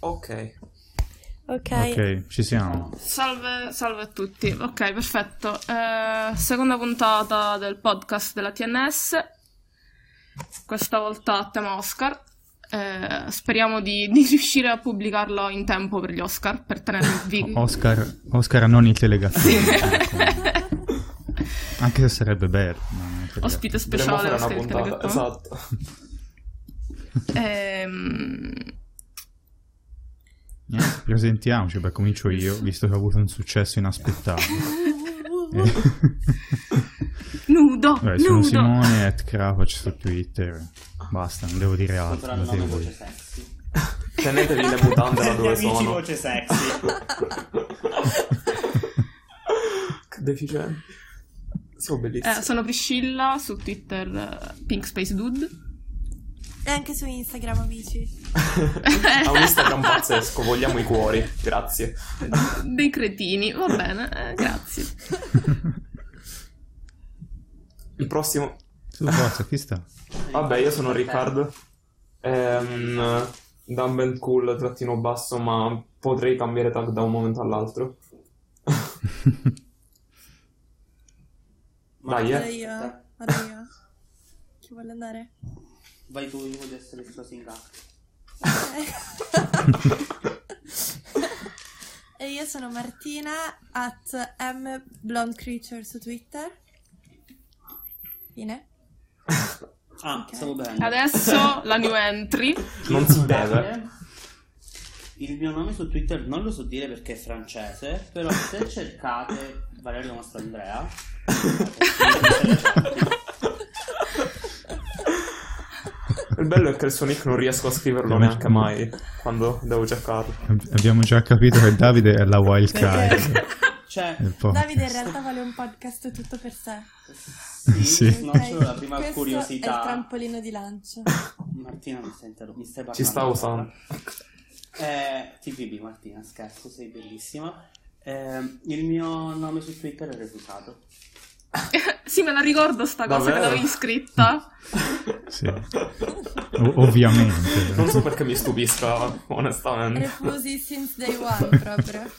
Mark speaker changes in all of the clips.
Speaker 1: Ok.
Speaker 2: Ok.
Speaker 3: Ok, ci siamo.
Speaker 4: Salve, salve a tutti, ok perfetto. Eh, seconda puntata del podcast della TNS, questa volta a tema Oscar. Eh, speriamo di, di riuscire a pubblicarlo in tempo per gli Oscar, per tenervi...
Speaker 3: Oh. Oscar, Oscar non in telegazione. Anche se sarebbe bello. ma non in telegazione.
Speaker 4: ospite
Speaker 1: Dovremmo
Speaker 4: speciale.
Speaker 1: fare una
Speaker 4: ospite di
Speaker 1: puntata.
Speaker 4: Telegram.
Speaker 1: Esatto.
Speaker 4: Ehm,
Speaker 3: Niente, presentiamoci, beh, comincio io, visto che ho avuto un successo inaspettato. Eh,
Speaker 4: nudo,
Speaker 3: vabbè, Eh, sono
Speaker 4: nudo.
Speaker 3: Simone at Crapac su Twitter. Basta, non devo dire altro.
Speaker 5: Sotto il
Speaker 3: date
Speaker 5: nome
Speaker 3: voi.
Speaker 5: voce sexy.
Speaker 1: Tenetevi le mutande là
Speaker 5: Per gli
Speaker 1: dove
Speaker 5: amici
Speaker 1: sono.
Speaker 5: voce sexy.
Speaker 1: Che deficienti. Sono bellissimi.
Speaker 4: Eh, sono Priscilla su Twitter eh, Pink Space Dude.
Speaker 2: E anche su Instagram, amici.
Speaker 1: Ha un Instagram pazzesco, vogliamo i cuori. Grazie.
Speaker 4: Dei cretini, va bene, eh, grazie.
Speaker 1: Il prossimo...
Speaker 3: Su, forza, chi sta?
Speaker 1: Vabbè, io sono Riccardo. Ehm, Dumbbell cool, trattino basso, ma potrei cambiare tag da un momento all'altro.
Speaker 5: Ma
Speaker 1: Dai,
Speaker 2: Vado
Speaker 1: eh.
Speaker 2: io. Vado io. Chi vuole andare?
Speaker 5: Vai tu, io voglio essere strosingato.
Speaker 2: E io sono Martina at mblondcreature su Twitter. Fine.
Speaker 5: Ah,
Speaker 2: Ok.
Speaker 5: stavo bene.
Speaker 4: Adesso la new entry.
Speaker 1: Non si deve.
Speaker 5: Il mio nome su Twitter non lo so dire perché è francese, però se cercate Valerio Mastandrea,
Speaker 1: Il bello è che il suo nick non riesco a scriverlo
Speaker 3: Come-
Speaker 1: neanche mai quando devo cercarlo.
Speaker 3: Ab- abbiamo già capito che Davide è la wild card.
Speaker 5: perché cioè
Speaker 3: del podcast.
Speaker 2: Davide in realtà vuole un podcast tutto per sé.
Speaker 5: sì,
Speaker 3: Sì.
Speaker 5: non
Speaker 2: ok?
Speaker 5: solo la prima
Speaker 2: Questo È il
Speaker 5: curiosità.
Speaker 2: trampolino di lancio.
Speaker 5: Martina mi stai, interrom- mi stai parlando.
Speaker 1: Ci sta usando.
Speaker 5: Eh, TVB Martina, scherzo, sei bellissima. Eh, il mio nome su Twitter è Refusato.
Speaker 4: Sì, me la ricordo sta cosa
Speaker 1: Davvero?
Speaker 4: che l'avevi scritta.
Speaker 3: Sì. O- ovviamente.
Speaker 1: Non so perché mi stupisca, onestamente.
Speaker 2: Refusi since day one proprio.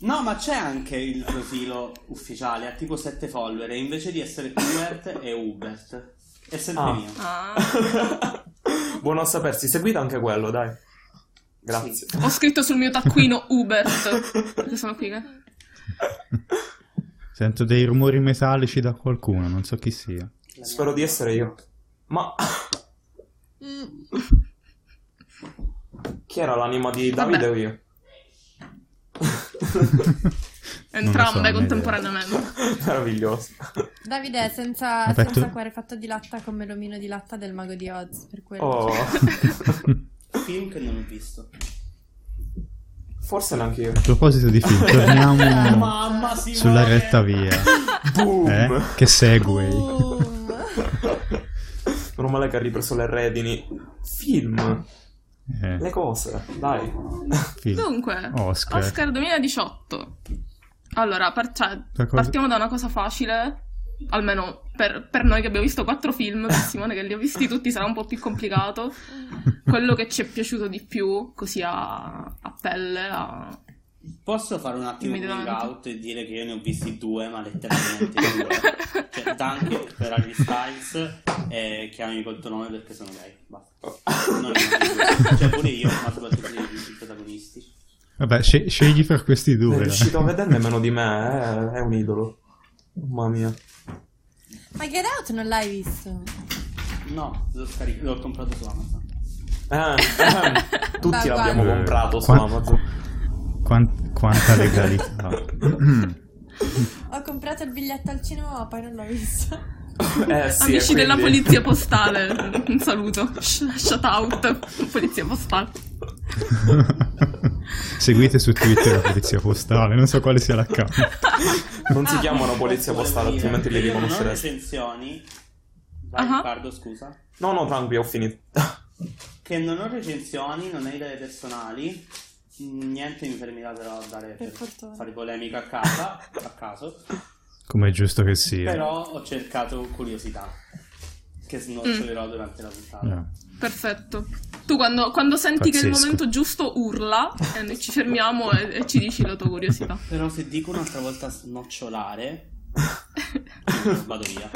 Speaker 5: No, ma c'è anche il profilo ufficiale, ha tipo 7 follower, e invece di essere Hubert è Hubert. È sempre
Speaker 1: Ah.
Speaker 5: mio.
Speaker 4: Ah,
Speaker 1: Buono a sapersi, seguite anche quello, dai. Grazie.
Speaker 4: ho scritto sul mio taccuino Ubert. Perché sono qui che...
Speaker 3: Sento dei rumori metallici da qualcuno, non so chi sia.
Speaker 5: La
Speaker 1: Spero
Speaker 5: mia-
Speaker 1: di essere io. Ma
Speaker 2: Mm,
Speaker 1: chi era l'anima di Davide
Speaker 4: Vabbè.
Speaker 1: o io?
Speaker 3: Non
Speaker 4: Entrambe
Speaker 3: lo so,
Speaker 4: contemporaneamente.
Speaker 1: Meraviglioso.
Speaker 2: Davide è senza,
Speaker 3: Vabbè,
Speaker 2: senza
Speaker 3: tu-
Speaker 2: cuore fatto di latta come l'omino di latta del mago di Oz. Per quello.
Speaker 1: Oh,
Speaker 5: Film che non ho visto.
Speaker 1: forse neanche io.
Speaker 3: A proposito di film, torniamo
Speaker 5: Mamma Simone!
Speaker 3: sulla retta via.
Speaker 1: Boom!
Speaker 3: Eh? Che segue.
Speaker 2: Boom.
Speaker 1: Meno male che ha ripreso le redini. Film, le
Speaker 3: Eh,
Speaker 1: cose, dai.
Speaker 3: film.
Speaker 4: Dunque,
Speaker 3: Oscar.
Speaker 4: Oscar, 2018. Allora, per- cioè,
Speaker 3: Per cosa-
Speaker 4: partiamo da una cosa facile. Almeno per, per noi che abbiamo visto quattro film, per Simone che li ha visti tutti sarà un po' più complicato. Quello che ci è piaciuto di più, così a, a pelle, a,
Speaker 5: Posso fare un attimo un
Speaker 4: Immediatamente.
Speaker 5: out e dire che io ne ho visti due, ma letteralmente due. Cioè, Dunkin per Harry Styles e chiamami col tuo nome perché sono gay. Basta.
Speaker 1: Oh.
Speaker 5: Non ne ho visti. Cioè, pure io, ma soprattutto i i protagonisti.
Speaker 3: Vabbè, sce- scegli per questi
Speaker 1: È
Speaker 3: due.
Speaker 1: riuscito a vederne meno di me, eh, è un idolo. Mamma mia.
Speaker 2: Ma Get Out non l'hai visto?
Speaker 5: No, l'ho, scaric- l'ho comprato su Amazon.
Speaker 1: Eh, ehm, tutti
Speaker 2: Dai,
Speaker 1: l'abbiamo
Speaker 3: guarda.
Speaker 1: comprato su
Speaker 3: Qua-
Speaker 1: Amazon.
Speaker 3: Quan- quanta legalità.
Speaker 2: Ho comprato il biglietto al cinema, ma poi non l'ho visto.
Speaker 1: Eh, sì,
Speaker 4: Amici
Speaker 1: e
Speaker 4: della
Speaker 1: quindi-
Speaker 4: polizia postale, un saluto. Sh- Shout out, polizia postale.
Speaker 3: Seguite su Twitter la polizia postale, non so quale sia l'account.
Speaker 1: Non si
Speaker 5: Ah,
Speaker 1: chiamano
Speaker 5: questo
Speaker 1: polizia
Speaker 5: volevo
Speaker 1: postale,
Speaker 5: dire.
Speaker 1: altrimenti li
Speaker 5: Io non ho
Speaker 1: riconosceresti.
Speaker 5: recensioni. Vai,
Speaker 4: Ah.
Speaker 5: Riccardo, scusa.
Speaker 1: No, no, tranquillo, ho finito.
Speaker 5: Che non ho recensioni, non ho idee personali. mh, Niente mi fermerà però a dare
Speaker 2: Per fortuna.
Speaker 5: fare polemica a casa, a caso.
Speaker 3: Come è giusto che sia.
Speaker 5: Però ho cercato curiosità. Che che
Speaker 2: Mm.
Speaker 5: snocciolerò durante la puntata.
Speaker 3: Eh.
Speaker 4: Perfetto. Tu quando, quando senti che è il
Speaker 3: Pazzesco.
Speaker 4: momento giusto urla e noi ci fermiamo e, e ci dici la tua curiosità.
Speaker 5: Però se dico un'altra volta snocciolare, vado via.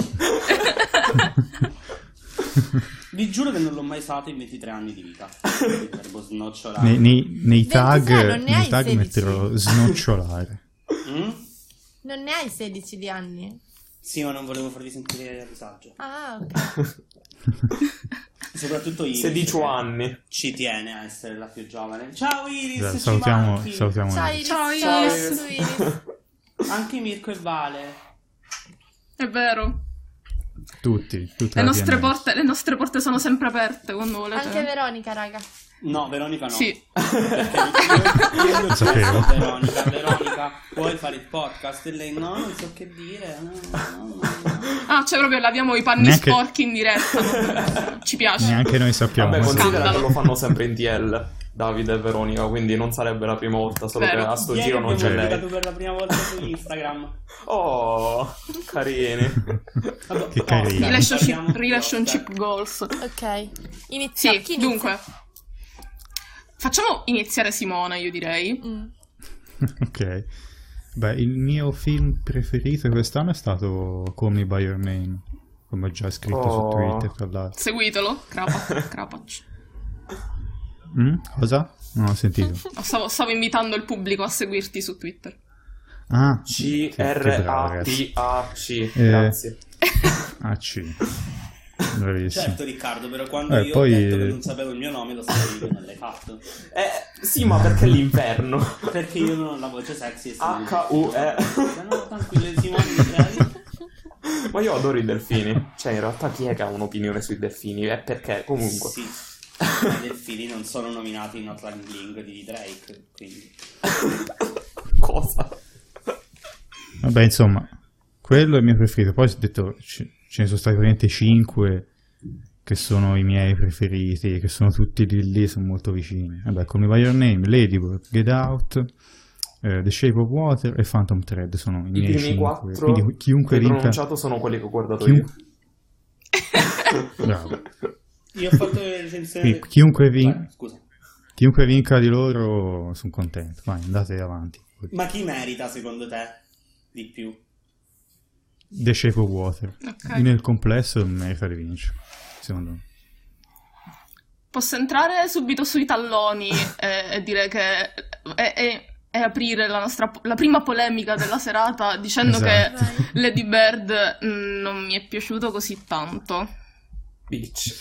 Speaker 5: Vi giuro che non l'ho mai usato in 23 anni di vita. Il verbo snocciolare.
Speaker 3: Nei, nei- nei
Speaker 2: 23 non
Speaker 3: tag,
Speaker 2: ne
Speaker 3: nei
Speaker 2: hai
Speaker 3: tag
Speaker 2: 16.
Speaker 3: metterò snocciolare.
Speaker 5: Mm?
Speaker 2: Non ne hai 16 di anni?
Speaker 5: Sì, ma non volevo farvi sentire a disagio.
Speaker 2: Ah, ok.
Speaker 5: Soprattutto Iris.
Speaker 1: 16
Speaker 5: che
Speaker 1: anni.
Speaker 5: Ci tiene a essere la più giovane. Ciao Iris,
Speaker 3: Dai,
Speaker 5: ci
Speaker 3: salutiamo,
Speaker 5: manchi.
Speaker 3: salutiamo.
Speaker 2: Ciao Iris.
Speaker 4: Ciao,
Speaker 2: ciao
Speaker 4: Iris.
Speaker 2: Iris.
Speaker 5: Anche Mirko e Vale.
Speaker 4: È vero.
Speaker 3: Tutti, tutte
Speaker 4: Le
Speaker 3: la
Speaker 4: nostre,
Speaker 3: DNS.
Speaker 4: porte, le nostre porte sono sempre aperte quando
Speaker 2: Anche
Speaker 4: volete.
Speaker 2: Veronica, raga.
Speaker 5: No, Veronica no.
Speaker 4: Sì.
Speaker 5: Perché io- io gli ho
Speaker 3: Sapevo.
Speaker 5: chiesto a Veronica, Veronica, vuoi fare il podcast? E lei no, non so che dire. no, no, no, no."
Speaker 4: Ah, cioè proprio laviamo i panni
Speaker 3: Neanche-
Speaker 4: sporchi in diretta. Ci piace.
Speaker 3: Neanche noi sappiamo.
Speaker 1: Vabbè,
Speaker 3: quanto-
Speaker 1: considera
Speaker 4: Scandalo.
Speaker 1: che lo fanno sempre in TL, Davide e Veronica, quindi non sarebbe la prima volta, solo
Speaker 4: Vero.
Speaker 1: che a sto
Speaker 5: Ieri
Speaker 1: giro non c'è
Speaker 5: abbiamo
Speaker 1: lei.
Speaker 5: pubblicato per la prima volta su Instagram.
Speaker 1: Oh, carini.
Speaker 5: Vabbè,
Speaker 3: Che carino.
Speaker 5: Oscar, parliamo
Speaker 4: Relationship,
Speaker 5: di
Speaker 4: relationship
Speaker 5: Oscar.
Speaker 4: goals.
Speaker 2: Ok. Inizia.
Speaker 4: Sì,
Speaker 2: Chi inizia?
Speaker 4: dunque. Facciamo iniziare Simona, io direi.
Speaker 2: Mm.
Speaker 3: ok. Beh, il mio film preferito quest'anno è stato Call Me By Your Name, come ho già scritto
Speaker 1: Oh.
Speaker 3: su Twitter, tra l'altro.
Speaker 4: Seguitelo, Krapa- Krapac.
Speaker 3: Mm? Cosa? Non ho sentito.
Speaker 4: Stavo, stavo invitando il pubblico a seguirti su Twitter.
Speaker 3: Ah, che- che bravo, ragazzi.
Speaker 1: C-R-A-P-A-C.
Speaker 3: Eh.
Speaker 1: Grazie.
Speaker 3: Ah, C. Bravissimo.
Speaker 1: Cioè,
Speaker 5: Certo Riccardo, però quando
Speaker 3: Eh,
Speaker 5: io
Speaker 3: poi-
Speaker 5: ho detto che non sapevo il mio nome lo sapevi, tu non l'hai fatto.
Speaker 1: Eh, sì, ma perché l'inferno?
Speaker 5: Perché io non ho la voce sexy e sono-
Speaker 1: H-U-E.
Speaker 5: Ma no, tranquillo, Simone, ok?
Speaker 1: Ma io adoro i delfini. Cioè, in realtà chi è che ha un'opinione sui delfini? È perché, comunque.
Speaker 5: Sì. Ma I delfini non sono nominati in Outland Bling di Drake, quindi...
Speaker 1: Cosa?
Speaker 3: Vabbè, insomma, quello è il mio preferito. Poi ho detto, ce ce ne sono stati veramente 5 che sono i miei preferiti, che sono tutti lì lì, sono molto vicini. Vabbè, come By Your Name, Ladybird, Get Out, eh, The Shape of Water e Phantom Thread sono i,
Speaker 1: I
Speaker 3: miei
Speaker 1: primi
Speaker 3: 5.
Speaker 1: quattro che
Speaker 3: Quindi chi- chiunque
Speaker 1: ho
Speaker 3: vinca...
Speaker 1: pronunciato sono quelli che ho guardato io.
Speaker 3: chiunque- Bravo.
Speaker 5: Io ho fatto le recensioni...
Speaker 3: Quindi chiunque, vin-
Speaker 5: Vai, scusa.
Speaker 3: chiunque vinca di loro sono contento. Vai, andate avanti.
Speaker 5: Ma chi merita secondo te di più?
Speaker 3: The Shape of Water.
Speaker 4: Ok.
Speaker 3: Nel complesso merita di vincere, secondo me.
Speaker 4: Posso entrare subito sui talloni e, e dire che e, e- e aprire la, nostra, la prima polemica della serata dicendo
Speaker 3: Esatto.
Speaker 2: Vai.
Speaker 4: che Lady Bird mh, non mi è piaciuto così tanto.
Speaker 1: Bitch.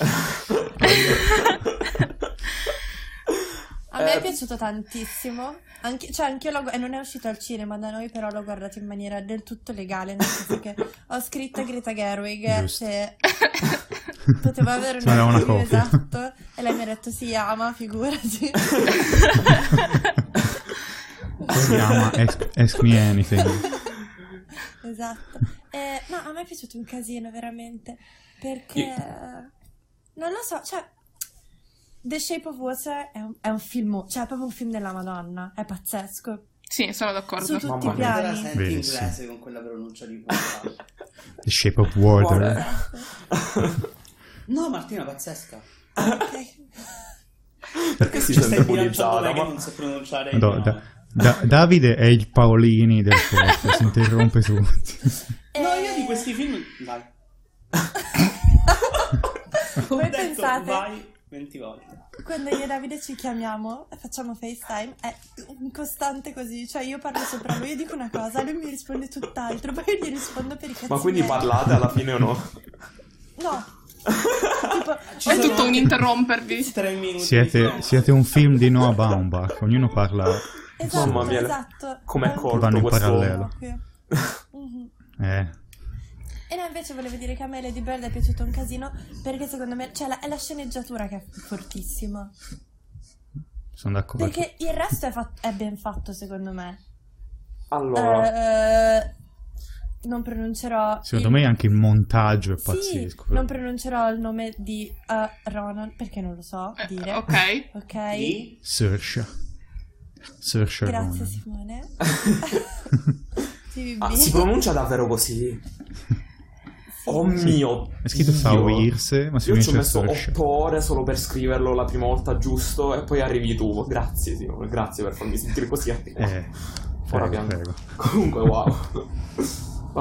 Speaker 2: A me
Speaker 1: Eh.
Speaker 2: è piaciuto tantissimo. Anche, cioè, anche io l'ho, e non è uscito al cinema da noi, però l'ho guardato in maniera del tutto legale. Nel senso che ho scritto a Greta Gerwig
Speaker 3: Giusto.
Speaker 2: se potevo avere
Speaker 3: Ti mandava una
Speaker 2: video
Speaker 3: copia.
Speaker 2: esatto. E lei mi ha detto: Sì, ama, figurati.
Speaker 3: Si chiama Ask, Ask Me Anything.
Speaker 2: Esatto. Eh, no, a me è piaciuto un casino, veramente. Perché non lo so, cioè. The Shape of Water è un, è un film, cioè è proprio un film della Madonna, è pazzesco.
Speaker 4: Sì, sono d'accordo.
Speaker 2: Su tutti
Speaker 1: Mamma mia.
Speaker 2: i
Speaker 5: Te la
Speaker 2: piani.
Speaker 5: senti
Speaker 3: Bene,
Speaker 5: in
Speaker 3: sì.
Speaker 5: inglese con quella pronuncia di voce?
Speaker 3: The Shape of Water.
Speaker 1: Guarda.
Speaker 5: No, Martina, pazzesca.
Speaker 1: Perché si
Speaker 3: Cioè,
Speaker 5: Ci stai
Speaker 1: sente
Speaker 5: bilanciando
Speaker 1: bullizzata?
Speaker 5: da che
Speaker 1: Ma...
Speaker 5: non so pronunciare il
Speaker 3: Madonna,
Speaker 5: nome.
Speaker 3: da- da- Davide è il Paolini del posto, si interrompe tutti.
Speaker 5: No,
Speaker 2: Eh,
Speaker 5: io di questi film... Vai.
Speaker 2: Voi
Speaker 5: Ho detto,
Speaker 2: pensate,
Speaker 5: Vai 20 volte.
Speaker 2: quando io e Davide ci chiamiamo e facciamo FaceTime, è un costante così, cioè io parlo sopra lui e dico una cosa, lui mi risponde tutt'altro, poi io gli rispondo per i cazzi
Speaker 1: Ma quindi
Speaker 2: miei.
Speaker 1: parlate alla fine o no?
Speaker 2: No. tipo,
Speaker 5: Ci
Speaker 4: È
Speaker 5: sono
Speaker 4: tutto un
Speaker 5: anche
Speaker 4: interrompervi.
Speaker 5: Tre minuti. di
Speaker 3: Siete,
Speaker 5: film.
Speaker 3: siete un film di Noah Baumbach, ognuno parla...
Speaker 2: Esatto,
Speaker 1: Mamma mia,
Speaker 2: esatto.
Speaker 1: com'è
Speaker 2: È un
Speaker 1: corto
Speaker 3: Vanno in
Speaker 1: questo-
Speaker 3: parallelo.
Speaker 2: Mhm.
Speaker 3: Eh,
Speaker 2: E no, invece volevo dire che a me Lady Bird è piaciuto un casino perché secondo me cioè, la- è la sceneggiatura che è fortissima.
Speaker 3: sono d'accordo.
Speaker 2: Perché il resto è, fat- è ben fatto secondo me.
Speaker 1: Allora,
Speaker 2: Eh, non pronuncerò...
Speaker 3: Secondo
Speaker 2: il-
Speaker 3: me anche il montaggio è
Speaker 2: Sì,
Speaker 3: pazzesco.
Speaker 2: non pronuncerò il nome di eh, Ronan perché non lo so
Speaker 4: Eh,
Speaker 2: dire.
Speaker 4: ok.
Speaker 2: Ok?
Speaker 5: Di?
Speaker 3: Sersha. Saoirse
Speaker 2: Grazie
Speaker 3: Ronan.
Speaker 2: Simone.
Speaker 1: ah,
Speaker 2: TVB.
Speaker 4: Ah,
Speaker 1: si pronuncia davvero così?
Speaker 2: Sì.
Speaker 1: Oh
Speaker 2: film.
Speaker 1: mio!
Speaker 3: È scritto
Speaker 1: Dio.
Speaker 3: Saoirse, ma si
Speaker 1: Io ci ho
Speaker 3: pronuncia
Speaker 1: messo
Speaker 3: Saoirse.
Speaker 1: 8 ore solo per scriverlo la prima volta giusto e poi arrivi tu. Grazie, Simone, grazie per farmi sentire così a te.
Speaker 3: Eh,
Speaker 1: Ora
Speaker 3: prego,
Speaker 1: piango.
Speaker 3: prego.
Speaker 1: Comunque, wow.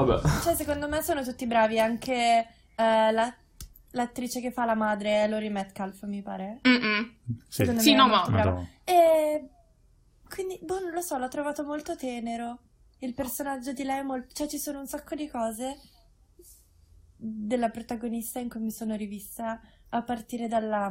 Speaker 1: Vabbè.
Speaker 2: Cioè, secondo me sono tutti bravi, anche eh, la- l'attrice che fa la madre, Lori Metcalf, mi pare.
Speaker 4: Mm-mm.
Speaker 3: Sì,
Speaker 2: Secondo
Speaker 4: Sì,
Speaker 2: me è
Speaker 4: no,
Speaker 2: molto
Speaker 4: ma-
Speaker 2: brava.
Speaker 3: Madonna.
Speaker 2: E quindi, boh, non lo so, l'ho trovato molto tenero. Il personaggio di lei è molto... Cioè, ci sono un sacco di cose della protagonista in cui mi sono rivista, a partire dalla,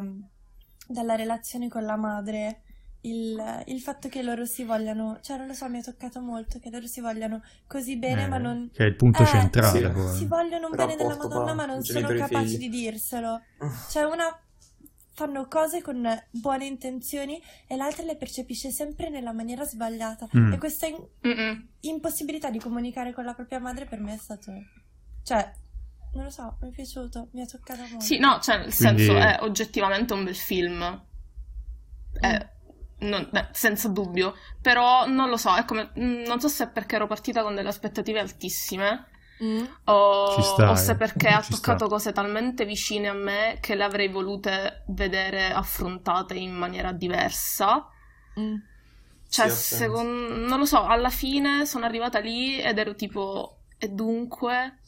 Speaker 2: dalla relazione con la madre, il, il fatto che loro si vogliano... Cioè, non lo so, mi ha toccato molto che loro si vogliano così bene,
Speaker 3: Eh,
Speaker 2: ma non...
Speaker 3: Che è il punto
Speaker 2: Eh,
Speaker 3: centrale.
Speaker 1: sì.
Speaker 3: poi.
Speaker 2: Si vogliono bene della
Speaker 1: Rapporto
Speaker 2: Madonna,
Speaker 1: tra
Speaker 2: ma non sono
Speaker 1: genitori e
Speaker 2: capaci
Speaker 1: figli.
Speaker 2: di dirselo. Cioè, una fanno cose con buone intenzioni e l'altra le percepisce sempre nella maniera sbagliata.
Speaker 3: Mm.
Speaker 2: E questa in-
Speaker 4: Mm-mm.
Speaker 2: impossibilità di comunicare con la propria madre per me è stato. Cioè, non lo so, mi è piaciuto, mi ha toccato molto.
Speaker 4: Sì, no, cioè, nel
Speaker 3: Quindi-
Speaker 4: senso, è oggettivamente un bel film. Eh, non- beh, senza dubbio. Però non lo so, è come- mm, non so se è perché ero partita con delle aspettative altissime.
Speaker 2: Mm.
Speaker 4: O,
Speaker 3: Ci sta,
Speaker 4: o se
Speaker 3: eh.
Speaker 4: perché ha
Speaker 3: Ci sta.
Speaker 4: toccato cose talmente vicine a me che le avrei volute vedere affrontate in maniera diversa.
Speaker 2: Mm.
Speaker 4: Cioè,
Speaker 1: Sì, ha senso.
Speaker 4: secondo, non lo so, alla fine sono arrivata lì ed ero tipo, e dunque?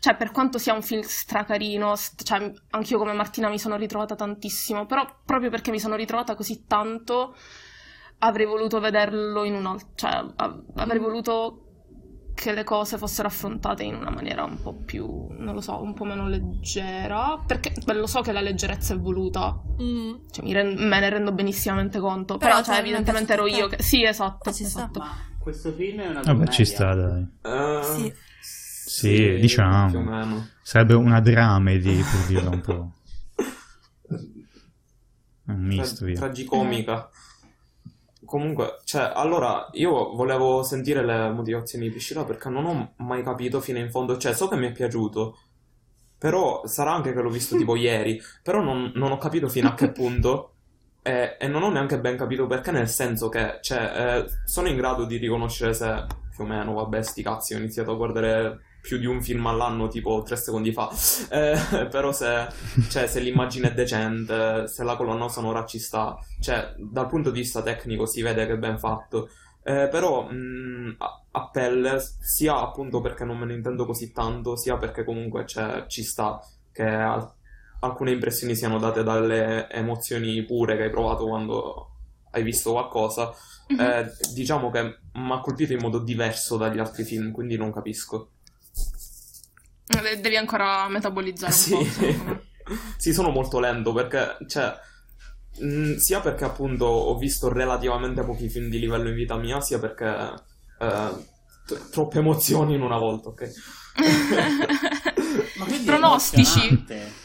Speaker 4: Cioè, per quanto sia un film stracarino, st- cioè, anch'io come Martina mi sono ritrovata tantissimo, però proprio perché mi sono ritrovata così tanto, avrei voluto vederlo in un altro, cioè, a- avrei voluto che le cose fossero affrontate in una maniera un po' più, non lo so, un po' meno leggera, perché beh, lo so che la leggerezza è voluta,
Speaker 2: Mm.
Speaker 4: cioè, mi ren- me ne rendo benissimamente conto.
Speaker 2: Però
Speaker 4: Però,
Speaker 2: te
Speaker 4: cioè,
Speaker 2: l'hanno
Speaker 4: evidentemente ero
Speaker 2: piaciuto
Speaker 4: io
Speaker 2: te.
Speaker 4: che. Sì, esatto.
Speaker 2: Eh, ci sta.
Speaker 4: esatto.
Speaker 5: Ma questo film è una
Speaker 3: Vabbè,
Speaker 5: commedia.
Speaker 3: Ah, ci sta, dai.
Speaker 1: Eh,
Speaker 2: Sì.
Speaker 3: Sì, diciamo.
Speaker 1: Più o meno.
Speaker 3: Sarebbe una dramedy, per dirla un po'. È Un misto,
Speaker 1: Tra-
Speaker 3: via.
Speaker 1: tragicomica. Comunque, cioè, allora io volevo sentire le motivazioni di Priscilla perché non ho mai capito fino in fondo, cioè so che mi è piaciuto, però sarà anche che l'ho visto tipo ieri, però non, non ho capito fino a che punto eh, e non ho neanche ben capito perché nel senso che, cioè, eh, sono in grado di riconoscere se più o meno, vabbè, sti cazzi, ho iniziato a guardare più di un film all'anno tipo tre secondi fa, Eh, però se cioè se l'immagine è decente, se la colonna sonora ci sta, cioè dal punto di vista tecnico si vede che è ben fatto, Eh, però mh, a, a pelle sia appunto perché non me ne intendo così tanto, sia perché comunque cioè, ci sta che al- alcune impressioni siano date dalle emozioni pure che hai provato quando hai visto qualcosa,
Speaker 4: Mhm.
Speaker 1: Eh, diciamo che mi ha colpito in modo diverso dagli altri film, quindi non capisco.
Speaker 4: De- Eh, Devi ancora metabolizzare un po'.
Speaker 1: Sì.
Speaker 4: secondo me.
Speaker 1: sì, sono molto lento perché, cioè, mh, sia perché appunto ho visto relativamente pochi film di livello in vita mia, sia perché eh, t- troppe emozioni in una volta, ok?
Speaker 5: Ma quindi è
Speaker 4: Pronostici?
Speaker 5: emozionante.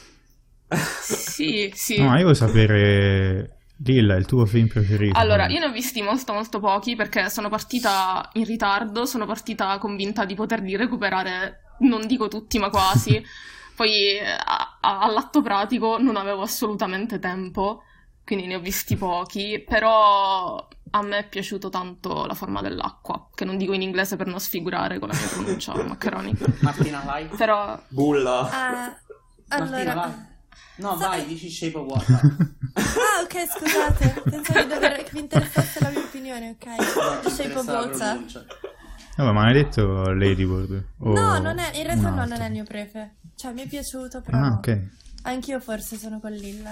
Speaker 4: sì, sì.
Speaker 3: No, ma io voglio sapere... Dilla, il tuo film preferito.
Speaker 4: Allora, io ne ho visti molto molto pochi perché sono partita in ritardo, sono partita convinta di poterli recuperare, non dico tutti, ma quasi. Poi eh, a- a- all'atto pratico non avevo assolutamente tempo, quindi ne ho visti pochi, però a me è piaciuto tanto la forma dell'acqua, che non dico in inglese per non sfigurare con la mia pronuncia maccheroni.
Speaker 5: Martina, vai.
Speaker 4: Però
Speaker 1: Bulla.
Speaker 2: Ah,
Speaker 5: Martina,
Speaker 2: allora...
Speaker 5: vai. No,
Speaker 2: Sai-
Speaker 5: vai, dici Shape of Water.
Speaker 2: Ah, ok, scusate, pensavo di dover... che mi interessasse la mia opinione,
Speaker 5: No,
Speaker 2: ok. Shape
Speaker 5: ti
Speaker 2: of
Speaker 5: interessa la
Speaker 2: Water.
Speaker 5: pronuncia.
Speaker 3: Vabbè, ma non hai detto Ladybird? O
Speaker 2: No, non è, in realtà
Speaker 3: un
Speaker 2: no,
Speaker 3: altro?
Speaker 2: non è il mio prefe. Cioè, mi è piaciuto, però
Speaker 3: Ah,
Speaker 2: no.
Speaker 3: ok.
Speaker 2: anch'io forse sono con Lilla.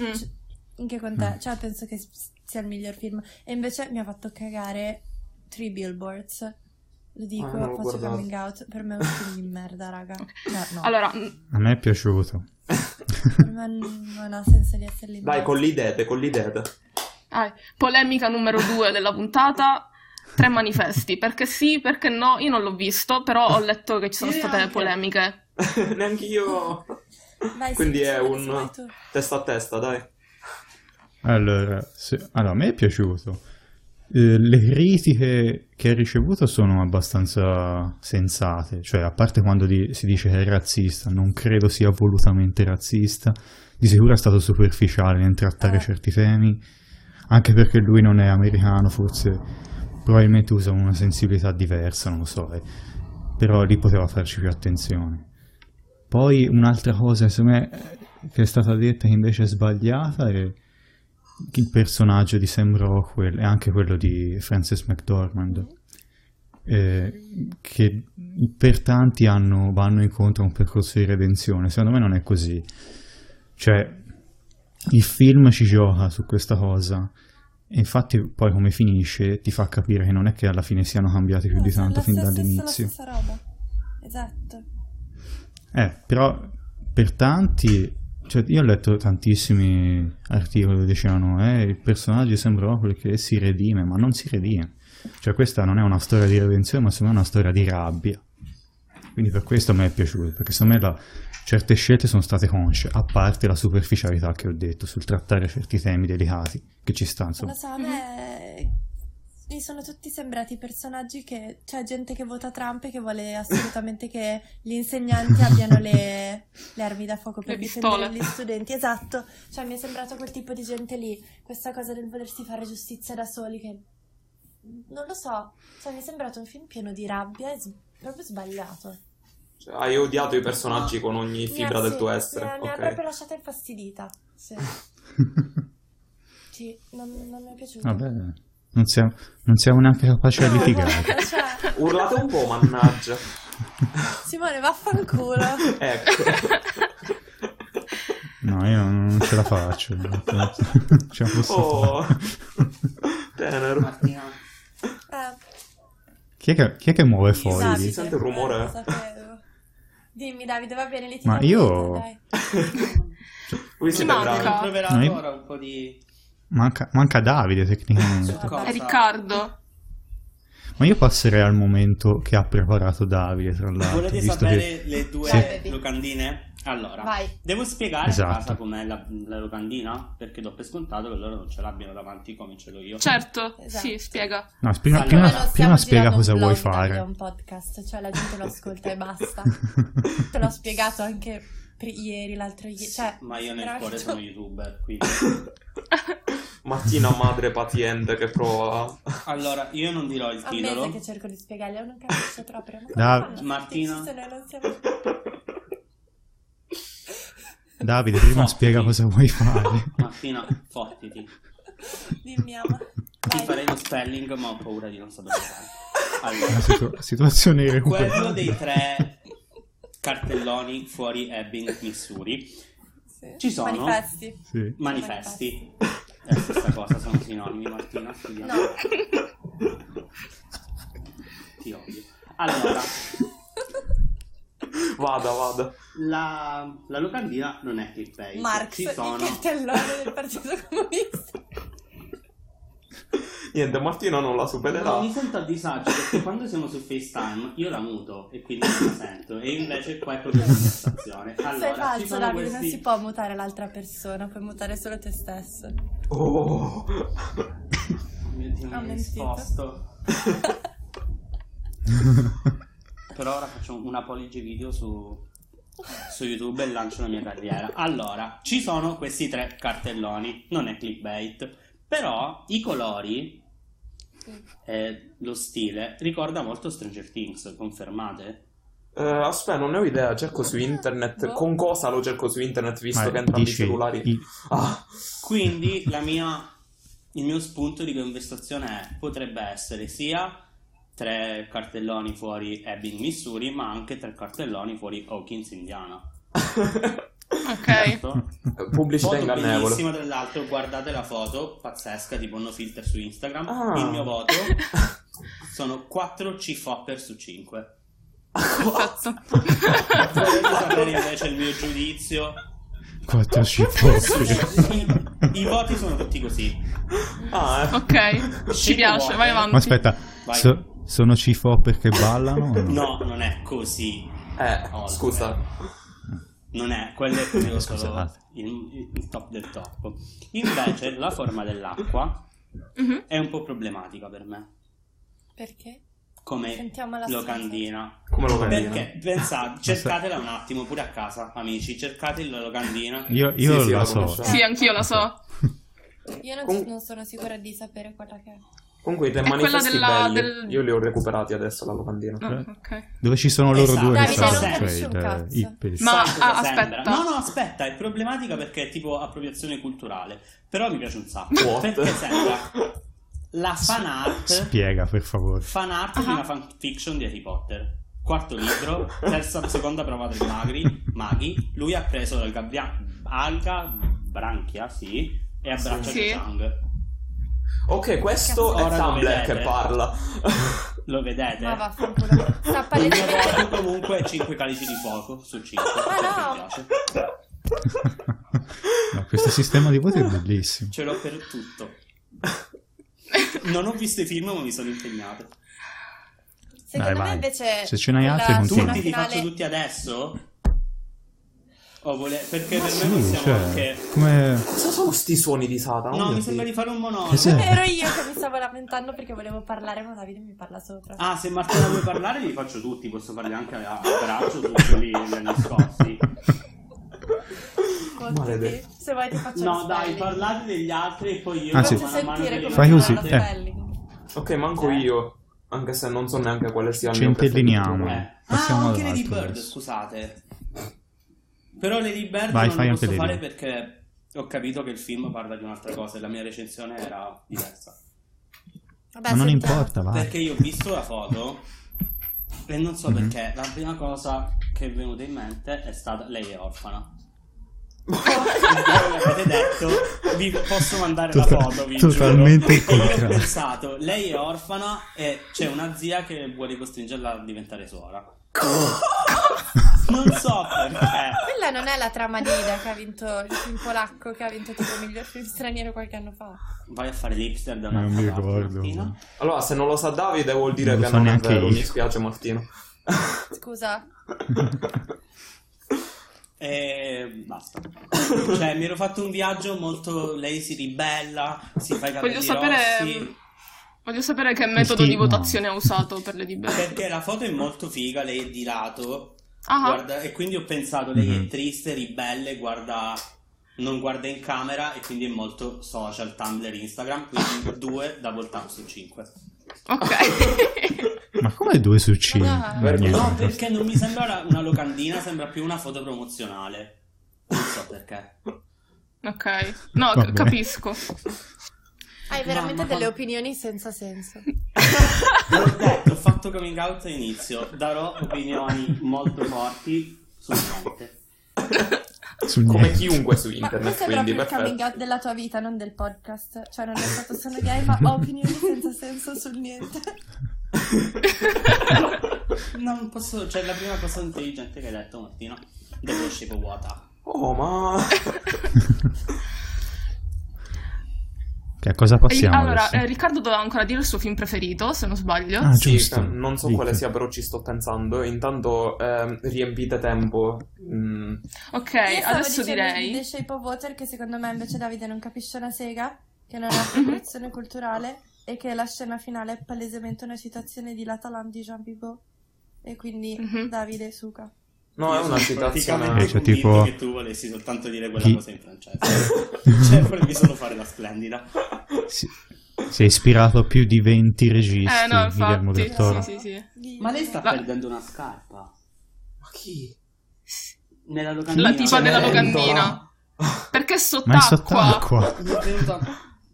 Speaker 4: mm,
Speaker 2: Cioè, anche con
Speaker 3: Mm.
Speaker 2: te. Cioè, penso che s- sia il miglior film. E invece mi ha fatto cagare Three Billboards. Lo dico,
Speaker 1: Ah, non l'ho
Speaker 2: faccio
Speaker 1: guardato.
Speaker 2: coming out. Per me è un film di merda, raga. Cioè, no,
Speaker 4: allora, mm,
Speaker 3: A me è piaciuto.
Speaker 2: per me n- non ha senso di essere lì. in
Speaker 1: Dai,
Speaker 2: mezzo.
Speaker 1: collidete, collidete.
Speaker 4: ah, polemica numero due della puntata. Tre manifesti, perché sì, perché no, io non l'ho visto, però ho letto che ci sono
Speaker 5: Io
Speaker 4: state
Speaker 5: neanche.
Speaker 4: polemiche.
Speaker 1: Neanche io.
Speaker 2: Vai,
Speaker 1: Quindi
Speaker 2: sì,
Speaker 1: è
Speaker 2: sì,
Speaker 1: un-
Speaker 2: sì, vai tu.
Speaker 1: Testa a testa, dai.
Speaker 3: Allora, se- allora, a me è piaciuto. Eh, le critiche che ha ricevuto sono abbastanza sensate, cioè a parte quando di- si dice che è razzista, non credo sia volutamente razzista, di sicuro è stato superficiale nel trattare
Speaker 2: Eh.
Speaker 3: certi temi, anche perché lui non è americano, forse probabilmente usa una sensibilità diversa, non lo so, eh. però lì poteva farci più attenzione. Poi un'altra cosa, secondo me, che è stata detta che invece è sbagliata è che il personaggio di Sam Rockwell e anche quello di Frances McDormand, eh, che per tanti hanno- vanno incontro a un percorso di redenzione. Secondo me non è così. Cioè, il film ci gioca su questa cosa. E infatti poi come finisce ti fa capire che non è che alla fine siano cambiati più
Speaker 2: No,
Speaker 3: di
Speaker 2: sono
Speaker 3: tanto
Speaker 2: Eh, la
Speaker 3: fin
Speaker 2: stessa-
Speaker 3: dall'inizio.
Speaker 2: Stessa, la stessa roba. Esatto.
Speaker 3: Eh, però per tanti, cioè io ho letto tantissimi articoli dove dicevano eh, il personaggio sembra quello che si redime, ma non si redime. Cioè questa non è una storia di redenzione, ma secondo me è una storia di rabbia. Quindi per questo a me è piaciuto, perché secondo me la- certe scelte sono state consce, a parte la superficialità che ho detto sul trattare certi temi delicati, che ci sta
Speaker 2: Non
Speaker 3: insomma.
Speaker 2: lo so, a me mi sono tutti sembrati personaggi che c'è gente che vota Trump e che vuole assolutamente che gli insegnanti abbiano le, le armi da fuoco per
Speaker 4: Le
Speaker 2: difendere
Speaker 4: pistole.
Speaker 2: gli studenti. Esatto, cioè mi è sembrato quel tipo di gente lì, questa cosa del volersi fare giustizia da soli che non lo so, cioè mi è sembrato un film pieno di rabbia e s- proprio sbagliato.
Speaker 1: Cioè, hai odiato i personaggi con ogni
Speaker 2: Mi ha-
Speaker 1: fibra del
Speaker 2: sì,
Speaker 1: tuo
Speaker 2: Mi
Speaker 1: essere.
Speaker 2: ha, mi ha
Speaker 1: Ok.
Speaker 2: proprio lasciata infastidita. Sì, Sì, non, non mi è piaciuto.
Speaker 3: Vabbè, non siamo, non siamo neanche capaci a
Speaker 2: No,
Speaker 3: litigare.
Speaker 2: guarda, cioè,
Speaker 1: Urlate un po', mannaggia.
Speaker 2: Simone, vaffanculo.
Speaker 1: Ecco.
Speaker 3: No, io non non ce la faccio. non ce la posso
Speaker 1: Oh,
Speaker 3: fare.
Speaker 1: tenero.
Speaker 5: Martina,
Speaker 2: Eh,
Speaker 3: Chi è che, chi è che muove
Speaker 2: Davide,
Speaker 1: si
Speaker 3: fogli?
Speaker 1: sente un rumore?
Speaker 2: eh, lo sapevo. Dimmi, Davide, va bene, litiga
Speaker 3: Ma io-
Speaker 2: pure, dai.
Speaker 1: Voi siete
Speaker 4: manca.
Speaker 1: bravi.
Speaker 5: abbiamo proverà
Speaker 3: No, io-
Speaker 5: ora un po' di...
Speaker 3: Manca, manca Davide
Speaker 5: su
Speaker 3: tecnicamente.
Speaker 5: cosa.
Speaker 4: È Riccardo.
Speaker 3: Ma io passerei al momento che ha preparato Davide, tra l'altro.
Speaker 5: Volete
Speaker 3: visto che-
Speaker 5: sapere le due
Speaker 3: Sì.
Speaker 6: Vai, baby.
Speaker 5: locandine? Allora,
Speaker 6: Vai.
Speaker 5: devo spiegare
Speaker 3: Esatto.
Speaker 5: a casa com'è la, la locandina? Perché do per scontato che loro non ce l'abbiano davanti come ce l'ho io.
Speaker 4: Certo,
Speaker 2: Esatto.
Speaker 4: sì, spiega.
Speaker 3: No, prima,
Speaker 5: Allora,
Speaker 3: prima-
Speaker 5: non
Speaker 2: stiamo
Speaker 3: prima spiega
Speaker 2: girando un
Speaker 3: cosa vuoi
Speaker 2: blog, Davide, è
Speaker 3: fare.
Speaker 2: un podcast, cioè la gente lo ascolta e basta. Te l'ho spiegato anche pre- ieri, l'altro ieri. Cioè,
Speaker 5: Ma io nel
Speaker 2: però-
Speaker 5: cuore sono youtuber, quindi...
Speaker 1: Martina, madre paziente che prova.
Speaker 5: Allora, io non dirò il
Speaker 2: Ammetta
Speaker 5: titolo.
Speaker 2: che cerco di spiegargli, io non capisce proprio. Ma come
Speaker 3: Da-
Speaker 2: fanno a sentirsi
Speaker 5: Martina?
Speaker 2: se noi non siamo-
Speaker 3: Davide, prima
Speaker 5: No.
Speaker 3: spiega cosa vuoi fare.
Speaker 5: Martina, fottiti.
Speaker 2: Dimmi, ama.
Speaker 5: Ti
Speaker 2: Vai.
Speaker 5: farei lo spelling, ma ho paura di non sapere fare.
Speaker 3: Una
Speaker 5: Allora,
Speaker 3: situ- situazione
Speaker 5: quello
Speaker 3: irrecuperabile.
Speaker 5: dei tre cartelloni fuori Ebbing, Missouri,
Speaker 2: Sì.
Speaker 5: Ci sono?
Speaker 2: Manifesti.
Speaker 3: Sì.
Speaker 5: manifesti. È la stessa cosa, sono sinonimi, Martina. studia.
Speaker 2: No.
Speaker 5: Ti odio. Allora,
Speaker 1: Vada, vada.
Speaker 5: la, la locandina non è clickbait.
Speaker 2: Marx,
Speaker 5: Ci
Speaker 2: il
Speaker 5: sono...
Speaker 2: cartellone del Partito Comunista.
Speaker 1: Niente, Martina non la
Speaker 5: No,
Speaker 1: supererà.
Speaker 5: mi sento a disagio perché quando siamo su FaceTime io la muto e quindi non la sento e invece qua è proprio una conversazione.
Speaker 2: Sei
Speaker 5: Allora, ci
Speaker 2: falso,
Speaker 5: sono
Speaker 2: Davide, non
Speaker 5: questi...
Speaker 2: si può mutare l'altra persona, puoi mutare solo te stesso.
Speaker 1: Oh.
Speaker 5: Mio Dio,
Speaker 2: Ha
Speaker 5: mi hai
Speaker 2: mentito.
Speaker 5: esposto. Però ora faccio una pollice video su, su YouTube e lancio la mia carriera. Allora, ci sono questi tre cartelloni, non è clickbait, però i colori e lo stile ricorda molto Stranger Things, confermate?
Speaker 1: Eh, aspetta, non ne ho idea. Cerco su internet.
Speaker 2: Boh.
Speaker 1: Con cosa lo cerco su internet visto che
Speaker 3: Ma
Speaker 1: entrambi i
Speaker 3: dici,
Speaker 1: cellulari.
Speaker 3: i-
Speaker 1: Ah,
Speaker 5: Quindi la mia- il mio spunto di conversazione è- potrebbe essere sia tre cartelloni fuori Ebbing, Missouri, ma anche tre cartelloni fuori Hawkins, Indiana.
Speaker 4: Ok.
Speaker 5: Certo?
Speaker 1: pubblicità
Speaker 5: Foto
Speaker 1: ingannevole.
Speaker 5: bellissima, tra l'altro, guardate la foto, pazzesca, tipo no filter su Instagram.
Speaker 1: Ah.
Speaker 5: Il mio voto sono 4 C-Fopper su 5.
Speaker 4: Perfetto.
Speaker 5: Volete sapere invece il mio giudizio?
Speaker 3: Quattro
Speaker 5: I, i
Speaker 3: cifre.
Speaker 5: voti sono tutti così.
Speaker 1: Ah, eh.
Speaker 4: ok, ci piace, vai avanti.
Speaker 3: Ma aspetta,
Speaker 5: Vai.
Speaker 3: so- sono cifo perché ballano? o
Speaker 5: No, non è così.
Speaker 1: Eh,
Speaker 5: Oh,
Speaker 1: scusa.
Speaker 5: Non è, quello è quello solo
Speaker 3: Scusate.
Speaker 5: il, il top del top. Invece la forma dell'acqua
Speaker 4: Mhm.
Speaker 5: è un po' problematica per me,
Speaker 2: Perché?
Speaker 5: come
Speaker 2: Sentiamo la
Speaker 5: locandina.
Speaker 1: Come lo vendi?
Speaker 5: Perché
Speaker 3: eh?
Speaker 5: pensate, cercatela un attimo pure a casa, amici, cercate la locandina.
Speaker 3: Io, io
Speaker 1: Sì, sì,
Speaker 3: la
Speaker 1: la
Speaker 3: so.
Speaker 1: conosco.
Speaker 4: Sì, anch'io la so.
Speaker 2: sensazione. Io non,
Speaker 1: Con-
Speaker 2: non sono sicura di sapere quella che è.
Speaker 1: Comunque i tre
Speaker 4: È quella
Speaker 1: manifesti
Speaker 4: della-
Speaker 1: belli,
Speaker 4: del-
Speaker 1: io li ho recuperati adesso la locandina.
Speaker 4: No,
Speaker 3: Eh.
Speaker 4: ok.
Speaker 3: Dove ci sono loro
Speaker 5: Esatto.
Speaker 3: due che
Speaker 5: Davide, non
Speaker 3: stanno,
Speaker 2: capisci
Speaker 3: cioè
Speaker 2: un
Speaker 3: da
Speaker 2: cazzo.
Speaker 3: Ip e il
Speaker 4: Ma-
Speaker 5: So cosa
Speaker 4: ah,
Speaker 5: sembra.
Speaker 4: aspetta.
Speaker 5: No, no, aspetta, è problematica perché è tipo appropriazione culturale. Però mi piace un sacco.
Speaker 1: What?
Speaker 5: Perché sembra la fan art,
Speaker 3: Spiega, per favore.
Speaker 5: fan art di
Speaker 4: Ah.
Speaker 5: una fanfiction di Harry Potter. Quarto libro, terza, seconda prova dei magri, maghi. Lui ha preso dal gabbia- alga, branchia, sì, e abbraccia
Speaker 4: Sì.
Speaker 5: Chang.
Speaker 1: Ok, questo
Speaker 5: Cazzo.
Speaker 1: è
Speaker 5: Ora lo
Speaker 1: Tumblr che
Speaker 5: vedete.
Speaker 1: parla.
Speaker 5: Lo vedete?
Speaker 6: Ma vaffanculo. Sta palesemente...
Speaker 5: Ogni volta comunque 5 calici di fuoco su 5.
Speaker 4: Ah,
Speaker 6: Ma no.
Speaker 3: No, questo sistema di voti è bellissimo.
Speaker 5: Ce l'ho per tutto. Non ho visto i film, ma mi sono impegnato.
Speaker 3: Dai,
Speaker 6: Secondo me
Speaker 3: vai.
Speaker 6: invece...
Speaker 3: Se ce n'hai
Speaker 6: quella
Speaker 3: altri, continua.
Speaker 6: scena
Speaker 5: Tutti li
Speaker 6: finale-
Speaker 5: faccio tutti adesso? O vole- Perché per me
Speaker 3: Sì,
Speaker 5: possiamo
Speaker 3: cioè,
Speaker 5: anche.
Speaker 3: come...
Speaker 1: Cosa sono sti suoni di Satana? Oh
Speaker 5: No,
Speaker 1: Oddio,
Speaker 5: mi
Speaker 1: sì.
Speaker 5: sembra di fare un monologo.
Speaker 3: Che c'è?
Speaker 2: Ero io che mi stavo lamentando perché volevo parlare, ma Davide mi parla sopra.
Speaker 5: Ah, se Martina vuoi parlare, li faccio tutti. Posso farli anche a a braccio, tutti quelli degli anni scorsi.
Speaker 2: Ascoltati.
Speaker 1: maledetto.
Speaker 2: Se vuoi ti faccio
Speaker 5: No,
Speaker 2: lo
Speaker 5: dai,
Speaker 2: spelling.
Speaker 5: parlate degli altri e poi io.
Speaker 3: Anzi,
Speaker 2: Faccio sentire come
Speaker 3: Fai
Speaker 2: si
Speaker 3: così,
Speaker 2: fa lo
Speaker 3: eh.
Speaker 2: spelling.
Speaker 1: Ok, manco io. Anche se non so neanche quale sia il mio
Speaker 3: Centelliniamo.
Speaker 1: preferito.
Speaker 5: Ah,
Speaker 3: Passiamo
Speaker 5: anche
Speaker 3: all'altro
Speaker 5: Lady Bird,
Speaker 3: adesso.
Speaker 5: scusate. Però Lady Bird
Speaker 3: Vai,
Speaker 5: non
Speaker 3: fai
Speaker 5: lo
Speaker 3: anche
Speaker 5: posso
Speaker 3: Lady
Speaker 5: fare
Speaker 3: Bird.
Speaker 5: perché ho capito che il film parla di un'altra cosa e la mia recensione era diversa.
Speaker 2: Vabbè,
Speaker 3: Ma non
Speaker 2: sentiamo.
Speaker 3: importa, va.
Speaker 5: Perché io ho visto la foto e non so
Speaker 3: Mhm.
Speaker 5: perché la prima cosa che è venuta in mente è stata lei è orfana. Voi mi avete detto, vi posso mandare la
Speaker 3: Total-
Speaker 5: foto, vi
Speaker 3: totalmente il
Speaker 5: giuro. E Io ho
Speaker 3: contrario.
Speaker 5: pensato, lei è orfana e c'è una zia che vuole costringerla a diventare suora. non so perché.
Speaker 6: Quella non è la trama di Ida che ha vinto il film polacco che ha vinto tipo miglior film straniero qualche anno fa.
Speaker 5: Vai a fare l'ipster da
Speaker 3: Non
Speaker 5: un'altra
Speaker 3: mi
Speaker 5: parte,
Speaker 3: ricordo.
Speaker 5: Martina.
Speaker 1: Allora, se non lo sa Davide vuol dire
Speaker 3: Non lo
Speaker 1: che
Speaker 3: so
Speaker 1: non è
Speaker 3: neanche
Speaker 1: vero,
Speaker 3: io.
Speaker 1: mi spiace Martino.
Speaker 6: Scusa.
Speaker 5: E basta. Cioè, mi ero fatto un viaggio molto. Lei si ribella, si fa i capelli
Speaker 4: Voglio sapere... mm,
Speaker 5: rossi.
Speaker 4: Voglio sapere che metodo di
Speaker 3: no.
Speaker 4: votazione ha usato per le dibelle.
Speaker 5: Perché la foto è molto figa, lei è di lato.
Speaker 4: Ah,
Speaker 5: guarda- e quindi ho pensato, lei
Speaker 3: Mhm.
Speaker 5: è triste, ribelle, guarda, non guarda in camera e quindi è molto social, Tumblr, Instagram. Quindi due double tap su 5.
Speaker 4: ok.
Speaker 3: Ma come 2 su 5?
Speaker 6: Ma
Speaker 1: dai.
Speaker 5: No, perché non mi sembra una- una locandina, sembra più una foto promozionale. Non so perché.
Speaker 4: ok. No,
Speaker 3: Va
Speaker 4: c-
Speaker 3: bene.
Speaker 4: capisco.
Speaker 6: Hai veramente
Speaker 5: Mamma,
Speaker 6: delle
Speaker 5: ma-
Speaker 6: opinioni senza senso.
Speaker 5: L'ho detto, ho fatto coming out all'inizio, darò opinioni molto forti su niente.
Speaker 3: Su
Speaker 1: Come
Speaker 3: niente.
Speaker 1: chiunque su
Speaker 2: Ma
Speaker 1: internet,
Speaker 2: questo è
Speaker 1: quindi
Speaker 2: proprio il
Speaker 1: perfetto.
Speaker 2: coming out della tua vita, non del podcast. Cioè, non è stato sono gay, ma ho opinioni senza senso sul niente.
Speaker 5: Non posso, cioè la prima cosa intelligente che hai detto Martino, dopo Shape of Water.
Speaker 1: Oh, ma...
Speaker 3: Che a cosa
Speaker 4: E-
Speaker 3: passiamo
Speaker 4: Allora,
Speaker 3: adesso?
Speaker 4: eh, Riccardo doveva ancora dire il suo film preferito, se non sbaglio.
Speaker 3: Ah,
Speaker 1: Sì, cioè,
Speaker 3: giusto.
Speaker 1: non so
Speaker 3: Dica.
Speaker 1: quale sia, però ci sto pensando. Intanto ehm, riempite tempo. Mm,
Speaker 4: Ok,
Speaker 2: Io stavo
Speaker 4: adesso
Speaker 2: dicendo di
Speaker 4: direi...
Speaker 2: The Shape of Water, che secondo me invece Davide non capisce una sega, che non ha appropriazione culturale e che la scena finale è palesemente una citazione di L'Atalan di Jean Bibot. E quindi
Speaker 4: Mhm.
Speaker 2: Davide suca.
Speaker 1: No, è
Speaker 5: Io
Speaker 1: una
Speaker 5: sono
Speaker 1: citazione.
Speaker 5: praticamente
Speaker 3: Cioè,
Speaker 5: convinto
Speaker 3: tipo-
Speaker 5: che tu volessi soltanto dire quella
Speaker 3: Chi-
Speaker 5: cosa in francese. cioè, volevi solo fare la splendida.
Speaker 3: Si, si è ispirato a più di 20 registi,
Speaker 4: Eh, no,
Speaker 3: Guillermo
Speaker 4: infatti.
Speaker 3: del Toro.
Speaker 4: Sì, sì, sì.
Speaker 5: Ma lei sta
Speaker 4: La-
Speaker 5: perdendo una scarpa.
Speaker 1: Ma chi?
Speaker 5: Nella locandina.
Speaker 4: La tipa
Speaker 1: Cioè,
Speaker 4: della
Speaker 1: eh,
Speaker 4: locandina. Perché è
Speaker 3: Ma è
Speaker 4: sott'acqua?
Speaker 3: sott'acqua.
Speaker 5: Mi è venuta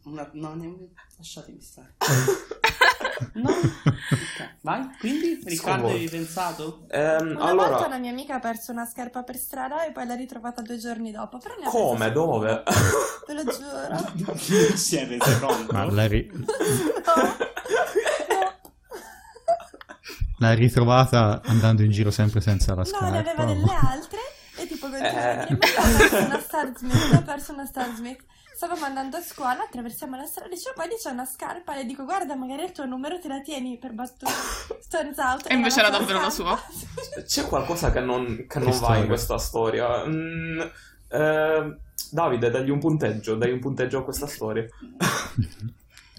Speaker 5: una... No, ne... lasciatemi stare. No. Ok, Vai, quindi Riccardo
Speaker 1: Sconvolto.
Speaker 5: avevi pensato?
Speaker 1: Ehm,
Speaker 2: Una volta
Speaker 1: allora,
Speaker 2: una mia amica ha perso una scarpa per strada e poi l'ha ritrovata due giorni dopo. Però ne ha
Speaker 1: come?
Speaker 2: persa
Speaker 1: Dove?
Speaker 2: solo- Ve lo giuro.
Speaker 5: si è reso conto?
Speaker 3: Ma l'ha, ri-
Speaker 2: No,
Speaker 3: l'ha ritrovata andando in giro sempre senza la
Speaker 2: no, ne
Speaker 3: scarpa. Boh,
Speaker 2: aveva delle altre e tipo continuava a dire, "Ma io ho perso una Star Smith, ho perso una Star Smith. Stavamo andando a scuola, attraversiamo la strada, dicevo, poi c'è una scarpa, le dico, guarda, magari il tuo numero te la tieni per battuta, stones out.
Speaker 4: E invece era davvero la
Speaker 2: scarpa.
Speaker 1: C'è qualcosa che non, che
Speaker 3: Che
Speaker 1: non va
Speaker 3: storia.
Speaker 1: in questa storia. Mm, ehm, Davide, dagli un punteggio, dai un punteggio a questa storia.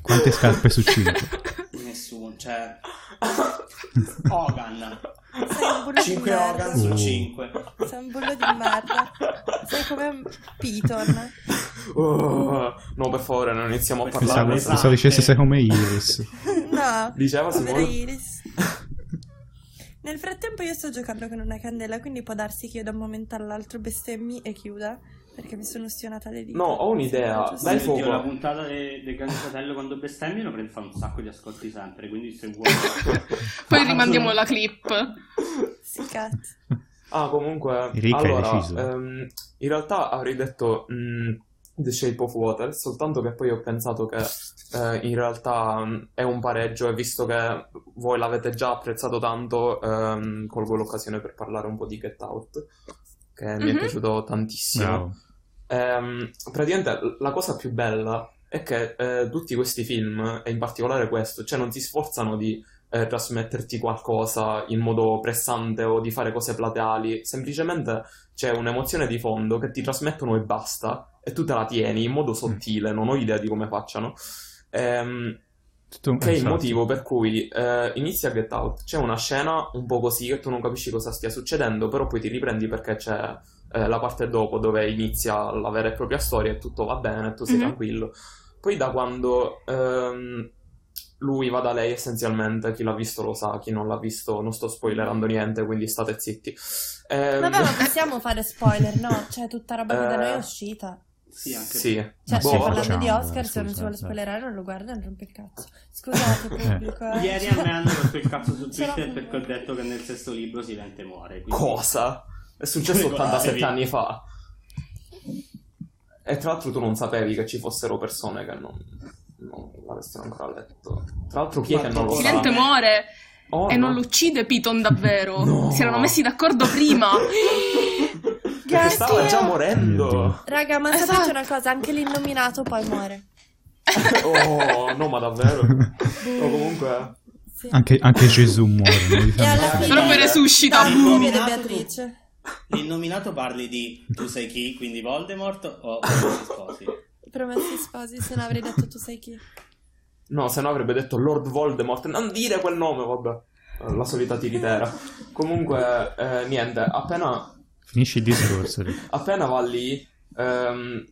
Speaker 3: Quante scarpe su 5?
Speaker 5: Nessuno, cioè... Hogan.
Speaker 2: Sei un bullo di
Speaker 5: 5
Speaker 2: merda.
Speaker 5: Hogan su
Speaker 3: Uh.
Speaker 5: 5.
Speaker 2: Sei un bullo di merda. Sei come un piton.
Speaker 1: Oh, no, per favore, non iniziamo a
Speaker 5: Mi sa-
Speaker 1: parlare.
Speaker 3: Pensavo,
Speaker 5: esatto.
Speaker 3: pensavo dicesse sei come Iris.
Speaker 2: No.
Speaker 1: Diceva
Speaker 2: Povera
Speaker 1: Simone.
Speaker 2: Iris. Nel frattempo io sto giocando con una candela, quindi può darsi che io da un momento all'altro bestemmi e chiuda, perché mi sono ustionata le dita.
Speaker 1: No, ho un'idea.
Speaker 2: Sì,
Speaker 1: Dai boh.
Speaker 5: Se
Speaker 1: fuoco.
Speaker 5: sentivo la puntata de- del Grande Fratello quando bestemmiano prende fa un sacco di ascolti sempre, quindi se vuoi...
Speaker 4: Poi rimandiamo la clip.
Speaker 2: Sì, cazzo.
Speaker 1: Ah, comunque,
Speaker 3: Ricca e
Speaker 1: allora,
Speaker 3: deciso.
Speaker 1: ehm, in realtà avrei detto mh, The Shape of Water, soltanto che poi ho pensato che eh, in realtà mh, è un pareggio e visto che voi l'avete già apprezzato tanto, ehm, colgo l'occasione per parlare un po' di Get Out, che mi è
Speaker 4: Mhm.
Speaker 1: piaciuto tantissimo.
Speaker 3: Bravo.
Speaker 1: Ehm, praticamente l- la cosa più bella è che eh, tutti questi film, e in particolare questo, cioè non si sforzano di eh, trasmetterti qualcosa in modo pressante o di fare cose plateali, semplicemente c'è un'emozione di fondo che ti trasmettono e basta, e tu te la tieni in modo sottile, non ho idea di come facciano. Ehm,
Speaker 3: Tutto-
Speaker 1: che è il
Speaker 3: esatto.
Speaker 1: motivo per cui eh, inizia Get Out. C'è una scena un po' così che tu non capisci cosa stia succedendo, però poi ti riprendi perché c'è eh, la parte dopo dove inizia la vera e propria storia e tutto va bene, tu sei
Speaker 4: Mhm.
Speaker 1: tranquillo. Poi da quando ehm, lui va da lei essenzialmente, chi l'ha visto lo sa, chi non l'ha visto non sto spoilerando niente, quindi state zitti. Ehm,
Speaker 2: Vabbè, ma possiamo fare spoiler, no? Cioè, tutta roba che da noi è uscita.
Speaker 5: Sì, anche
Speaker 1: sì,
Speaker 2: Cioè,
Speaker 1: Eh, boh,
Speaker 2: stai parlando di
Speaker 3: facciamo,
Speaker 2: Oscar, se non si
Speaker 3: scusa,
Speaker 2: vuole
Speaker 3: dai.
Speaker 2: spoilerare eh, non lo guarda, non rompe il cazzo. Scusate, pubblico. eh.
Speaker 5: Ieri a me hanno rotto il cazzo su
Speaker 2: Ce l'ho con
Speaker 5: Twitter perché ho
Speaker 2: voi.
Speaker 5: detto che nel sesto libro Silente muore. quindi-
Speaker 1: Cosa? È successo
Speaker 5: Ricordatevi.
Speaker 1: 87 anni fa. E tra l'altro tu non sapevi che ci fossero persone che non, non l'avessero ancora letto. Tra l'altro chi è che non lo sa?
Speaker 4: Silente muore
Speaker 1: Oh,
Speaker 4: e non
Speaker 1: no.
Speaker 4: lo uccide Piton davvero.
Speaker 1: No.
Speaker 4: Si erano messi d'accordo prima.
Speaker 1: Perché stava
Speaker 2: Grazie.
Speaker 1: già
Speaker 3: Oddio.
Speaker 1: morendo.
Speaker 2: Raga, ma
Speaker 4: Esatto.
Speaker 2: sapete una cosa? Anche l'innominato poi muore.
Speaker 1: Oh, no, ma davvero. O comunque...
Speaker 2: Sì.
Speaker 3: Anche, anche Gesù muore. non gli
Speaker 2: E
Speaker 3: fa
Speaker 2: alla
Speaker 3: male.
Speaker 2: fine...
Speaker 4: Però poi resuscita.
Speaker 2: Dai,
Speaker 4: boom.
Speaker 2: Ah, povera Beatrice.
Speaker 5: L'innominato parli di tu sai chi, quindi Voldemort o si sposi.
Speaker 2: Promessi sposi, se no avrei detto tu sai chi.
Speaker 1: No, se no avrebbe detto Lord Voldemort. Non dire quel nome, vabbè. Eh, La solita tiritera. Comunque, eh, niente, appena
Speaker 3: Finisci il discorso. Rick.
Speaker 1: appena va lì, ehm,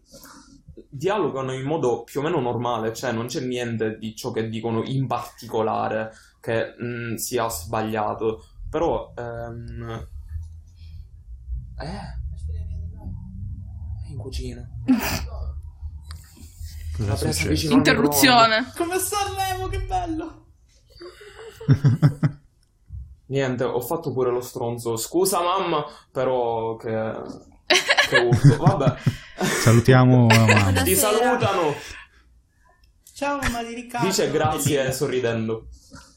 Speaker 1: dialogano in modo più o meno normale, cioè non c'è niente di ciò che dicono in particolare che mh, sia sbagliato, però... ehm, eh? È in cucina.
Speaker 3: Cosa
Speaker 1: L'ha presa
Speaker 3: è successo?
Speaker 1: vicino al
Speaker 4: Interruzione.
Speaker 5: Come Sanremo, che bello!
Speaker 1: Niente, ho fatto pure lo stronzo. Scusa mamma, però che... che urto. Vabbè,
Speaker 3: Salutiamo la mamma.
Speaker 1: ti
Speaker 2: Buonasera.
Speaker 1: salutano!
Speaker 5: Ciao mamma di Riccardo!
Speaker 1: Dice grazie sorridendo.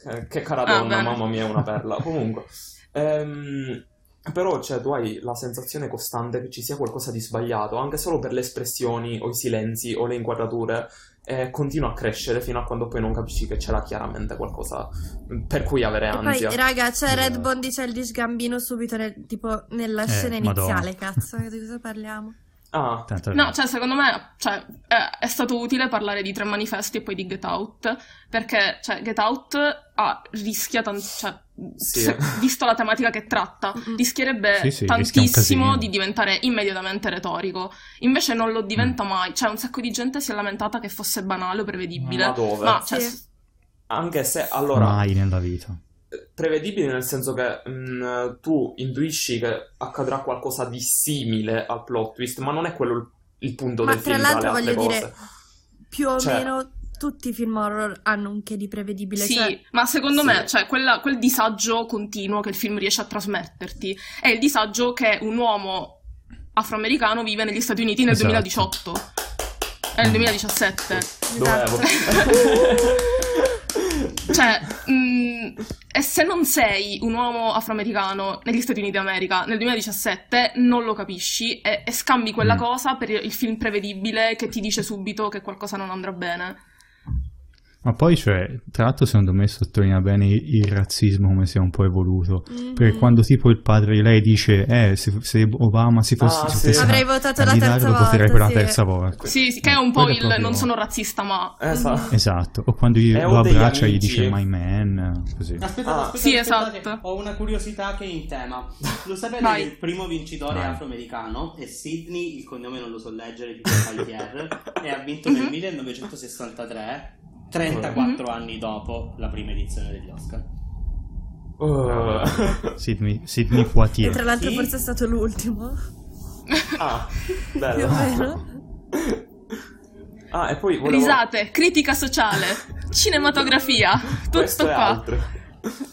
Speaker 1: Eh, Che cara donna,
Speaker 4: bene.
Speaker 1: mamma mia, è una perla. Comunque, ehm, però cioè, tu hai la sensazione costante che ci sia qualcosa di sbagliato, anche solo per le espressioni o i silenzi o le inquadrature. eh, continua a crescere fino a quando poi non capisci che c'era chiaramente qualcosa per cui avere
Speaker 2: E poi,
Speaker 1: ansia.
Speaker 2: raga, c'è
Speaker 3: Eh.
Speaker 2: Red Bond dice il disgambino subito nel- tipo, nella
Speaker 3: Eh,
Speaker 2: scena
Speaker 3: madonna.
Speaker 2: iniziale, cazzo, di cosa parliamo?
Speaker 1: Ah,
Speaker 3: Tanto-
Speaker 4: No, cioè, secondo me cioè, eh, è stato utile parlare di tre manifesti e poi di Get Out, perché cioè, Get Out ha- rischia tan- cioè,
Speaker 1: Sì.
Speaker 4: se- visto la tematica che tratta,
Speaker 2: Mm-mm.
Speaker 4: rischierebbe
Speaker 3: eh. Sì, sì, rischia un casino.
Speaker 4: tantissimo di diventare immediatamente retorico. Invece non lo
Speaker 3: Mm.
Speaker 4: diventa mai, cioè un sacco di gente si è lamentata che fosse banale o prevedibile.
Speaker 1: ma dove?
Speaker 4: Ma, cioè,
Speaker 2: Mm. Sì.
Speaker 1: Anche se,
Speaker 2: cioè-
Speaker 1: allora,
Speaker 3: Mai nella vita.
Speaker 1: prevedibile nel senso che mh, tu intuisci che accadrà qualcosa di simile al plot twist, ma non è quello il, il punto
Speaker 2: Ma
Speaker 1: del
Speaker 2: tra
Speaker 1: film, tra le
Speaker 2: l'altro
Speaker 1: altre
Speaker 2: voglio
Speaker 1: cose.
Speaker 2: dire, più o
Speaker 1: Cioè-
Speaker 2: meno tutti i film horror hanno un che di prevedibile,
Speaker 4: Sì,
Speaker 2: cioè
Speaker 4: ma secondo
Speaker 1: sì.
Speaker 4: me, cioè, quella- quel disagio continuo che il film riesce a trasmetterti è il disagio che un uomo afroamericano vive negli Stati Uniti nel
Speaker 3: Esatto. Mm.
Speaker 4: 2018. È il 2017.
Speaker 1: Dovevo.
Speaker 2: esatto.
Speaker 4: Cioè, mh, e se non sei un uomo afroamericano negli Stati Uniti d'America nel 2017, non lo capisci e, e scambi quella
Speaker 3: Mm.
Speaker 4: cosa per il film prevedibile che ti dice subito che qualcosa non andrà bene.
Speaker 3: Ma poi, cioè, tra l'altro, secondo me sottolinea bene il razzismo come sia un po' evoluto.
Speaker 2: mm,
Speaker 3: Perché quando tipo il padre di lei dice, eh, se, se Obama si fosse
Speaker 1: Ah,
Speaker 3: si
Speaker 1: sì.
Speaker 3: potesse
Speaker 2: Avrei votato la
Speaker 3: candidare,
Speaker 2: terza
Speaker 3: lo voterei per la
Speaker 2: volta, sì.
Speaker 3: terza volta.
Speaker 4: Sì, sì, che è un po'
Speaker 3: Quello
Speaker 4: il
Speaker 3: è proprio-
Speaker 4: non sono razzista, ma
Speaker 1: Esatto.
Speaker 3: Esatto, o quando gli-
Speaker 1: È
Speaker 3: lo
Speaker 1: uno degli
Speaker 3: abbraccia gli
Speaker 1: amici.
Speaker 3: dice my man, così.
Speaker 1: Ah.
Speaker 5: Aspettate, aspettate,
Speaker 4: Sì,
Speaker 5: aspettate,
Speaker 4: esatto.
Speaker 5: Ho una curiosità che è in tema. Lo sapete
Speaker 4: Vai.
Speaker 5: che il primo vincitore
Speaker 3: Vai.
Speaker 5: afroamericano è Sidney, il cognome non lo so leggere, di Paltier, e ha vinto nel
Speaker 4: Mhm.
Speaker 5: 1963, 34 anni dopo la prima edizione degli Oscar.
Speaker 1: Uh,
Speaker 3: Sidney, Sidney
Speaker 2: E
Speaker 3: Poitier.
Speaker 2: tra l'altro
Speaker 5: Sì.
Speaker 2: forse è stato l'ultimo,
Speaker 1: ah,
Speaker 2: più o
Speaker 1: bello.
Speaker 2: meno. Esatto,
Speaker 1: Ah, e poi volevo...
Speaker 4: risate, critica sociale, cinematografia,
Speaker 1: Questo
Speaker 4: tutto
Speaker 1: è
Speaker 4: qua.
Speaker 1: altro.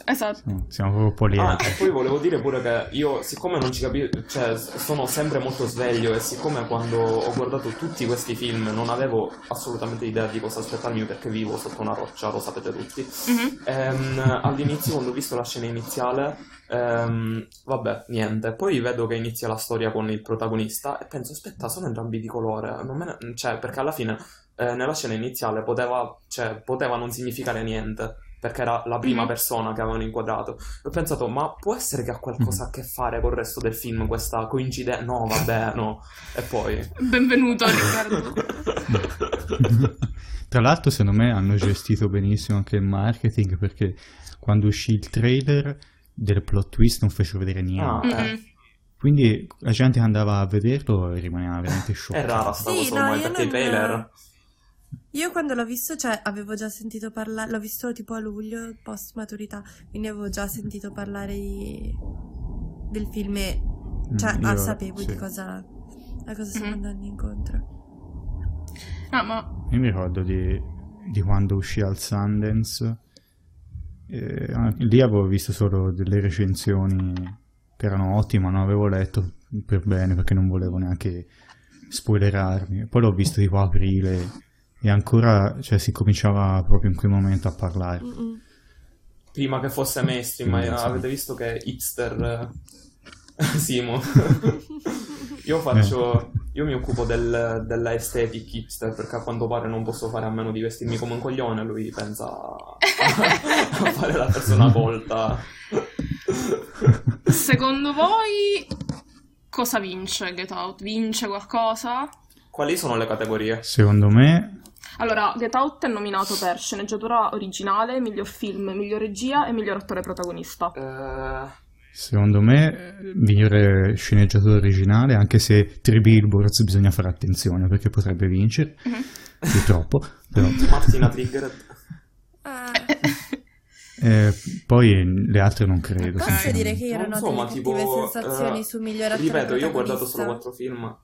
Speaker 4: Esatto.
Speaker 3: No, Mm, Siamo proprio
Speaker 1: Ah,
Speaker 3: poliedri.
Speaker 1: e poi volevo dire pure che io, siccome non ci capisco, cioè, s- sono sempre molto sveglio e siccome quando ho guardato tutti questi film non avevo assolutamente idea di cosa aspettarmi perché vivo sotto una roccia, lo sapete tutti.
Speaker 4: Mhm.
Speaker 1: Ehm, all'inizio, quando ho visto la scena iniziale, ehm, vabbè, niente. Poi vedo che inizia la storia con il protagonista e penso, aspetta, sono entrambi di colore. Non me ne- cioè, perché alla fine, eh, nella scena iniziale, poteva, cioè, poteva non significare niente. Perché era la prima
Speaker 4: Mhm.
Speaker 1: persona che avevano inquadrato. Ho pensato, ma può essere che ha qualcosa a che fare col resto del film questa coincidenza? No, vabbè, no. E poi...
Speaker 4: Benvenuto Riccardo.
Speaker 1: Ah.
Speaker 3: Tra l'altro, secondo me hanno gestito benissimo anche il marketing perché quando uscì il trailer del plot twist non fecero vedere
Speaker 1: Ah,
Speaker 3: niente.
Speaker 1: eh,
Speaker 4: Mhm.
Speaker 3: Quindi la gente che andava a vederlo rimaneva veramente
Speaker 1: è rara
Speaker 3: scioccata.
Speaker 1: sta
Speaker 2: Sì,
Speaker 1: cosa
Speaker 2: no,
Speaker 1: ormai,
Speaker 2: io
Speaker 1: perché i
Speaker 2: non-
Speaker 1: trailer...
Speaker 2: Io quando l'ho visto, cioè, avevo già sentito parlare, l'ho visto tipo a luglio, post maturità, quindi avevo già sentito parlare di- del film e, cioè,
Speaker 3: Mm,
Speaker 2: ah,
Speaker 3: io-
Speaker 2: sapevo
Speaker 3: sì.
Speaker 2: di cosa, a cosa stiamo
Speaker 4: Mhm.
Speaker 2: andando incontro.
Speaker 4: No, ma
Speaker 3: Io mi ricordo di, di quando uscì al Sundance. eh, ah, lì avevo visto solo delle recensioni che erano ottime, ma non avevo letto per bene perché non volevo neanche spoilerarmi. Poi l'ho visto tipo a aprile e ancora cioè, si cominciava proprio in quel momento a parlare.
Speaker 2: Mm-mm.
Speaker 1: prima che fosse mainstream, ma
Speaker 3: Mm, sì.
Speaker 1: avete visto che hipster eh, Simo. io faccio io mi occupo del, della aesthetic hipster perché a quanto pare non posso fare a meno di vestirmi come un coglione, lui pensa a, a fare la persona volta.
Speaker 4: secondo voi cosa vince Get Out? Vince qualcosa?
Speaker 1: Quali sono le categorie?
Speaker 3: Secondo me,
Speaker 4: Allora, Get Out è nominato per sceneggiatura originale, miglior film, miglior regia e miglior attore protagonista.
Speaker 1: Eh,
Speaker 3: secondo me, eh, migliore sceneggiatore originale, anche se Three Billboards bisogna fare attenzione perché potrebbe vincere,
Speaker 4: Mhm.
Speaker 3: purtroppo, però...
Speaker 1: Martina Trigger
Speaker 2: Ah,
Speaker 3: Eh, poi le altre non credo.
Speaker 2: posso
Speaker 3: sinceramente.
Speaker 2: dire che io
Speaker 1: Non
Speaker 2: non ho
Speaker 1: so, ma
Speaker 2: delle
Speaker 1: tipo,
Speaker 2: cattive sensazioni
Speaker 1: eh,
Speaker 2: su miglior attore
Speaker 1: Ripeto, io ho guardato
Speaker 2: protagonista.
Speaker 1: solo quattro film.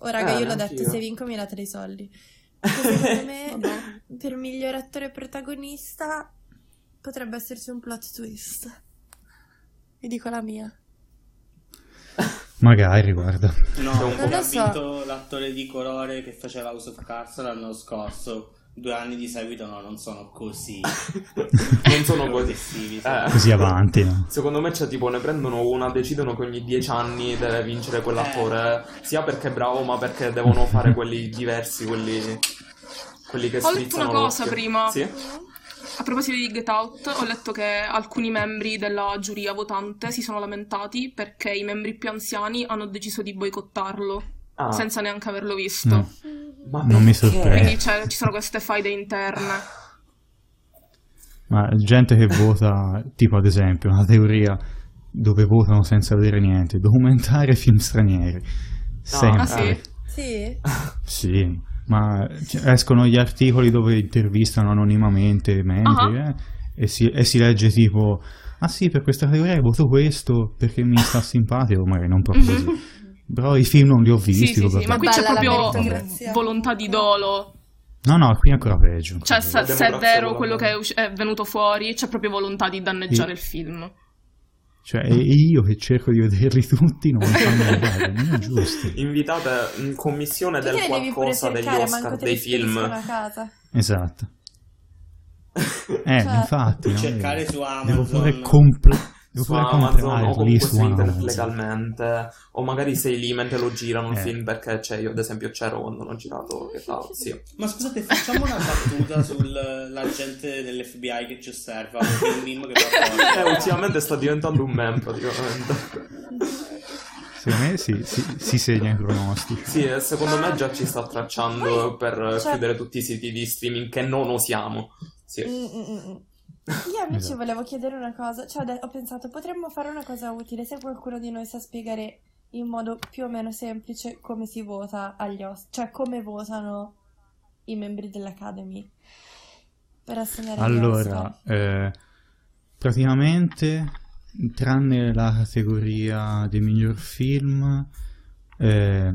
Speaker 2: Oh, raga,
Speaker 1: Eh,
Speaker 2: io l'ho
Speaker 1: neanch'io.
Speaker 2: detto, se vinco mi date dei soldi. Perché Secondo me, per miglior attore protagonista, potrebbe esserci un plot twist. Vi dico la mia.
Speaker 3: Magari, guarda.
Speaker 5: No,
Speaker 1: C'è un
Speaker 5: non
Speaker 2: po'.
Speaker 5: ha
Speaker 2: Non lo so.
Speaker 5: vinto l'attore di colore che faceva House of Cards l'anno scorso. Due anni di seguito, no, non sono così.
Speaker 1: Non sono così.
Speaker 5: Sì,
Speaker 1: Eh.
Speaker 3: Così avanti, no?
Speaker 1: Secondo me c'è tipo, ne prendono una, decidono che ogni dieci anni deve vincere quell'attore,
Speaker 4: Eh.
Speaker 1: sia perché è bravo, ma perché devono fare quelli diversi, quelli, quelli che
Speaker 4: Ho letto
Speaker 1: strizzano
Speaker 4: una cosa
Speaker 1: l'occhio.
Speaker 4: prima.
Speaker 1: Sì?
Speaker 4: A proposito di Get Out, ho letto che alcuni membri della giuria votante si sono lamentati perché i membri più anziani hanno deciso di boicottarlo
Speaker 1: Ah,
Speaker 4: senza neanche averlo visto.
Speaker 3: No.
Speaker 1: ma
Speaker 3: non mi
Speaker 1: perché?
Speaker 3: sorprende.
Speaker 4: Quindi c'è- ci sono queste faide interne.
Speaker 3: Ma gente che vota, tipo ad esempio, una teoria dove votano senza vedere niente, documentari e film stranieri. Sempre.
Speaker 1: Ah,
Speaker 4: sì?
Speaker 2: Sì?
Speaker 3: Sì, ma c- escono gli articoli dove intervistano anonimamente i membri eh, e, si, e si legge tipo, ah sì, per questa categoria voto questo perché mi sta simpatico, magari non proprio così.
Speaker 4: Mhm.
Speaker 3: Però i film non li ho visti.
Speaker 4: sì, sì,
Speaker 3: vabbè.
Speaker 4: ma qui c'è
Speaker 6: Balla la
Speaker 4: proprio
Speaker 6: meritocrazia.
Speaker 4: volontà di dolo.
Speaker 3: No, no, qui è ancora peggio.
Speaker 4: Cioè,
Speaker 1: La
Speaker 3: ancora
Speaker 4: se, se è
Speaker 1: democrazia
Speaker 4: vero
Speaker 1: volontaria.
Speaker 4: quello che è, usci- è venuto fuori, c'è proprio volontà di danneggiare il film.
Speaker 3: Cioè, e io che cerco di vederli tutti non fanno vedere, non è giusto.
Speaker 1: Invitate in commissione
Speaker 2: Tu te
Speaker 1: del
Speaker 2: ne devi pure
Speaker 1: qualcosa degli
Speaker 2: cercare,
Speaker 1: Oscar
Speaker 2: manco te
Speaker 1: dei
Speaker 2: li
Speaker 1: film.
Speaker 2: spediscono a casa.
Speaker 3: Esatto. Eh,
Speaker 2: Cioè,
Speaker 3: infatti, no?
Speaker 5: cercare su Amazon.
Speaker 3: devo fare compl- Devo
Speaker 1: su
Speaker 3: pure
Speaker 1: Amazon
Speaker 3: comprare,
Speaker 1: o comunque su
Speaker 3: lì su
Speaker 1: internet
Speaker 3: Amazon.
Speaker 1: legalmente o magari sei lì mentre lo girano il
Speaker 3: Eh.
Speaker 1: film perché cioè, io ad esempio c'ero quando l'ho girato e là, sì.
Speaker 5: Ma scusate, facciamo una battuta sull'agente dell'FBI che ci osserva, il meme che fa
Speaker 1: Eh,
Speaker 5: fuori.
Speaker 1: ultimamente sta diventando un meme praticamente.
Speaker 3: Secondo me si, si, si segna i pronostici.
Speaker 1: Sì, eh, secondo me già ci sta tracciando per eh,
Speaker 2: Cioè-
Speaker 1: chiudere tutti i siti di streaming che non usiamo. Sì.
Speaker 2: Mm, mm, mm, mm. Io amici
Speaker 3: Esatto.
Speaker 2: volevo chiedere una cosa, cioè ade- ho pensato potremmo fare una cosa utile se qualcuno di noi sa spiegare in modo più o meno semplice come si vota agli host, cioè come votano i membri dell'Academy per assegnare gli Oscar.
Speaker 3: Allora, eh, praticamente, tranne la categoria dei miglior film, eh,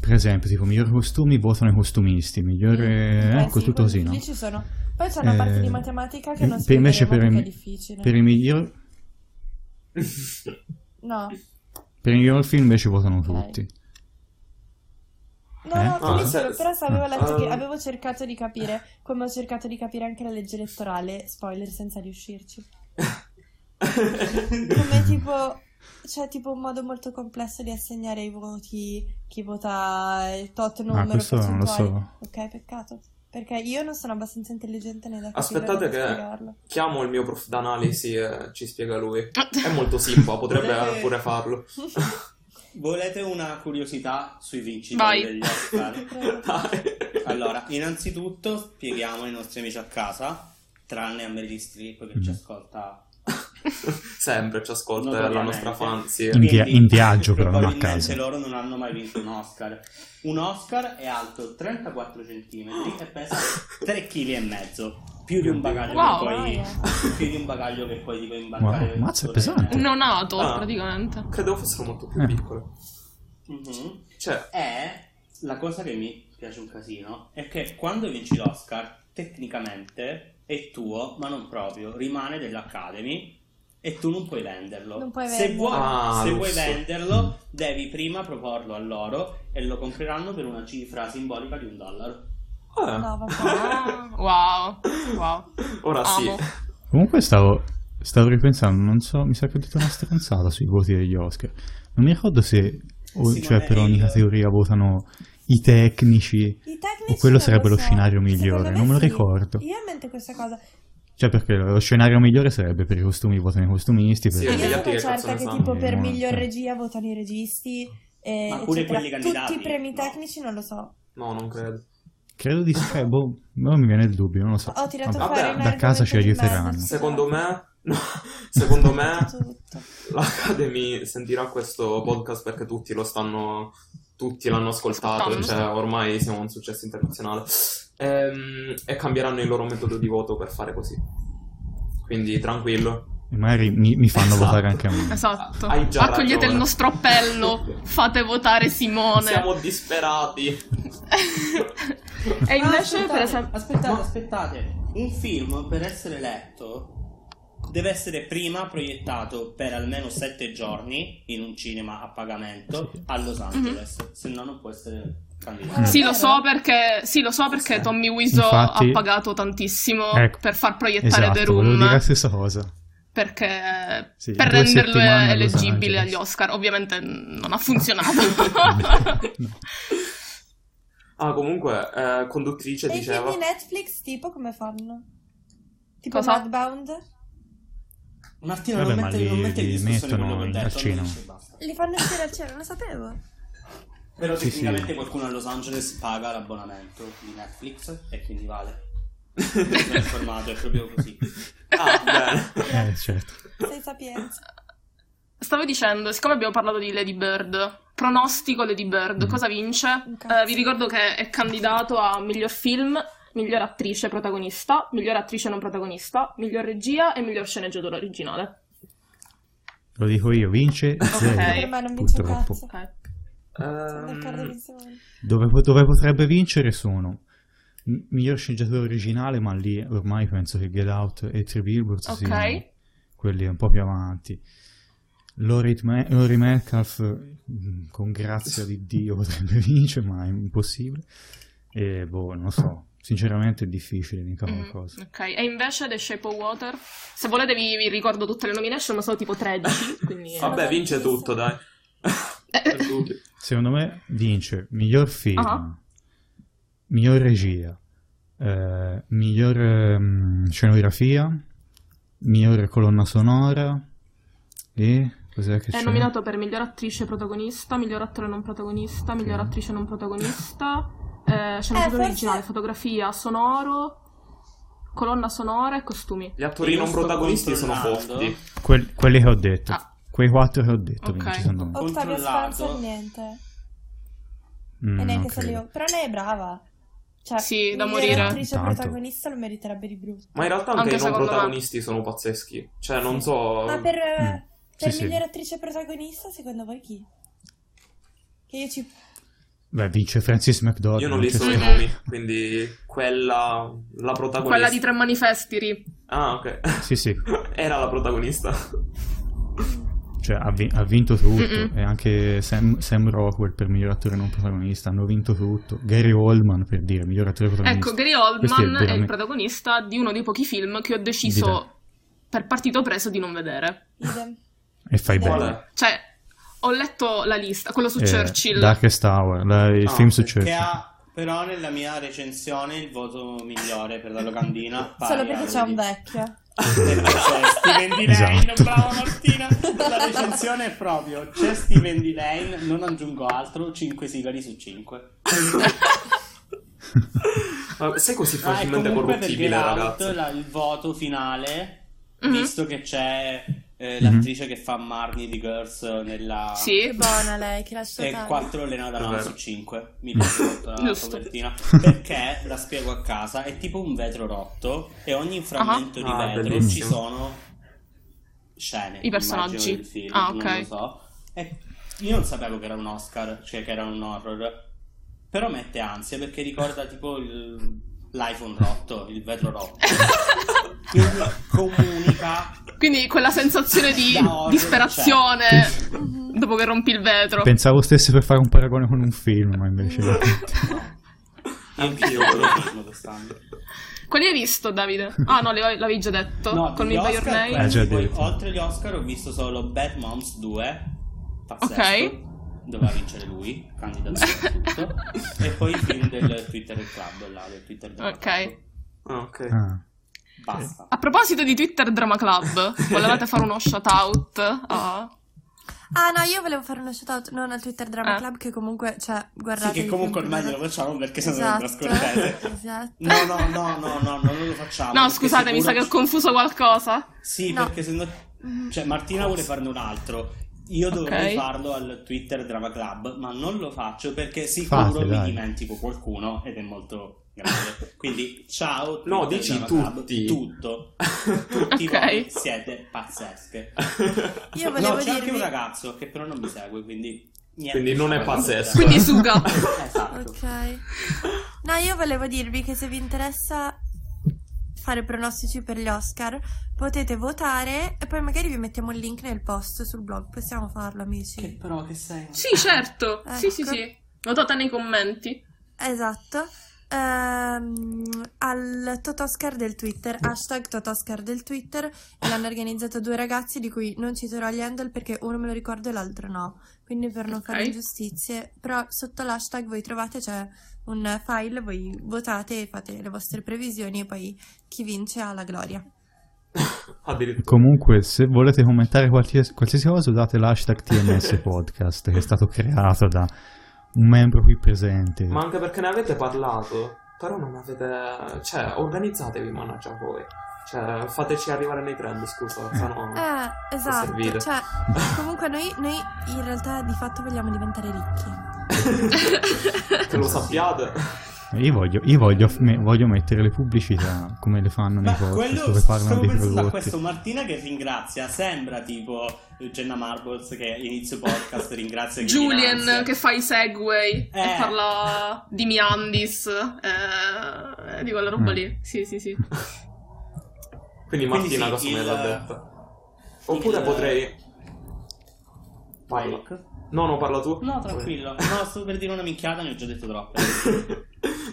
Speaker 3: per esempio, tipo miglior costumi, votano i costumisti, migliore...
Speaker 2: Eh
Speaker 3: ecco,
Speaker 2: sì,
Speaker 3: tutto così,
Speaker 2: quelli-
Speaker 3: no?
Speaker 2: lì ci sono. Poi c'è una parte
Speaker 3: Eh,
Speaker 2: di matematica che non
Speaker 3: per- invece
Speaker 2: spiegheremo
Speaker 3: per-
Speaker 2: perché è difficile.
Speaker 3: Per il miglior,
Speaker 2: No,
Speaker 3: per il miglior film invece votano
Speaker 2: Ok.
Speaker 3: tutti.
Speaker 2: no,
Speaker 3: Eh?
Speaker 2: no,
Speaker 1: Ah,
Speaker 2: capisco,
Speaker 1: se-
Speaker 2: però se avevo letto che
Speaker 1: ah.
Speaker 2: avevo cercato di capire, come ho cercato di capire anche la legge elettorale, spoiler senza riuscirci. come tipo c'è tipo un modo molto complesso di assegnare i voti chi vota il tot numero
Speaker 3: Ah, questo non lo
Speaker 2: percentuali. ok peccato perché io non sono abbastanza intelligente né da capire
Speaker 1: Aspettate
Speaker 2: né da
Speaker 1: che-
Speaker 2: spiegarlo
Speaker 1: Chiamo il mio prof d'analisi e ci spiega lui. È molto simpa, potrebbe
Speaker 5: Potrebbe-
Speaker 1: pure farlo.
Speaker 5: Volete una curiosità sui vincitori
Speaker 4: Vai.
Speaker 5: degli Oscar?
Speaker 1: Dai.
Speaker 5: Allora, innanzitutto spieghiamo ai nostri amici a casa, tranne a Meryl Streep che ci
Speaker 3: Mm.
Speaker 5: ascolta.
Speaker 1: Sempre ci ascolta è la
Speaker 5: Notoriamente.
Speaker 1: nostra fan, sì.
Speaker 3: In via-
Speaker 5: Quindi,
Speaker 3: in viaggio, però, non a
Speaker 5: probabilmente
Speaker 3: casa.
Speaker 5: loro non hanno mai vinto un Oscar. Un Oscar è alto 34 cm e pesa 3,5 kg e mezzo. Più di un bagaglio
Speaker 4: Wow, eh.
Speaker 5: che puoi,
Speaker 2: Maia.
Speaker 5: più di un bagaglio che puoi tipo imbarcare.
Speaker 3: Wow, mazza, è
Speaker 5: sulle-
Speaker 3: pesante.
Speaker 4: Un neonato,
Speaker 1: Ah.
Speaker 4: praticamente.
Speaker 1: Credevo fossero molto più
Speaker 3: Eh.
Speaker 1: piccole.
Speaker 5: Mhm.
Speaker 1: Cioè,
Speaker 5: E la cosa che mi piace un casino è che quando vinci l'Oscar, tecnicamente è tuo, ma non proprio, rimane dell'Academy e tu non puoi venderlo.
Speaker 2: Non puoi
Speaker 5: Se,
Speaker 2: venderlo.
Speaker 5: vuoi,
Speaker 1: Ah,
Speaker 5: se
Speaker 1: lo
Speaker 5: vuoi
Speaker 1: so.
Speaker 5: venderlo, devi prima proporlo a loro e lo compreranno per una cifra simbolica di un dollaro.
Speaker 1: eh,
Speaker 2: no vabbè
Speaker 4: Ah, wow, wow.
Speaker 1: ora sì.
Speaker 4: Amo.
Speaker 3: Comunque stavo, stavo ripensando, non so, mi sa che ho detto una stronzata sui voti degli Oscar. Non mi ricordo se o-
Speaker 5: Sì,
Speaker 3: cioè,
Speaker 5: vabbè,
Speaker 3: per ogni
Speaker 5: il-
Speaker 3: categoria votano i tecnici,
Speaker 2: I tecnici
Speaker 3: O quello
Speaker 2: non
Speaker 3: sarebbe
Speaker 2: lo
Speaker 3: lo
Speaker 2: so.
Speaker 3: scenario
Speaker 2: Secondo
Speaker 3: migliore, non me lo
Speaker 2: sì.
Speaker 3: ricordo.
Speaker 2: io ho in mente questa cosa
Speaker 3: cioè perché lo scenario migliore sarebbe per i costumi votano i costumisti, per
Speaker 1: Sì,
Speaker 2: io
Speaker 1: gli altri
Speaker 2: sono
Speaker 1: che
Speaker 2: certa
Speaker 1: cazzo
Speaker 2: che
Speaker 1: ne
Speaker 2: tipo
Speaker 3: sanno?
Speaker 2: per
Speaker 3: Eh,
Speaker 2: miglior
Speaker 3: cioè.
Speaker 2: regia votano i registi eh,
Speaker 5: Ma pure
Speaker 2: eccetera.
Speaker 5: quelli
Speaker 2: tutti
Speaker 5: candidati,
Speaker 2: i premi
Speaker 5: no.
Speaker 2: tecnici non lo so
Speaker 1: No, non credo.
Speaker 3: credo di sì, eh, boh, non mi viene il dubbio, non lo so.
Speaker 2: ho tirato
Speaker 1: Vabbè,
Speaker 2: fuori un
Speaker 1: da
Speaker 3: casa ci
Speaker 2: argomento di
Speaker 3: aiuteranno.
Speaker 2: merda,
Speaker 1: Secondo
Speaker 2: scusate.
Speaker 1: me... no, secondo me
Speaker 2: tutto.
Speaker 1: l'Academy sentirà questo podcast perché tutti lo stanno... Tutti l'hanno ascoltato,
Speaker 4: Ascoltando.
Speaker 1: cioè ormai siamo un successo internazionale. Ehm, e cambieranno il loro metodo di voto per fare così. Quindi tranquillo.
Speaker 3: E magari mi, mi fanno
Speaker 1: Esatto.
Speaker 3: votare anche a me.
Speaker 4: Esatto.
Speaker 1: Hai già
Speaker 4: Accogliete
Speaker 1: ragione.
Speaker 4: il nostro appello, fate votare Simone.
Speaker 1: Siamo disperati.
Speaker 6: Ah,
Speaker 4: e invece,
Speaker 5: aspettate,
Speaker 4: per esempio,
Speaker 5: aspettate, aspettate. Un film per essere letto deve essere prima proiettato per almeno sette giorni in un cinema a pagamento a
Speaker 2: Mhm.
Speaker 5: Los Angeles, se no non può essere
Speaker 3: Ah,
Speaker 5: candidato.
Speaker 6: Ah,
Speaker 4: sì, lo
Speaker 2: Vero?
Speaker 4: so perché, sì, lo so perché Tommy Wiseau
Speaker 3: Infatti-
Speaker 4: ha pagato tantissimo
Speaker 3: Ecco,
Speaker 4: per far proiettare
Speaker 3: Esatto,
Speaker 4: The
Speaker 3: volevo
Speaker 4: Room.
Speaker 3: dire la stessa cosa.
Speaker 4: perché
Speaker 3: Sì,
Speaker 4: per
Speaker 3: due
Speaker 4: renderlo
Speaker 3: settimane a Los
Speaker 4: eleggibile
Speaker 3: Angeles.
Speaker 4: agli Oscar ovviamente non ha funzionato
Speaker 3: No.
Speaker 1: Ah, comunque, eh, conduttrice
Speaker 2: E i film
Speaker 1: diceva...
Speaker 2: di Netflix tipo come fanno? Tipo
Speaker 4: Cosa?
Speaker 2: Madbound?
Speaker 5: Martino
Speaker 3: Vabbè,
Speaker 5: non
Speaker 3: ma
Speaker 5: mette,
Speaker 3: li-
Speaker 5: non mette in
Speaker 3: li
Speaker 5: discussione
Speaker 3: mettono
Speaker 5: quello che ho
Speaker 3: in-
Speaker 5: detto,
Speaker 3: al
Speaker 5: non
Speaker 3: cinema.
Speaker 5: dice basta.
Speaker 2: Li fanno uscire al cielo, non lo sapevo.
Speaker 5: Però
Speaker 3: Sì,
Speaker 5: tecnicamente
Speaker 3: sì.
Speaker 5: qualcuno a Los Angeles paga l'abbonamento di Netflix e quindi vale. Mi sono informato, è proprio così.
Speaker 1: Ah, bene.
Speaker 3: Eh, certo.
Speaker 2: Sei sapienza.
Speaker 4: stavo dicendo siccome abbiamo parlato di Lady Bird pronostico Lady Bird
Speaker 3: Mm.
Speaker 4: cosa vince?
Speaker 2: Un cazzo.
Speaker 4: Eh, vi ricordo che è candidato a miglior film miglior attrice protagonista miglior attrice non protagonista miglior regia e miglior sceneggiatore originale
Speaker 3: Lo dico io, vince zero.
Speaker 2: Per me non vince un
Speaker 3: Eh,
Speaker 2: cazzo.
Speaker 3: Purtroppo.
Speaker 4: ok
Speaker 2: Sono d'accordo con
Speaker 1: Ehm,
Speaker 2: Simone.
Speaker 3: Dove, po- dove potrebbe vincere sono m- miglior sceneggiatore originale, ma lì ormai penso che Get Out e Three Billboards
Speaker 4: Ok.
Speaker 3: siano quelli un po' più avanti. Lori, Me- Laurie Metcalf, mm, mh, con grazia di Dio, potrebbe vincere, ma è impossibile. E boh, non lo so. Sinceramente è difficile, mica
Speaker 4: Mm,
Speaker 3: qualcosa.
Speaker 4: ok, e invece The Shape of Water? Se volete vi, vi ricordo tutte le nomination, ma sono tipo 13,
Speaker 2: eh.
Speaker 4: quindi...
Speaker 3: Ah,
Speaker 1: Vabbè, vince tutto, dai. Per dubbio.
Speaker 3: Secondo me vince miglior film,
Speaker 4: Ah.
Speaker 3: miglior regia, eh, miglior ehm, scenografia, miglior colonna sonora e cos'è che
Speaker 4: È
Speaker 3: c'è?
Speaker 4: nominato per miglior attrice protagonista, miglior attore non protagonista, miglior attrice non protagonista, eh, sceneggiatura
Speaker 2: forse-
Speaker 4: originale, fotografia, sonoro, colonna sonora e costumi.
Speaker 1: Gli attori
Speaker 5: Io
Speaker 1: non
Speaker 5: sto
Speaker 1: protagonisti sono
Speaker 5: controllando.
Speaker 1: forti.
Speaker 3: Quel- quelli che ho detto,
Speaker 4: Ah.
Speaker 3: quei quattro che ho detto
Speaker 4: Ok.
Speaker 3: vince secondo me.
Speaker 2: Ottavia
Speaker 5: Controllato.
Speaker 2: Spencer niente.
Speaker 3: Mm,
Speaker 2: Oh, e neanche
Speaker 3: non credo.
Speaker 2: salivo. Però lei è brava. Cioè,
Speaker 4: Sì, da
Speaker 2: miglior
Speaker 4: morire.
Speaker 2: attrice
Speaker 3: Tanto.
Speaker 2: protagonista lo meriterebbe di brutto.
Speaker 1: Ma in realtà anche,
Speaker 4: Anche
Speaker 1: i non
Speaker 4: secondo me.
Speaker 1: protagonisti sono pazzeschi. Cioè, non so.
Speaker 2: Ma per, eh,
Speaker 3: Mm.
Speaker 2: per
Speaker 3: Sì, sì.
Speaker 2: miglior attrice protagonista, secondo voi chi? Che io ci...
Speaker 3: Beh, vince Francis McDormand.
Speaker 1: Io non li
Speaker 3: c'è
Speaker 1: so i
Speaker 3: scritto.
Speaker 1: nomi, quindi quella, la protagonista.
Speaker 4: Quella di tre manifesti, Ri. Ecco,
Speaker 1: Ah, ok.
Speaker 3: Sì, sì,
Speaker 1: Era la protagonista.
Speaker 3: cioè, ha, vin- ha vinto tutto.
Speaker 4: Mm-mm.
Speaker 3: E anche Sam, Sam Rockwell per miglior attore non protagonista. Hanno vinto tutto. Gary Oldman per dire miglior attore protagonista.
Speaker 4: Ecco, Gary
Speaker 3: Questi
Speaker 4: Oldman è,
Speaker 3: veramente-
Speaker 4: il protagonista di uno dei pochi film che ho
Speaker 3: Di là.
Speaker 4: deciso per partito preso di non vedere.
Speaker 2: idem.
Speaker 3: E fai
Speaker 1: Qual
Speaker 3: bene.
Speaker 1: è?
Speaker 4: Cioè, ho letto la lista, quello su
Speaker 3: Eh,
Speaker 4: Churchill.
Speaker 3: Darkest Hour, la- il
Speaker 1: Ah,
Speaker 3: film su
Speaker 5: Che
Speaker 3: Churchill.
Speaker 5: ha però nella mia recensione il voto migliore per la locandina. pari
Speaker 2: Solo perché
Speaker 5: a-
Speaker 2: c'è un vecchio.
Speaker 5: C'è Steven D. Lane,
Speaker 3: Esatto.
Speaker 5: bravo Martina. La recensione è proprio c'è Steven D. Lane, non aggiungo altro, 5 sigari su Ah, 5.
Speaker 1: Ma sei così
Speaker 5: Ah, e
Speaker 1: facilmente
Speaker 5: comunque per Get
Speaker 1: corruttibile,
Speaker 5: Out
Speaker 1: ragazzi?
Speaker 5: la- il voto finale,
Speaker 4: Mhm.
Speaker 5: visto che c'è eh,
Speaker 3: Mhm.
Speaker 5: l'attrice che fa Marnie di Girls nella...
Speaker 4: Sì.
Speaker 6: Che buona lei, che lascia
Speaker 5: E
Speaker 6: tanto.
Speaker 5: 4 Lenata
Speaker 1: È vero.
Speaker 5: su 5 mi piace molto la
Speaker 4: Giusto.
Speaker 5: copertina perché la spiego a casa è tipo un vetro rotto e ogni frammento di
Speaker 1: Ah,
Speaker 5: vetro ci
Speaker 1: bellissimo.
Speaker 5: sono scene
Speaker 4: I personaggi.
Speaker 5: immagino, del film,
Speaker 4: Ah,
Speaker 5: non
Speaker 4: ok.
Speaker 5: lo so e io non sapevo che era un Oscar cioè che era un horror però mette ansia perché ricorda tipo il- l'iPhone rotto il vetro rotto quindi comunica
Speaker 4: Quindi quella sensazione di
Speaker 5: Da horror,
Speaker 4: disperazione dopo che rompi il vetro.
Speaker 3: Pensavo stesse per fare un paragone con un film, ma invece...
Speaker 1: Anch'io,
Speaker 5: Io
Speaker 1: però.
Speaker 5: lo filmo quest'anno
Speaker 4: Quali hai visto, Davide? Ah, no, le- l'avevi già detto.
Speaker 5: No,
Speaker 4: Esatto, Con
Speaker 5: gli
Speaker 4: Me by Your
Speaker 5: Oscar,
Speaker 4: Name.
Speaker 5: quindi
Speaker 3: Eh, già
Speaker 5: poi,
Speaker 3: detto.
Speaker 5: oltre gli Oscar ho visto solo Bad Moms 2, pazzesco,
Speaker 4: Ok.
Speaker 5: doveva vincere lui, candidato a tutto, e poi il film del Twitter Club, là, del Twitter Club.
Speaker 4: Ok.
Speaker 1: Ah, ok.
Speaker 3: Ah,
Speaker 5: Basta.
Speaker 4: A proposito di Twitter Drama Club, volevate fare uno shout out? Ah.
Speaker 2: Ah no, io volevo fare uno shoutout non al Twitter Drama
Speaker 4: Ah.
Speaker 2: Club che comunque, cioè,
Speaker 5: Sì,
Speaker 2: guardate.
Speaker 5: che
Speaker 2: i
Speaker 5: comunque
Speaker 2: film
Speaker 5: ormai
Speaker 2: prima.
Speaker 5: non lo facciamo perché sennò sembra
Speaker 2: Esatto.
Speaker 5: scortese.
Speaker 2: esatto.
Speaker 5: No, no, no, no, no, no, non lo facciamo.
Speaker 4: No,
Speaker 5: perché
Speaker 4: scusate, mi sa che
Speaker 5: sicuro-
Speaker 4: ho confuso qualcosa.
Speaker 5: Sì,
Speaker 2: No.
Speaker 5: perché se no... Cioè, Martina vuole farne un altro. Io dovrei
Speaker 4: Ok.
Speaker 5: farlo al Twitter Drama Club, ma non lo faccio perché sicuro
Speaker 3: Fate,
Speaker 5: mi
Speaker 3: dai.
Speaker 5: dimentico qualcuno ed è molto grave. Quindi, ciao. Twitter
Speaker 1: No, dici
Speaker 5: Drama Club,
Speaker 1: tutti.
Speaker 5: tutto. Tutti
Speaker 4: Ok.
Speaker 5: voi siete pazzesche.
Speaker 3: Ah.
Speaker 2: Io
Speaker 5: no,
Speaker 2: volevo
Speaker 5: c'è anche
Speaker 2: dirvi-
Speaker 5: un ragazzo che però non mi segue, quindi... Niente,
Speaker 1: Quindi non è
Speaker 5: Ciao,
Speaker 1: pazzesco.
Speaker 4: Quindi suga.
Speaker 5: Esatto.
Speaker 2: Ok. No, io volevo dirvi che se vi interessa fare pronostici per gli Oscar, potete votare e poi magari vi mettiamo il link nel post sul blog. Possiamo farlo,
Speaker 5: Che
Speaker 2: amici.
Speaker 5: però, che senso.
Speaker 4: Sì, certo. Sì, sì,
Speaker 2: Ecco.
Speaker 4: sì. Notate nei commenti.
Speaker 2: Esatto. Ehm, al Totoscar del Twitter, hashtag Totoscar del Twitter, e l'hanno organizzato due ragazzi di cui non citerò gli handle perché uno me lo ricordo e l'altro no. Quindi per non
Speaker 4: Ok.
Speaker 2: fare ingiustizie, però sotto l'hashtag voi trovate c'è un file, voi votate e fate le vostre previsioni e poi chi vince ha la gloria.
Speaker 1: Addirittura.
Speaker 3: comunque, se volete commentare qualsiasi, qualsiasi cosa, usate l'hashtag TMS Podcast, che è stato creato da un membro qui presente.
Speaker 1: Ma anche perché ne avete parlato, però non avete... Cioè, organizzatevi, mannaggia voi. Cioè, fateci arrivare nei trend, scusa, sennò...
Speaker 4: Ah.
Speaker 2: Eh, esatto,
Speaker 1: servire.
Speaker 2: cioè, comunque noi, noi in realtà di fatto vogliamo diventare ricchi.
Speaker 1: che lo sappiate.
Speaker 3: Io, voglio, io voglio, me- voglio mettere le pubblicità come le fanno nei
Speaker 5: Ma
Speaker 3: podcast
Speaker 5: quello
Speaker 3: dove parlano
Speaker 5: stavo
Speaker 3: dei
Speaker 5: pensando a
Speaker 3: prodotti.
Speaker 5: questo Martina che ringrazia, sembra tipo Jenna Marbles che inizio podcast ringrazia chi
Speaker 4: Julian
Speaker 5: finanzia.
Speaker 4: che fa i segway e
Speaker 5: Eh.
Speaker 4: parla di Miandis. eh, di quella roba
Speaker 3: Mm.
Speaker 4: lì. Sì, sì, sì.
Speaker 1: Quindi
Speaker 5: Quindi
Speaker 1: Martina
Speaker 5: sì,
Speaker 1: cosa me
Speaker 5: il-
Speaker 1: l'ha detta? Oppure
Speaker 5: il-
Speaker 1: potrei... Parla. No, no, parla tu.
Speaker 5: No, tranquillo. No, sto per dire una minchiata, ne ho già detto troppe.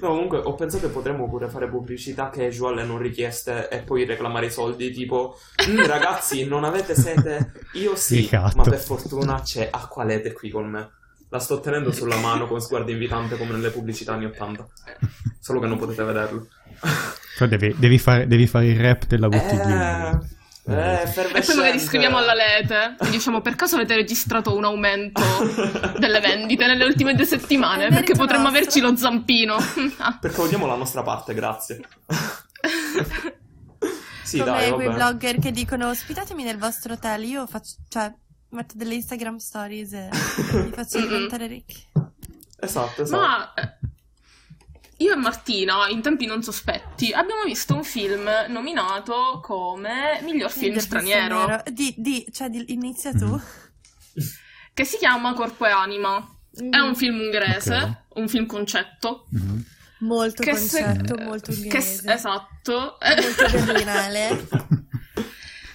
Speaker 1: No, comunque ho pensato che potremmo pure fare pubblicità casual e non richieste e poi reclamare i soldi, tipo "Mm, ragazzi non avete sete? Io sì, esatto.
Speaker 3: Che catto.
Speaker 1: ma per fortuna c'è acqua lete qui con me. La sto tenendo sulla mano con sguardo invitante come nelle pubblicità anni 80,
Speaker 4: Eh,
Speaker 1: solo che non potete vederlo.
Speaker 3: Però devi, devi fare, devi fare il rap della bottigliona.
Speaker 1: Eh, eh,
Speaker 4: E poi magari
Speaker 1: effervescente.
Speaker 4: scriviamo alla Lete, diciamo per caso avete registrato un aumento delle vendite nelle ultime due
Speaker 2: È
Speaker 4: settimane, perché
Speaker 2: merito
Speaker 4: potremmo
Speaker 2: nostro.
Speaker 4: averci lo zampino. Ah.
Speaker 1: Perché vogliamo la nostra parte, grazie. sì,
Speaker 2: Come
Speaker 1: dai,
Speaker 2: quei
Speaker 1: vabbè.
Speaker 2: blogger che dicono ospitatemi nel vostro hotel, io faccio, cioè, metto delle Instagram stories e vi faccio
Speaker 4: Mm-mm.
Speaker 2: diventare ricchi.
Speaker 1: Esatto, esatto.
Speaker 4: Ma eh, io e Martina, in tempi non sospetti, abbiamo visto un film nominato come miglior film
Speaker 2: Quindi,
Speaker 4: straniero,
Speaker 2: straniero. Di, di, cioè, di- inizia tu.
Speaker 4: che si chiama Corpo e Anima. Mm. È un film ungherese, un film concetto.
Speaker 3: Mhm.
Speaker 2: Molto
Speaker 4: che se-
Speaker 2: concetto,
Speaker 4: eh,
Speaker 2: molto
Speaker 4: che
Speaker 2: ungherese.
Speaker 4: esatto.
Speaker 2: Molto berlinale.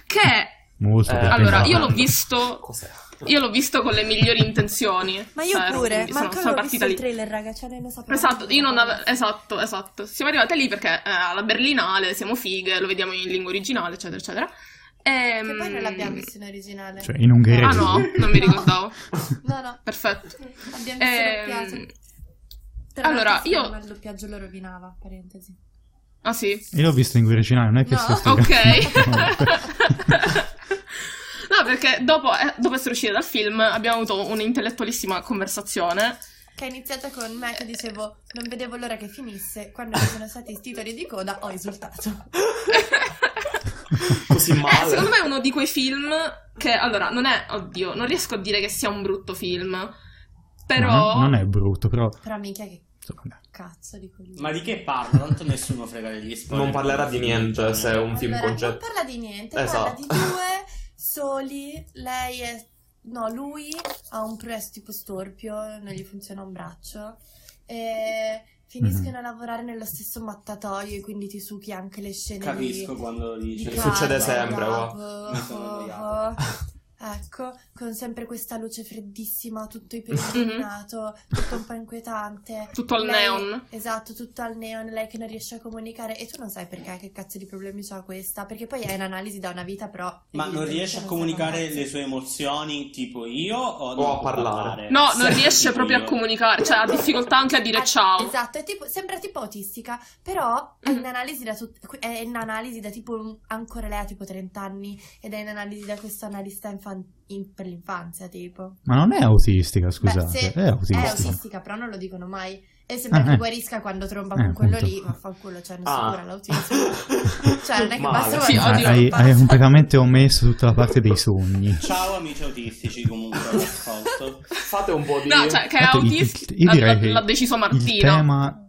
Speaker 4: che
Speaker 3: Molto
Speaker 1: Eh,
Speaker 3: ben
Speaker 4: allora,
Speaker 3: pensato.
Speaker 4: io l'ho visto
Speaker 1: Cos'è?
Speaker 4: Io l'ho visto con le migliori intenzioni.
Speaker 2: Ma io
Speaker 4: Cioè, ero-
Speaker 2: pure,
Speaker 4: sono-
Speaker 2: ma ancora
Speaker 4: sono
Speaker 2: non ho
Speaker 4: partita
Speaker 2: visto il
Speaker 4: lì.
Speaker 2: trailer, raga, cioè noi non sappiamo.
Speaker 4: Esatto, io non ave- esatto, esatto. Siamo arrivate lì perché eh, alla Berlinale siamo fighe, lo vediamo in lingua originale, eccetera, eccetera. Ehm,
Speaker 2: Che poi non l'abbiamo visto in originale.
Speaker 3: Cioè, in ungherese.
Speaker 4: Ah no, non mi ricordavo.
Speaker 2: No, no,
Speaker 4: Perfetto.
Speaker 2: l'abbiamo visto
Speaker 4: Ehm,
Speaker 2: doppiato. Tra
Speaker 4: allora,
Speaker 2: l'altro,
Speaker 4: io-
Speaker 2: secondo me Il doppiaggio lo rovinava, parentesi.
Speaker 4: ah sì,
Speaker 3: Io l'ho visto in lingua originale, non è che
Speaker 2: No.
Speaker 3: sto spiegando.
Speaker 4: ok. No, perché dopo, eh, dopo essere uscite dal film abbiamo avuto un'intellettualissima conversazione
Speaker 2: Che è iniziata con me che dicevo non vedevo l'ora che finisse, quando ci sono stati i titoli di coda ho esultato.
Speaker 1: Così
Speaker 4: Eh,
Speaker 1: male.
Speaker 4: secondo me è uno di quei film che, allora, non è, oddio, non riesco a dire che sia un brutto film, però...
Speaker 3: No, non, non è brutto, però...
Speaker 2: Però minchia che
Speaker 3: insomma, dai.
Speaker 2: cazzo di coglione.
Speaker 5: Ma di che parla? Tanto nessuno frega degli spoiler.
Speaker 1: Non parlerà di niente se è un film
Speaker 2: Allora, non
Speaker 1: concetto.
Speaker 2: parla di niente, parla
Speaker 1: Esatto.
Speaker 2: di due soli, lei è... No, lui ha un press tipo storpio, non gli funziona un braccio. E finiscono a lavorare nello stesso mattatoio e quindi ti succhi anche le scene di...
Speaker 5: Capisco quando
Speaker 2: di
Speaker 5: dice.
Speaker 1: Cioè, succede
Speaker 2: casa,
Speaker 1: sempre, oh.
Speaker 2: da-
Speaker 1: va.
Speaker 2: boh,
Speaker 5: Mi sono
Speaker 2: boh,
Speaker 5: annoiato.
Speaker 2: boh. Ecco, con sempre questa luce freddissima, tutto iperilluminato,
Speaker 5: Mhm.
Speaker 2: tutto un po' inquietante.
Speaker 4: Tutto al
Speaker 2: Lei-
Speaker 4: neon.
Speaker 2: Esatto, tutto al neon, lei che non riesce a comunicare e tu non sai perché, che cazzo di problemi c'ha questa, perché poi è un'analisi da una vita però...
Speaker 5: Ma non
Speaker 2: evidentemente
Speaker 5: riesce a
Speaker 2: sai un
Speaker 5: comunicare
Speaker 2: cazzo.
Speaker 5: le sue emozioni tipo io o,
Speaker 1: O a
Speaker 5: può
Speaker 1: parlare?
Speaker 4: No, non
Speaker 5: Sì,
Speaker 4: riesce
Speaker 5: tipo
Speaker 4: proprio a
Speaker 5: io.
Speaker 4: comunicare, cioè ha difficoltà anche a dire
Speaker 2: Eh,
Speaker 4: ciao.
Speaker 2: Esatto, è tipo- sembra tipo autistica, però è
Speaker 4: Mhm.
Speaker 2: in analisi da, tut- è in analisi da tipo un- ancora lei ha tipo 30 anni ed è in analisi da questo analista infan- in- per l'infanzia tipo.
Speaker 3: Ma non è autistica,
Speaker 2: Beh,
Speaker 3: scusate.
Speaker 2: se-
Speaker 3: È autistica.
Speaker 2: però non lo dicono mai. E sembra
Speaker 3: Ah,
Speaker 2: che
Speaker 3: eh.
Speaker 2: guarisca quando tromba
Speaker 3: Eh,
Speaker 2: con quello
Speaker 3: appunto.
Speaker 2: lì, vaffanculo, cioè non si
Speaker 1: Ah.
Speaker 2: cura l'autismo. Cioè non è che
Speaker 1: Male.
Speaker 2: basta
Speaker 4: Sì,
Speaker 3: Ah,
Speaker 2: guardare
Speaker 4: oddio.
Speaker 2: la
Speaker 3: hai,
Speaker 2: tromba.
Speaker 3: hai completamente omesso tutta la parte dei sogni.
Speaker 5: Ciao amici autistici comunque all'ascolto.
Speaker 1: Fate un po' di...
Speaker 4: No, cioè che è
Speaker 3: Infatti,
Speaker 4: autista,
Speaker 3: io direi
Speaker 4: l'ha,
Speaker 3: che
Speaker 4: l'ha deciso
Speaker 3: Il
Speaker 4: Martina.
Speaker 3: tema,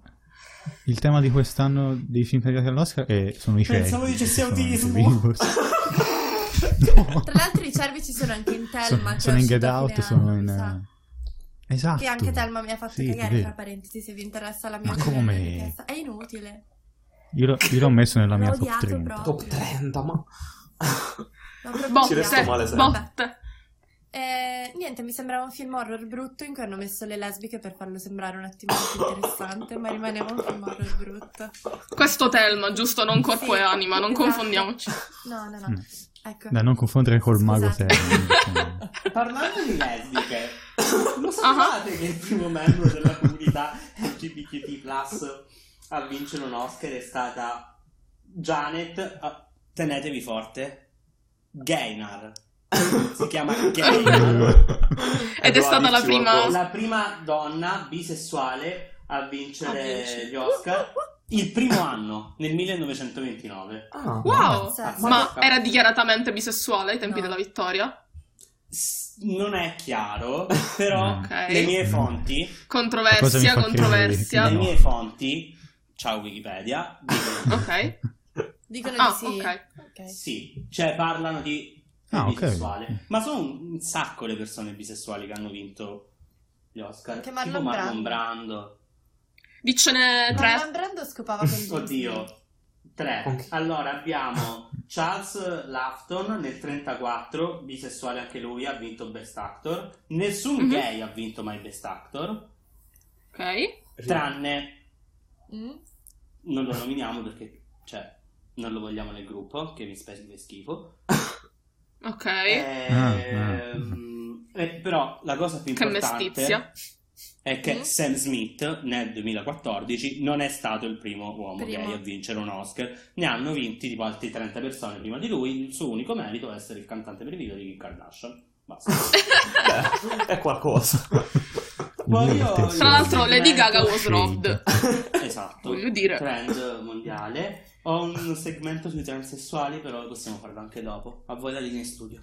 Speaker 3: il tema di quest'anno dei film candidati all'Oscar è, sono i cervi.
Speaker 5: Pensavo dicessi
Speaker 3: sono
Speaker 5: autismo.
Speaker 3: i virus. No.
Speaker 2: Tra l'altro i cervi ci sono anche in Telma.
Speaker 3: sono,
Speaker 2: che
Speaker 3: sono
Speaker 2: è
Speaker 3: in
Speaker 2: uscito
Speaker 3: Get
Speaker 2: a fine
Speaker 3: Out,
Speaker 2: anno,
Speaker 3: sono
Speaker 2: mi
Speaker 3: in...
Speaker 2: sa.
Speaker 3: eh, Esatto.
Speaker 2: Che anche Telma mi ha fatto
Speaker 3: Sì, è
Speaker 2: cagare,
Speaker 3: vero.
Speaker 2: tra parentesi, se vi interessa la mia
Speaker 3: Ma
Speaker 2: opinione
Speaker 3: come?
Speaker 2: di testa. È inutile.
Speaker 3: Io, l'ho- io l'ho messo nella mia
Speaker 2: L'ho
Speaker 3: top
Speaker 2: odiato
Speaker 3: 30.
Speaker 2: proprio.
Speaker 1: Top 30, ma...
Speaker 2: L'ho proprio
Speaker 4: Botte,
Speaker 1: Boh, Ci resto
Speaker 2: odiato.
Speaker 1: male sempre.
Speaker 2: Vabbè.
Speaker 4: botte.
Speaker 2: Eh, niente, mi sembrava un film horror brutto in cui hanno messo le lesbiche per farlo sembrare un attimo più interessante, ma rimaneva un film horror brutto.
Speaker 4: Questo Telma, giusto? Non corpo
Speaker 2: Sì,
Speaker 4: e anima, non
Speaker 2: esatto.
Speaker 4: confondiamoci.
Speaker 2: No, no, no.
Speaker 3: Mm.
Speaker 2: Ecco.
Speaker 3: Da non confondere col mago
Speaker 2: Scusate.
Speaker 3: Terra.
Speaker 5: Parlando di lesbiche, lo sapevate che il primo membro della comunità LGBTQ a vincere un Oscar è stata Janet, ah, tenetevi forte, Gainar. Si chiama Gainar.
Speaker 4: Ed è stata la
Speaker 1: Ci
Speaker 4: prima-
Speaker 1: qualcosa.
Speaker 5: la prima donna bisessuale a vincere
Speaker 4: A vincere.
Speaker 5: Eh, gli Oscar il primo anno, nel 1929.
Speaker 1: Ah,
Speaker 4: Wow!
Speaker 2: Pazzesco.
Speaker 4: Ma era dichiaratamente bisessuale ai tempi
Speaker 2: No.
Speaker 4: della vittoria?
Speaker 5: S- Non è chiaro, però
Speaker 3: Ok.
Speaker 5: le mie fonti
Speaker 4: Controversia,
Speaker 3: fa
Speaker 4: controversia.
Speaker 5: le
Speaker 3: credere?
Speaker 5: mie fonti, ciao Wikipedia, dicono
Speaker 4: Ok.
Speaker 2: Dicono
Speaker 4: Ah,
Speaker 2: di sì.
Speaker 4: ok.
Speaker 2: Ok.
Speaker 5: sì, cioè parlano di
Speaker 3: Ah, ok.
Speaker 5: bisessuale, ma sono un sacco le persone bisessuali che hanno vinto gli Oscar,
Speaker 2: Anche
Speaker 5: tipo
Speaker 2: Marlon Brando.
Speaker 5: Marlon Brando.
Speaker 4: Dicene
Speaker 2: Ma
Speaker 4: tre.
Speaker 2: Marlon Brando scopava con Disney.
Speaker 5: Oddio, tre.
Speaker 1: Ok.
Speaker 5: Allora abbiamo Charles Laughton nel 34, bisessuale anche lui, ha vinto Best Actor. Nessun
Speaker 4: Mhm.
Speaker 5: gay ha vinto mai Best Actor,
Speaker 4: Ok.
Speaker 5: tranne
Speaker 6: Mm?
Speaker 5: Non lo nominiamo perché, cioè, non lo vogliamo nel gruppo, che mi specie di schifo.
Speaker 4: Ok.
Speaker 5: Eh.
Speaker 3: Ah,
Speaker 5: Ehm, eh, però la cosa più
Speaker 4: Che
Speaker 5: importante
Speaker 4: mestizia.
Speaker 5: è che
Speaker 6: Mm.
Speaker 5: Sam Smith nel 2014 non è stato il primo uomo
Speaker 6: Primo.
Speaker 5: gay a vincere un Oscar. Ne hanno vinti tipo altri 30 persone prima di lui. Il suo unico merito è essere il cantante preferito di Kim Kardashian. Basta.
Speaker 1: Beh, Eh, è qualcosa.
Speaker 5: Poi
Speaker 3: Dio,
Speaker 5: io-
Speaker 3: che
Speaker 4: Tra l'altro Lady Gaga was
Speaker 3: Shade.
Speaker 4: robbed.
Speaker 5: esatto.
Speaker 4: Voglio dire.
Speaker 5: Trend mondiale. Ho un segmento sui transessuali, però possiamo farlo anche dopo. A voi la linea in studio.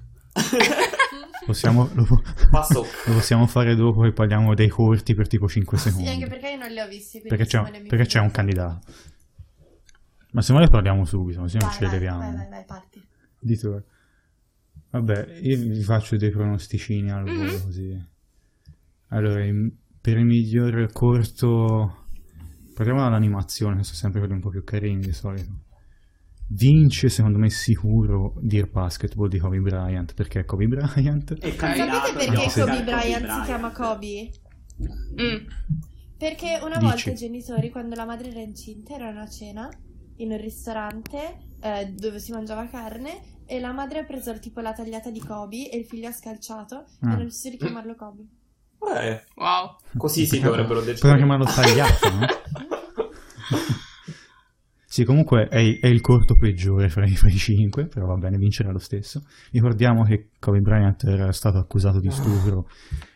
Speaker 3: Possiamo, lo, po-
Speaker 1: Passo.
Speaker 3: lo possiamo fare dopo e parliamo dei corti per tipo 5
Speaker 6: Sì,
Speaker 3: secondi.
Speaker 6: anche perché io non li ho visti. quindi
Speaker 3: Perché c'è,
Speaker 6: Simone mi
Speaker 3: perché c'è un
Speaker 6: finisce.
Speaker 3: candidato. Ma se vuole parliamo subito, così non
Speaker 6: Vai,
Speaker 3: ci
Speaker 6: vai,
Speaker 3: leviamo.
Speaker 6: Vai, vai, vai, parti.
Speaker 3: Di tu. Vabbè, io vi faccio dei pronosticini al
Speaker 4: Mhm.
Speaker 6: Mm-hmm.
Speaker 3: volo così. Allora, il- per il miglior corto... Parliamo dall'animazione, che sono sempre quelli un po' più carini di solito. Vince, secondo me, sicuro Dear Basketball di Kobe Bryant, perché è Kobe Bryant...
Speaker 5: E
Speaker 6: Sapete
Speaker 5: candidato
Speaker 6: perché
Speaker 5: no,
Speaker 3: sì.
Speaker 6: Kobe
Speaker 5: Kobe
Speaker 6: Bryant si chiama Kobe?
Speaker 4: Mm.
Speaker 6: Perché una
Speaker 3: Dici.
Speaker 6: volta i genitori, quando la madre era incinta, erano a cena in un ristorante eh, dove si mangiava carne e la madre ha preso tipo la tagliata di Kobe e il figlio ha scalciato
Speaker 3: Ah.
Speaker 6: e non deciso di chiamarlo Kobe.
Speaker 1: Beh,
Speaker 4: Wow.
Speaker 1: Eh, così si dovrebbero decidere.
Speaker 3: Potremmo chiamarlo tagliato, no? Sì, comunque è, è il corto peggiore fra i, fra i cinque, però va bene, vincerà lo stesso. Ricordiamo che Kobe Bryant era stato accusato di stupro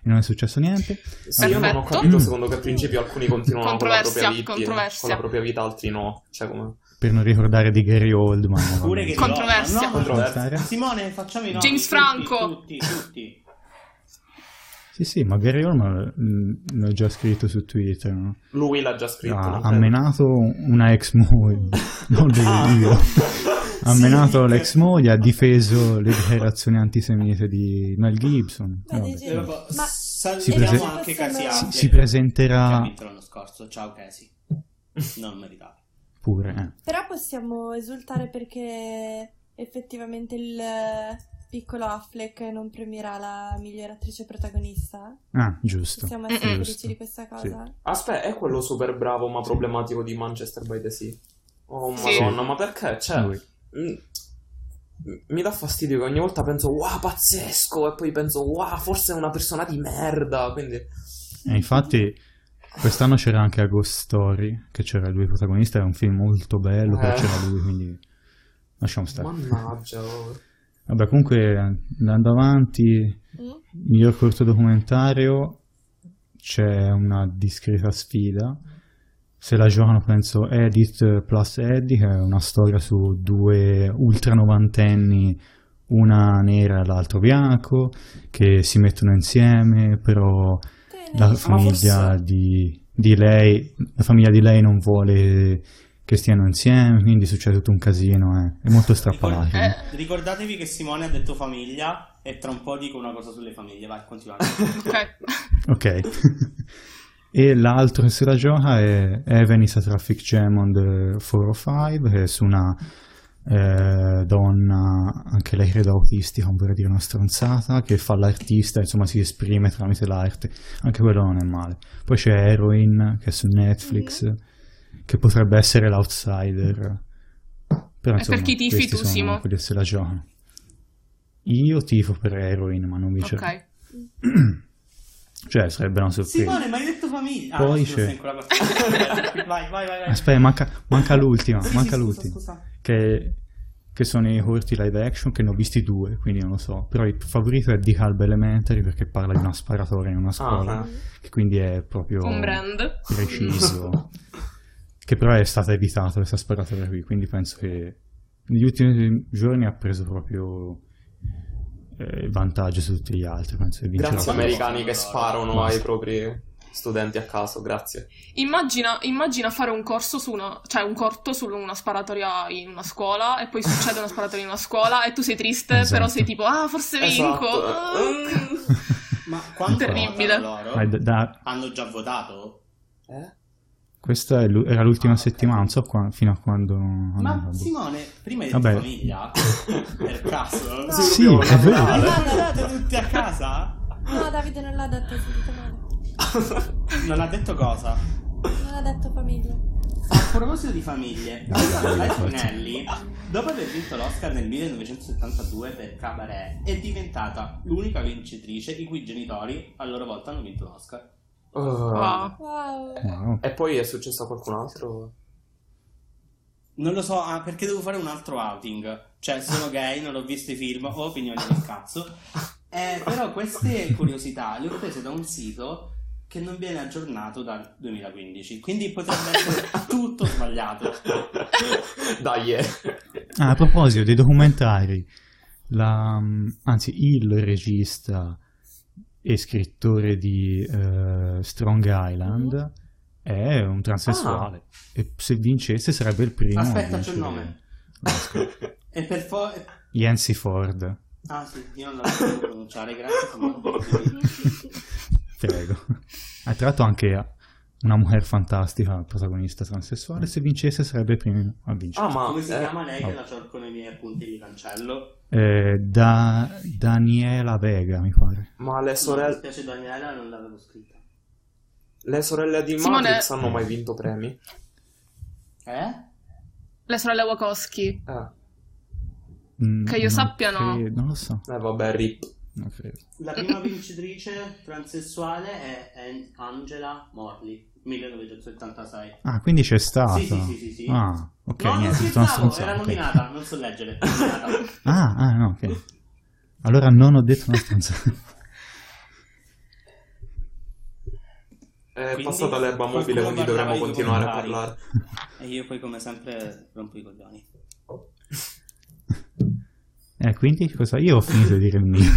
Speaker 3: e non è successo niente.
Speaker 1: Sì, io non ho
Speaker 4: Perfetto.
Speaker 1: capito
Speaker 3: Mm.
Speaker 1: secondo che principio alcuni continuano con la propria
Speaker 4: Controversia,
Speaker 1: vita,
Speaker 4: controversia.
Speaker 1: con la propria vita, altri no. Cioè, come...
Speaker 3: Per non ricordare di Gary Oldman. va
Speaker 5: Pure
Speaker 3: bene.
Speaker 5: che
Speaker 4: Controversia.
Speaker 5: no, no,
Speaker 1: Controversia.
Speaker 3: Stare.
Speaker 5: Simone, facciamo i nomi.
Speaker 4: James
Speaker 5: tutti,
Speaker 4: Franco.
Speaker 5: Tutti, tutti.
Speaker 3: Sì, sì, ma Gary Oldman mh, l'ho già scritto su Twitter, no?
Speaker 1: Lui l'ha già scritto.
Speaker 3: ha,
Speaker 1: non
Speaker 3: ha
Speaker 1: credo.
Speaker 3: menato una ex moglie, non devo dire. Ha
Speaker 5: Ah. Sì,
Speaker 3: menato
Speaker 5: che-
Speaker 3: l'ex moglie, ha difeso le dichiarazioni antisemite di Mel Gibson.
Speaker 5: Eh,
Speaker 6: Ma
Speaker 3: Vabbè,
Speaker 6: dei
Speaker 5: E
Speaker 6: geni-
Speaker 5: dopo
Speaker 6: Ma-
Speaker 5: salutiamo
Speaker 3: prese-
Speaker 5: anche Casi
Speaker 6: Si-
Speaker 3: si presenterà-
Speaker 5: Che ha vinto l'anno scorso. Ciao Casi. Non meritato.
Speaker 3: Pure, eh.
Speaker 6: Però possiamo esultare perché effettivamente il piccolo Affleck non premierà la miglior attrice protagonista.
Speaker 3: Ah, giusto.
Speaker 6: Possiamo essere
Speaker 3: Giusto.
Speaker 6: felici di questa cosa?
Speaker 1: Aspetta, è quello super bravo ma problematico di Manchester by the Sea. Oh
Speaker 4: Sì.
Speaker 1: madonna, ma perché? Cioè,
Speaker 3: Lui.
Speaker 1: mm, mi dà fastidio che ogni volta penso wow, pazzesco, e poi penso wow, forse è una persona di merda, quindi...
Speaker 3: E infatti quest'anno c'era anche Ghost Story, che c'era lui il protagonista, era un film molto bello, però
Speaker 1: Eh.
Speaker 3: c'era lui, quindi lasciamo stare.
Speaker 1: Mannaggia, oh.
Speaker 3: Vabbè, comunque andando avanti,
Speaker 6: Mm?
Speaker 3: miglior corto documentario c'è una discreta sfida. Se la giocano penso Edith plus Eddie, che è una storia su due ultra novantenni, una nera e l'altro bianco, che si mettono insieme, però
Speaker 6: Te
Speaker 3: la
Speaker 6: ne-
Speaker 3: famiglia
Speaker 1: forse-
Speaker 3: di, di lei la famiglia di lei non vuole che stiano insieme quindi succede tutto un casino eh. è molto strappalacrime
Speaker 4: Eh,
Speaker 5: Ricordatevi che Simone ha detto famiglia e tra un po' dico una cosa sulle famiglie. Vai, continuate.
Speaker 4: ok.
Speaker 3: ok e l'altro che se la gioca è Evan is a Traffic Jam on the 405 che è su una eh, donna anche lei credo autistica non vorrei dire una stronzata che fa l'artista insomma si esprime tramite l'arte anche quello non è male poi c'è Heroin che è su Netflix che potrebbe essere l'outsider però
Speaker 4: E
Speaker 3: insomma
Speaker 4: per chi tifi
Speaker 3: questi
Speaker 4: tu,
Speaker 3: sono
Speaker 4: Simo?
Speaker 3: quelli che se la giocano io tifo per Heroin ma non vincerò
Speaker 4: Ok.
Speaker 3: cioè sarebbe una sorpresa
Speaker 5: Simone, ma hai detto famiglia?
Speaker 3: Poi
Speaker 5: ah, scusa,
Speaker 3: c'è-
Speaker 5: sei ancora qua. vai, vai, vai, vai.
Speaker 3: Aspetta, manca, manca l'ultima,
Speaker 5: Sì, sì,
Speaker 3: manca
Speaker 5: scusa,
Speaker 3: l'ultima.
Speaker 5: scusa.
Speaker 3: Che, che sono i corti live action, che ne ho visti due, quindi non lo so. Però il favorito è The Calb Elementary, perché parla di una sparatoria in una scuola,
Speaker 1: Ah,
Speaker 3: che quindi è proprio
Speaker 4: Un brand.
Speaker 3: preciso. che però è stata evitata questa sparatoria qui, quindi penso che negli ultimi giorni ha preso proprio eh, vantaggio su tutti gli altri, penso che vincerà
Speaker 1: grazie
Speaker 3: quello.
Speaker 1: americani che sparano
Speaker 3: Basta.
Speaker 1: ai propri studenti a caso, grazie.
Speaker 4: Immagina, immagina fare un corso su una, cioè un corto su una sparatoria in una scuola e poi succede una sparatoria in una scuola e tu sei triste,
Speaker 3: Esatto.
Speaker 4: però sei tipo, ah, forse vinco.
Speaker 1: Esatto.
Speaker 4: Ah,
Speaker 1: Eh.
Speaker 4: mm.
Speaker 5: Ma quanto
Speaker 4: Terribile.
Speaker 5: votano loro?
Speaker 3: Ma da- da-
Speaker 5: Hanno già votato?
Speaker 1: Eh?
Speaker 3: Questa è l'u- era l'ultima
Speaker 5: Ah, ok.
Speaker 3: settimana, non so qua- fino a quando...
Speaker 5: Ma
Speaker 3: hanno-
Speaker 5: Simone, prima hai detto
Speaker 3: Vabbè.
Speaker 5: famiglia? per caso?
Speaker 6: No.
Speaker 3: Sì,
Speaker 1: Proprio
Speaker 3: è vero.
Speaker 1: naturale.
Speaker 5: Ma andate tutti a casa?
Speaker 6: No, Davide non l'ha detto, ho sentito male.
Speaker 5: Non ha detto cosa?
Speaker 6: Non ha detto famiglia.
Speaker 5: A proposito di famiglie,
Speaker 3: Dai,
Speaker 5: Alessandro
Speaker 3: dai,
Speaker 5: Bertinelli, dopo aver vinto l'Oscar nel 1972 per Cabaret, è diventata l'unica vincitrice i cui genitori a loro volta hanno vinto l'Oscar.
Speaker 1: Uh,
Speaker 4: Wow.
Speaker 2: Wow.
Speaker 3: Wow.
Speaker 1: E poi è successo a qualcun altro?
Speaker 5: Non lo so, ah, perché devo fare un altro outing. Cioè, sono gay, non ho visto i film, ho opinioni del cazzo. Eh, però queste curiosità le ho prese da un sito che non viene aggiornato dal 2015, quindi potrebbe essere tutto sbagliato.
Speaker 1: Dai, eh.
Speaker 3: Ah, a proposito dei documentari, la- mm, anzi, il regista e scrittore di eh, Strong
Speaker 5: Mhm.
Speaker 3: Island è un transessuale. E se vincesse sarebbe il primo. a
Speaker 5: Ah. Aspetta, c'è
Speaker 3: vincere
Speaker 5: il nome.
Speaker 3: l'Oscar.
Speaker 5: E per forza...
Speaker 3: Yancy Ford,
Speaker 5: Ah sì, io non la sapevo pronunciare, grazie. signor.
Speaker 3: prego. Ha tratto anche una mujer fantastica, protagonista transessuale. Se vincesse sarebbe il primo a vincere.
Speaker 1: Ah, ma...
Speaker 5: Come si
Speaker 1: eh,
Speaker 5: chiama lei che
Speaker 3: no.
Speaker 5: la cerco nei miei appunti di cancello?
Speaker 3: Eh, da Daniela Vega, mi pare.
Speaker 1: ma le,
Speaker 5: Mi
Speaker 1: sorelle,
Speaker 5: dispiace Daniela, non l'avevo scritta.
Speaker 1: le sorelle di
Speaker 4: Simone-
Speaker 1: Matrix hanno mai vinto premi?
Speaker 5: Eh?
Speaker 4: Le sorelle Wachowski.
Speaker 1: Eh,
Speaker 3: Mm,
Speaker 4: Che io
Speaker 3: non
Speaker 4: sappia, no.
Speaker 3: credo- non lo so,
Speaker 1: eh vabbè, rip.
Speaker 3: non credo.
Speaker 5: La prima vincitrice transessuale è An- Angela Morley, 1976.
Speaker 3: Ah, quindi c'è stata.
Speaker 5: Sì, sì, sì, sì, sì.
Speaker 3: Ah, ok,
Speaker 5: no, non
Speaker 3: niente, sono
Speaker 5: scherzavo,
Speaker 3: stronzato.
Speaker 5: era
Speaker 3: ok.
Speaker 5: nominata, non so leggere. nominata.
Speaker 3: Ah, ah, no, ok. Allora non ho detto una stronzata.
Speaker 1: È
Speaker 5: Quindi,
Speaker 1: passata l'erba mobile,
Speaker 5: qualcuno
Speaker 1: quindi
Speaker 5: parlava
Speaker 1: dovremmo
Speaker 5: di
Speaker 1: continuare a
Speaker 5: documentari.
Speaker 1: parlare.
Speaker 5: e io poi come sempre rompo i coglioni.
Speaker 3: Eh, quindi cosa? Io ho finito di dire il mio.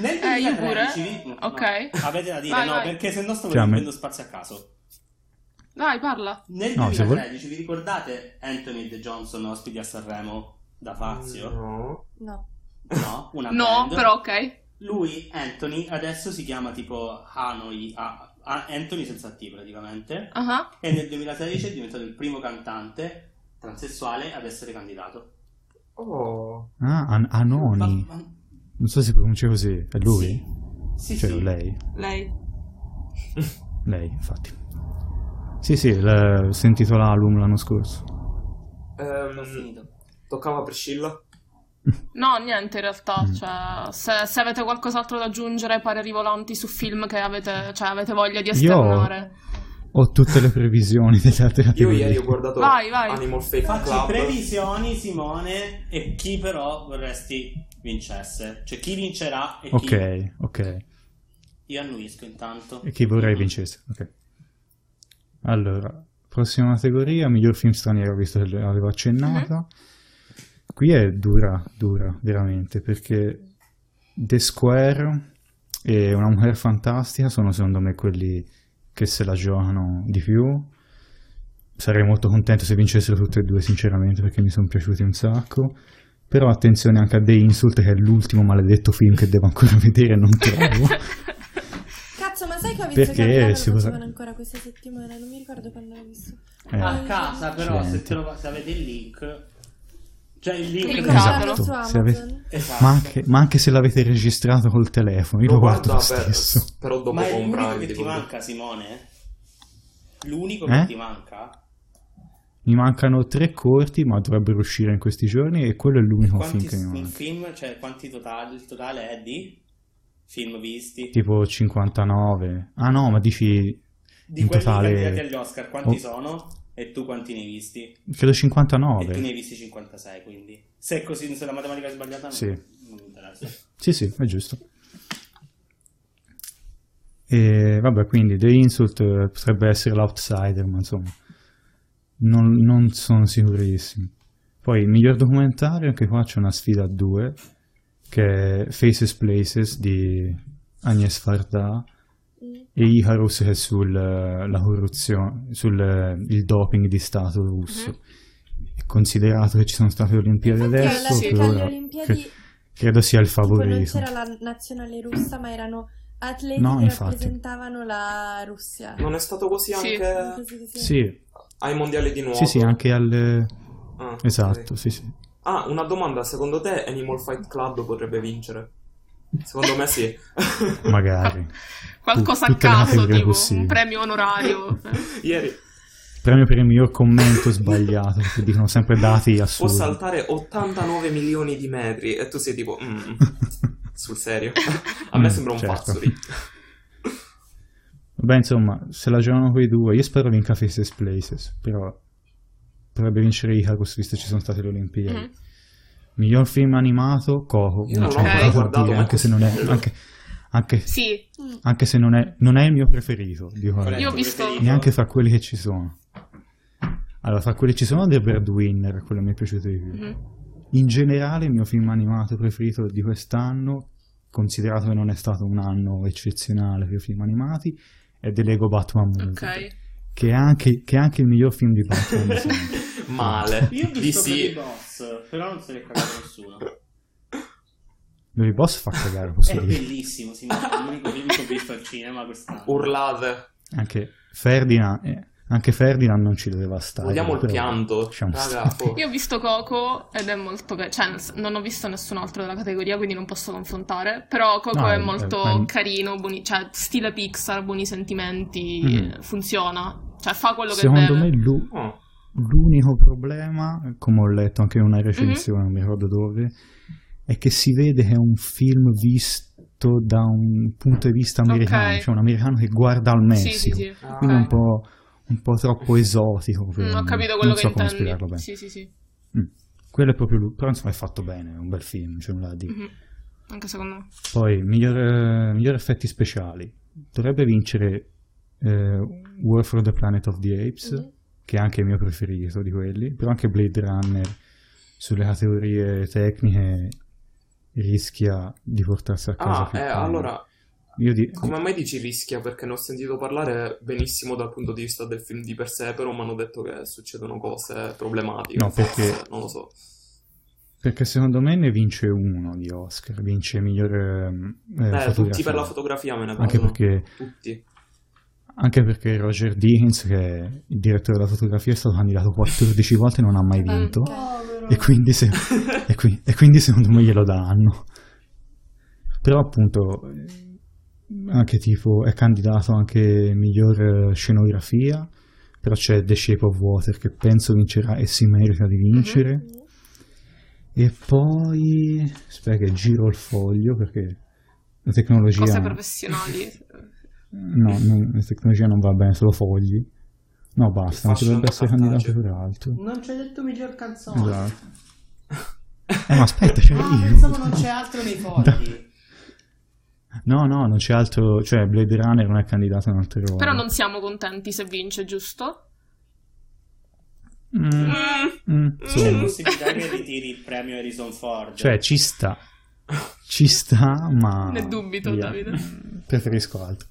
Speaker 5: Nel
Speaker 4: Eh, io
Speaker 5: 2013
Speaker 4: pure.
Speaker 5: vi-
Speaker 4: Ok.
Speaker 5: no, avete da dire,
Speaker 4: Vai,
Speaker 5: no,
Speaker 4: vai.
Speaker 5: perché se no stavo
Speaker 3: Cioè, a me-
Speaker 5: prendendo spazio a caso.
Speaker 4: Dai, parla.
Speaker 5: Nel
Speaker 3: No, se vuoi-
Speaker 5: 2013 vi ricordate Anthony De Johnson ospiti a Sanremo da Fazio?
Speaker 1: No.
Speaker 2: No.
Speaker 3: Mm.
Speaker 5: No, una
Speaker 4: No,
Speaker 5: band.
Speaker 4: però ok.
Speaker 5: Lui, Anthony, adesso si chiama tipo Hanoi, a- a- Anthony senza T praticamente,
Speaker 4: Ah,
Speaker 5: e nel 2013 è diventato il primo cantante transessuale ad essere candidato.
Speaker 1: Oh.
Speaker 3: Ah, An- Anoni.
Speaker 5: Ma- ma-
Speaker 3: Non so se pronuncia così. È lui?
Speaker 5: Sì, sì.
Speaker 3: Cioè,
Speaker 5: sì.
Speaker 3: lei?
Speaker 4: Lei.
Speaker 3: Lei, infatti. Sì, sì, l- ho sentito l'album l'anno scorso.
Speaker 5: Ho
Speaker 1: Ehm,
Speaker 5: finito.
Speaker 1: toccava a Priscilla.
Speaker 4: No, niente in realtà.
Speaker 3: Mm.
Speaker 4: Cioè, se, se avete qualcos'altro da aggiungere, pareri volanti su film che avete, cioè, avete voglia di
Speaker 3: Io-
Speaker 4: esternare.
Speaker 3: Ho tutte le previsioni delle altre
Speaker 1: Io
Speaker 3: categorie.
Speaker 1: ieri ho guardato
Speaker 4: Vai, vai.
Speaker 1: Animal Fake
Speaker 5: Facci
Speaker 1: Club.
Speaker 5: previsioni, Simone, e chi però vorresti vincesse. Cioè, chi vincerà e chi...
Speaker 3: Ok, ok.
Speaker 5: Io annuisco intanto.
Speaker 3: E chi vorrei
Speaker 5: Mm.
Speaker 3: vincesse. Ok. Allora, prossima categoria, miglior film straniero, visto che l'avevo accennato. Qui è dura, dura, veramente, perché The Square e Una Mujer Fantastica sono secondo me quelli che se la giocano di più. Sarei molto contento se vincessero tutti e due, sinceramente, perché mi sono piaciuti un sacco. Però attenzione anche a The Insult, che è l'ultimo maledetto film che devo ancora vedere e non trovo.
Speaker 2: Cazzo, ma sai che ho visto
Speaker 3: Perché
Speaker 2: che a Milano
Speaker 3: si
Speaker 2: lo
Speaker 3: posa-
Speaker 2: facevano ancora questa settimana? Non mi ricordo quando l'ho visto.
Speaker 3: Eh.
Speaker 5: A casa, però, se,
Speaker 3: Accidenti.
Speaker 5: te lo- se avete il link, cioè il link
Speaker 2: Cliccatelo
Speaker 4: Cliccatelo.
Speaker 2: su
Speaker 3: Esatto, se
Speaker 2: Amazon.
Speaker 5: Esatto.
Speaker 3: Ma anche, ma anche se l'avete registrato col telefono, io
Speaker 1: Lo
Speaker 3: lo guardo
Speaker 1: guarda
Speaker 3: lo
Speaker 1: per,
Speaker 3: stesso.
Speaker 1: però dopo
Speaker 5: Ma è
Speaker 1: con
Speaker 5: l'unico
Speaker 1: Prime.
Speaker 5: che ti
Speaker 1: tipo.
Speaker 5: manca, Simone? L'unico
Speaker 3: Eh?
Speaker 5: che ti manca?
Speaker 3: Mi mancano tre corti, ma dovrebbero uscire in questi giorni e quello è l'unico
Speaker 5: Quanti
Speaker 3: film che mi
Speaker 5: un
Speaker 3: manca.
Speaker 5: film, cioè quanti totali? Il totale è di film visti?
Speaker 3: Tipo 59. Ah no, ma dici...
Speaker 5: Di
Speaker 3: in
Speaker 5: quelli
Speaker 3: totale-
Speaker 5: candidati agli Oscar, quanti
Speaker 3: Oh.
Speaker 5: sono? E tu quanti ne hai visti?
Speaker 3: Credo
Speaker 5: E tu ne
Speaker 3: 59.
Speaker 5: hai visti 56, quindi. Se è così, se la matematica è sbagliata, non-
Speaker 3: Sì.
Speaker 5: non mi interessa.
Speaker 3: Sì, sì, è giusto. E vabbè, quindi The Insult eh, potrebbe essere l'outsider, ma insomma, non, non sono sicurissimo. Poi, miglior documentario, anche qua c'è una sfida a due, che è Faces Places di Agnes Farda
Speaker 2: Mm.
Speaker 3: e Icarus che è sul, eh, la corruzione, sul eh, il doping di Stato russo. E Considerato che ci sono state le Olimpiadi
Speaker 2: Mhm. Infatti ho letto
Speaker 3: adesso,
Speaker 2: che alle
Speaker 3: allora,
Speaker 2: Olimpiadi
Speaker 3: credo sia il
Speaker 2: tipo, non
Speaker 3: favorito.
Speaker 2: c'era la nazionale russa, ma erano atleti
Speaker 3: No,
Speaker 2: che
Speaker 3: infatti.
Speaker 2: rappresentavano la Russia.
Speaker 1: Non è stato così
Speaker 4: Sì.
Speaker 1: anche
Speaker 2: Così che sia.
Speaker 3: Sì,
Speaker 1: ai mondiali di nuovo.
Speaker 3: sì, sì, anche al...
Speaker 1: Ah,
Speaker 3: Esatto,
Speaker 1: ok.
Speaker 3: sì, sì.
Speaker 1: Ah, una domanda, secondo te Animal Fight Club potrebbe vincere? Secondo me sì.
Speaker 3: Magari.
Speaker 4: Qualcosa a
Speaker 3: Tutte le
Speaker 4: caso,
Speaker 3: categorie
Speaker 4: tipo
Speaker 3: possibili.
Speaker 4: un premio onorario.
Speaker 1: Ieri,
Speaker 3: Premio per il miglior commento sbagliato, perché dicono sempre dati
Speaker 1: Può
Speaker 3: assurdi.
Speaker 1: saltare 89 milioni di metri e tu sei tipo, "Mm, sul serio? A me
Speaker 3: Mm,
Speaker 1: sembra un
Speaker 3: certo.
Speaker 1: pazzo lì.
Speaker 3: Vabbè, insomma, se la giocano quei due, io spero vinca Faces Places, però potrebbe vincere Icarus visto ci sono state le Olimpiadi.
Speaker 4: Mhm.
Speaker 3: Miglior film animato, Coco,
Speaker 1: Io non
Speaker 3: non c'è
Speaker 4: l'ho
Speaker 3: niente
Speaker 4: mai
Speaker 3: da
Speaker 1: guardato,
Speaker 3: dire,
Speaker 1: ma
Speaker 3: anche se non è...
Speaker 1: così.
Speaker 3: Anche, anche-
Speaker 4: Sì,
Speaker 2: Mm.
Speaker 3: anche se non è, non è il mio preferito, dico la
Speaker 5: Qual è il
Speaker 4: Io ho
Speaker 5: tuo
Speaker 4: visto-
Speaker 5: preferito?
Speaker 3: neanche fra quelli che ci sono. Allora, fra quelli che ci sono, The Breadwinner, quello che mi è piaciuto di più.
Speaker 4: Mhm.
Speaker 3: In generale, il mio film animato preferito di quest'anno, considerato che non è stato un anno eccezionale per i film animati, è The Lego Batman Movie,
Speaker 4: ok.
Speaker 3: che, è anche, che è anche il miglior film di Batman. di sempre.
Speaker 1: Male.
Speaker 5: Io ho visto
Speaker 1: DC.
Speaker 5: i boss, però non se ne è cagato nessuno.
Speaker 3: Dove il boss fa cagare,
Speaker 5: È
Speaker 4: Eh.
Speaker 3: posso dire.
Speaker 5: bellissimo, sì, ma è l'unico film che ho visto al cinema quest'anno.
Speaker 1: Urlate.
Speaker 3: Anche Ferdinand, eh, anche Ferdinand non ci doveva stare.
Speaker 1: Vogliamo il
Speaker 3: però diciamo
Speaker 1: pianto.
Speaker 3: lasciamo
Speaker 1: Raga,
Speaker 3: stare.
Speaker 1: oh.
Speaker 4: Io ho visto Coco ed è molto... ca- Cioè, nel sen- non ho visto nessun altro della categoria, quindi non posso confrontare. Però Coco
Speaker 3: No,
Speaker 4: è
Speaker 3: eh,
Speaker 4: molto
Speaker 3: ma-
Speaker 4: carino, buoni- cioè, stile Pixar, buoni sentimenti,
Speaker 3: Mhm.
Speaker 4: eh, funziona. Cioè, fa quello che
Speaker 3: Secondo
Speaker 4: deve.
Speaker 3: me lui,
Speaker 1: Oh,
Speaker 3: L'unico problema, come ho letto anche in
Speaker 4: Mhm.
Speaker 3: una recensione, non mi ricordo dove, è che si vede che è un film visto da un punto di vista americano,
Speaker 4: Ok.
Speaker 3: cioè un americano che guarda al Messico,
Speaker 4: Sì, sì, sì.
Speaker 1: Ah.
Speaker 3: quindi è un
Speaker 4: ok.
Speaker 3: po', un po' troppo esotico. per
Speaker 4: Mm,
Speaker 3: me.
Speaker 4: ho capito quello
Speaker 3: non
Speaker 4: che
Speaker 3: so come spiegarlo
Speaker 4: intendi.
Speaker 3: bene.
Speaker 4: Sì, sì, sì.
Speaker 3: Quello è proprio lui, però insomma è fatto bene, è un bel film, c'è nulla da dire.
Speaker 4: Mhm. Anche secondo me.
Speaker 3: Poi, miglior, eh, miglior effetti speciali. Dovrebbe vincere eh, War for the Planet of the Apes,
Speaker 4: Mm.
Speaker 3: che è anche il mio preferito di quelli, però anche Blade Runner sulle categorie tecniche rischia di portarsi a casa.
Speaker 1: Ah,
Speaker 3: più
Speaker 1: eh,
Speaker 3: palme.
Speaker 1: allora,
Speaker 3: Io di-
Speaker 1: come mai dici rischia? Perché ne ho sentito parlare benissimo dal punto di vista del film di per sé, però mi hanno detto che succedono cose problematiche.
Speaker 3: No,
Speaker 1: forse,
Speaker 3: perché-
Speaker 1: Non lo so.
Speaker 3: Perché secondo me ne vince uno di Oscar, vince miglior ehm, eh,
Speaker 1: Eh, tutti
Speaker 3: fotografia.
Speaker 1: per la fotografia me ne
Speaker 3: Anche
Speaker 1: parlano.
Speaker 3: perché
Speaker 1: Tutti.
Speaker 3: Anche perché Roger Dickens, che è il direttore della fotografia, è stato candidato 14 volte e non ha mai vinto. E quindi, se- e qui- e quindi secondo me glielo danno. Però appunto, eh, anche tipo, è candidato anche miglior eh, scenografia, però c'è The Shape of Water che penso vincerà e si merita di vincere.
Speaker 2: Mhm.
Speaker 3: E poi... aspetta che giro il foglio perché la tecnologia...
Speaker 4: Cose professionali. Eh,
Speaker 3: No, non- la tecnologia non va bene, solo fogli. No, basta, non ci dovrebbe essere
Speaker 1: Fashion
Speaker 3: candidato
Speaker 1: cartaceo.
Speaker 3: per altro.
Speaker 5: Non c'è detto miglior canzone.
Speaker 3: Esatto. Eh, ma aspetta, c'è
Speaker 5: Ah,
Speaker 3: io.
Speaker 5: pensavo non c'è altro nei fogli.
Speaker 3: No, no, non c'è altro. Cioè, Blade Runner non è candidato in altre ruolo.
Speaker 4: Però non siamo contenti se vince, giusto?
Speaker 3: Mm,
Speaker 4: Mm.
Speaker 3: mm, sì.
Speaker 5: C'è possibilità che ritiri il premio Harrison Ford.
Speaker 3: Cioè, ci sta. Ci sta, ma.
Speaker 4: Ne dubito, Davide.
Speaker 3: Preferisco altro.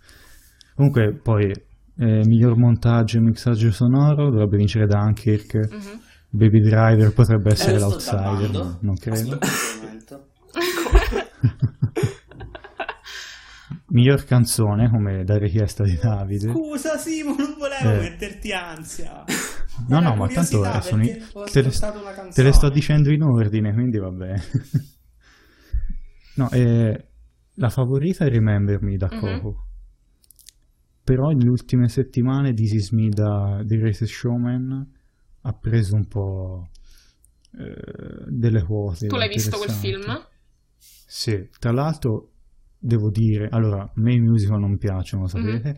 Speaker 3: Comunque, poi, eh, miglior montaggio e mixaggio sonoro dovrebbe vincere Dunkirk.
Speaker 4: Mhm.
Speaker 3: Baby Driver potrebbe essere
Speaker 5: lo Eh, sto
Speaker 3: l'outsider,
Speaker 5: tappando.
Speaker 3: ma non credo.
Speaker 5: Aspetta un momento.
Speaker 3: Miglior canzone, come da richiesta di Davide.
Speaker 5: Scusa Simo, non volevo
Speaker 3: Eh.
Speaker 5: metterti ansia.
Speaker 3: No,
Speaker 5: Era
Speaker 3: no, ma tanto
Speaker 5: curiosità,
Speaker 3: eh, sono i-
Speaker 5: perché ho
Speaker 3: te, le,
Speaker 5: ascoltato una
Speaker 3: te le sto
Speaker 5: canzone.
Speaker 3: dicendo in ordine, quindi va bene. no, eh, la favorita è Remember Me da
Speaker 4: Mhm.
Speaker 3: Coco. Però le ultime settimane This Is Me da The Greatest Showman ha preso un po' eh, delle quote.
Speaker 4: Tu l'hai visto quel
Speaker 3: interessanti.
Speaker 4: film?
Speaker 3: Sì, tra l'altro devo dire, allora, a me i musical non piacciono, lo sapete.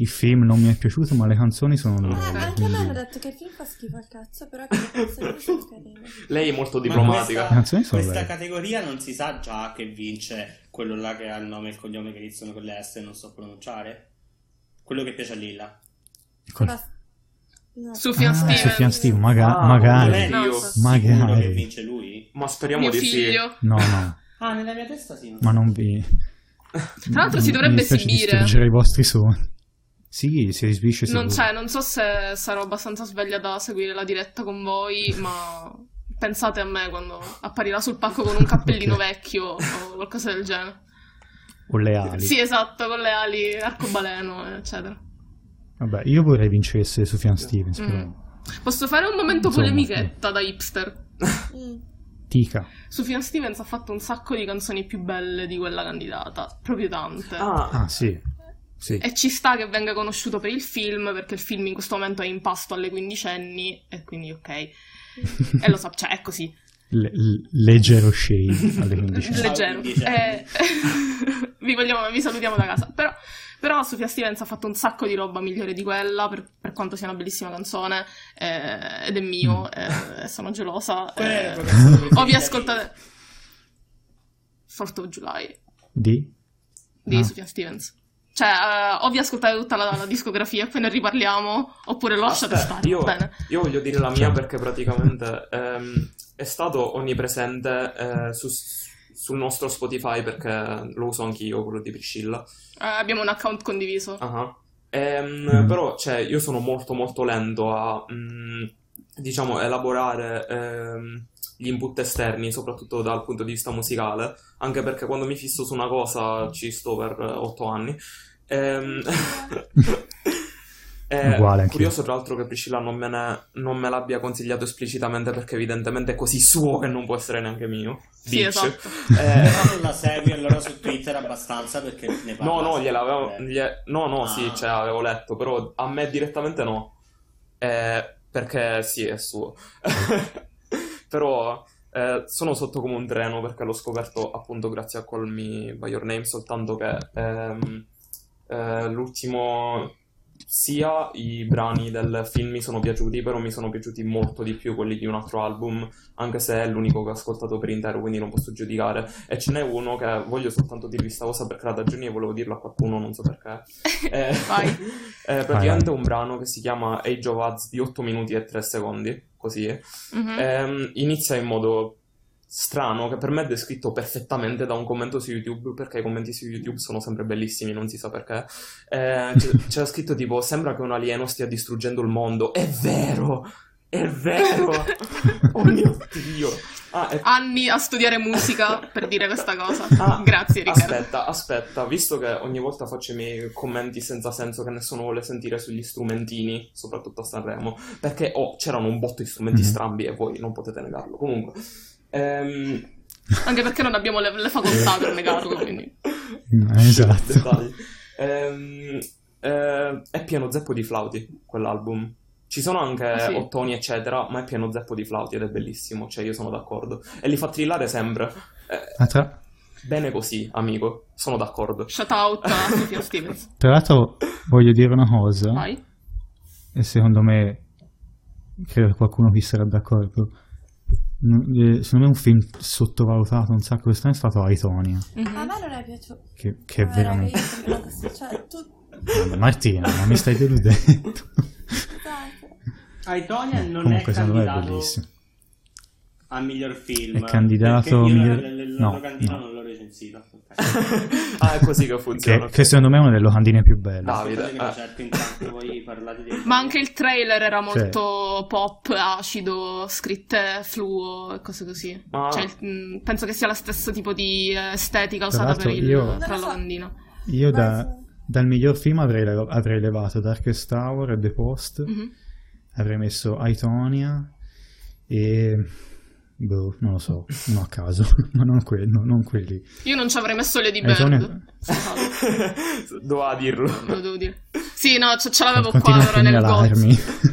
Speaker 3: Il film non mi è piaciuto, ma le canzoni sono
Speaker 1: Ah,
Speaker 3: loro.
Speaker 2: Eh, anche a me hanno
Speaker 3: quindi-
Speaker 2: detto che il film fa schifo al cazzo, però che le canzoni sono carine.
Speaker 1: Lei è molto
Speaker 5: Ma
Speaker 1: diplomatica.
Speaker 3: Le canzoni
Speaker 5: Questa,
Speaker 3: sono
Speaker 5: questa
Speaker 3: belle.
Speaker 5: categoria non si sa già che vince quello là che ha il nome e il cognome che iniziano con le S e non so pronunciare. Quello che piace a Lilla.
Speaker 3: Quel-
Speaker 2: Ma- no.
Speaker 4: Sufjan
Speaker 3: Ah,
Speaker 4: Stevens.
Speaker 3: Sufjan Stevens, maga-
Speaker 1: Ah,
Speaker 3: magari.
Speaker 5: non è
Speaker 4: No,
Speaker 5: io
Speaker 4: so.
Speaker 5: sicuro che
Speaker 3: Magari.
Speaker 5: vince lui.
Speaker 1: Ma speriamo
Speaker 4: Mio
Speaker 1: di
Speaker 4: figlio.
Speaker 3: No, no,
Speaker 5: Ah, nella mia testa sì. non
Speaker 3: ma non vi...
Speaker 4: Tra l'altro si
Speaker 3: Mi-
Speaker 4: dovrebbe
Speaker 3: mi dispiace
Speaker 4: esibire.
Speaker 3: distruggere i vostri sogni. Sì, si esibisce
Speaker 4: Non
Speaker 3: sicuro.
Speaker 4: c'è, non so se sarò abbastanza sveglia da seguire la diretta con voi, ma pensate a me quando apparirà sul pacco con un cappellino
Speaker 3: Ok.
Speaker 4: vecchio o qualcosa del genere.
Speaker 3: O le ali.
Speaker 4: Sì, esatto, con le ali, arcobaleno, eccetera.
Speaker 3: Vabbè, io vorrei vincesse Sufjan Stevens,
Speaker 4: Mm.
Speaker 3: però...
Speaker 4: Posso fare un momento
Speaker 3: Insomma,
Speaker 4: polemichetta da hipster?
Speaker 2: Mm.
Speaker 3: Tica.
Speaker 4: Sufjan Stevens ha fatto un sacco di canzoni più belle di quella candidata, proprio tante.
Speaker 1: sì. Ah,
Speaker 3: Ah, sì.
Speaker 7: Sì.
Speaker 4: E ci sta che venga conosciuto per il film, perché il film in questo momento è in pasto alle quindicenni, e quindi ok. e lo so, cioè è così.
Speaker 3: Le- l- leggero shade alle 15.
Speaker 4: leggero.
Speaker 5: quindicenni.
Speaker 4: Eh, vi, vogliamo- vi salutiamo da casa. Però, però Sofia Stevens ha fatto un sacco di roba migliore di quella, per, per quanto sia una bellissima canzone, eh, ed è
Speaker 5: Mm.
Speaker 4: mio, eh, e sono gelosa. eh. o vi ascoltate... 4 July
Speaker 3: Di?
Speaker 4: di
Speaker 3: Ah.
Speaker 4: Sofia Stevens. Cioè, eh, o vi ascoltate tutta la, la discografia e poi ne riparliamo, oppure lo lasciate
Speaker 1: Aspetta,
Speaker 4: stare.
Speaker 1: io,
Speaker 4: Bene.
Speaker 1: io voglio dire la mia
Speaker 3: Ciao.
Speaker 1: perché praticamente ehm, è stato onnipresente eh, su- sul nostro Spotify perché lo uso anch'io, quello di Priscilla.
Speaker 4: Eh, abbiamo un account condiviso.
Speaker 1: Ah. Ehm,
Speaker 3: Mm.
Speaker 1: Però cioè, io sono molto molto lento a mm, diciamo elaborare ehm, gli input esterni, soprattutto dal punto di vista musicale, anche perché quando mi fisso su una cosa ci sto per eh, otto anni. Ehm, è
Speaker 3: Uguale anch'io.
Speaker 1: curioso tra l'altro che Priscilla non me, ne- non me l'abbia consigliato esplicitamente perché evidentemente è così suo che non può essere neanche mio.
Speaker 4: Sì,
Speaker 1: Bitch.
Speaker 4: esatto.
Speaker 1: Eh,
Speaker 5: Però non la segui allora su Twitter abbastanza perché ne parla.
Speaker 1: No, no, gliel'avevo.
Speaker 5: Eh.
Speaker 1: glie- No, no, sì,
Speaker 5: Ah.
Speaker 1: cioè, avevo letto, però a me direttamente no. Eh, perché sì, è suo. però eh, sono sotto come un treno perché l'ho scoperto appunto grazie a Call Me By Your Name, soltanto che ehm, eh, l'ultimo. Sia i brani del film mi sono piaciuti, però mi sono piaciuti molto di più quelli di un altro album, anche se è l'unico che ho ascoltato per intero, quindi non posso giudicare. E ce n'è uno che voglio soltanto dirvi sta cosa perché la ragioni e volevo dirlo a qualcuno, non so perché. Eh,
Speaker 4: Vai.
Speaker 1: eh, praticamente un brano che si chiama Age of Ads di 8 minuti e 3 secondi, così.
Speaker 4: Mhm.
Speaker 1: Ehm, inizia in modo strano, che per me è descritto perfettamente da un commento su YouTube, perché i commenti su YouTube sono sempre bellissimi, non si sa perché. Eh, c'è, c'era scritto tipo, sembra che un alieno stia distruggendo il mondo. È vero! È vero! oh mio Dio! Ah, e
Speaker 4: Anni a studiare musica per dire questa cosa.
Speaker 1: Ah,
Speaker 4: Grazie, Riccardo.
Speaker 1: Aspetta, aspetta, visto che ogni volta faccio i miei commenti senza senso che nessuno vuole sentire sugli strumentini, soprattutto a Sanremo, perché oh, c'erano un botto di strumenti
Speaker 3: Mhm.
Speaker 1: strambi e voi non potete negarlo. Comunque, ehm,
Speaker 4: Anche perché non abbiamo le, le facoltà per negarlo, quindi.
Speaker 3: Mm, Esatto.
Speaker 1: dettagli. Ehm, eh, è pieno zeppo di flauti quell'album. Ci sono anche
Speaker 4: Ah, sì?
Speaker 1: ottoni, eccetera, ma è pieno zeppo di flauti ed è bellissimo, cioè io sono d'accordo. E li fa trillare sempre. Eh,
Speaker 3: Ah, tra,
Speaker 1: bene così, amico, sono d'accordo.
Speaker 4: Shout out a Sofia Stevens.
Speaker 3: tra l'altro voglio dire una
Speaker 1: Ah.
Speaker 3: cosa.
Speaker 4: Vai.
Speaker 3: e secondo me credo che qualcuno qui sarà d'accordo N- eh, secondo me un film sottovalutato un sacco quest'anno è stato Aitonia
Speaker 6: A
Speaker 4: Mhm.
Speaker 6: me non è piaciuto.
Speaker 3: che, che è
Speaker 6: Ah, raga, io
Speaker 3: veramente
Speaker 6: sono questa- Cioè, tu...
Speaker 3: Vabbè, Martina ma mi stai deludendo Boh.
Speaker 6: Esatto.
Speaker 5: Aitonia non
Speaker 3: Eh, comunque
Speaker 5: è
Speaker 3: secondo me è
Speaker 5: candidato
Speaker 3: bellissimo
Speaker 5: a miglior film.
Speaker 3: È candidato
Speaker 5: perché io
Speaker 3: miglior-
Speaker 5: la- la- la-
Speaker 3: no,
Speaker 5: locandina
Speaker 3: no.
Speaker 5: non l'ho recensita. ok.
Speaker 1: Ah, è così che funziona.
Speaker 3: che, che secondo me è una delle locandine più belle
Speaker 1: No. Davide,
Speaker 5: Aspettate che
Speaker 1: eh.
Speaker 5: lo cerco intanto voi parlate di...
Speaker 4: Ma anche il trailer era
Speaker 3: Cioè.
Speaker 4: molto pop, acido, scritte fluo e cose così.
Speaker 1: Ma-
Speaker 4: Cioè, il- mh, penso che sia lo stesso tipo di eh, estetica usata
Speaker 3: l'altro
Speaker 4: per il
Speaker 3: io-
Speaker 4: per la
Speaker 6: Non lo so.
Speaker 4: locandina.
Speaker 3: io da-
Speaker 6: Ma sì.
Speaker 3: dal miglior film avrei, le- avrei levato Darkest Tower e The Post
Speaker 4: Mhm.
Speaker 3: avrei messo Aitonia e boh non lo so uno a caso ma non quello non quelli
Speaker 4: Io non ci avrei messo Lady
Speaker 3: Aitonia-
Speaker 4: Bird. Scusate,
Speaker 1: Doveva dirlo.
Speaker 4: lo devo dire. Sì, no, ce, ce l'avevo qua
Speaker 3: continua a
Speaker 4: allora nel
Speaker 3: segnalarmi
Speaker 4: gozzo.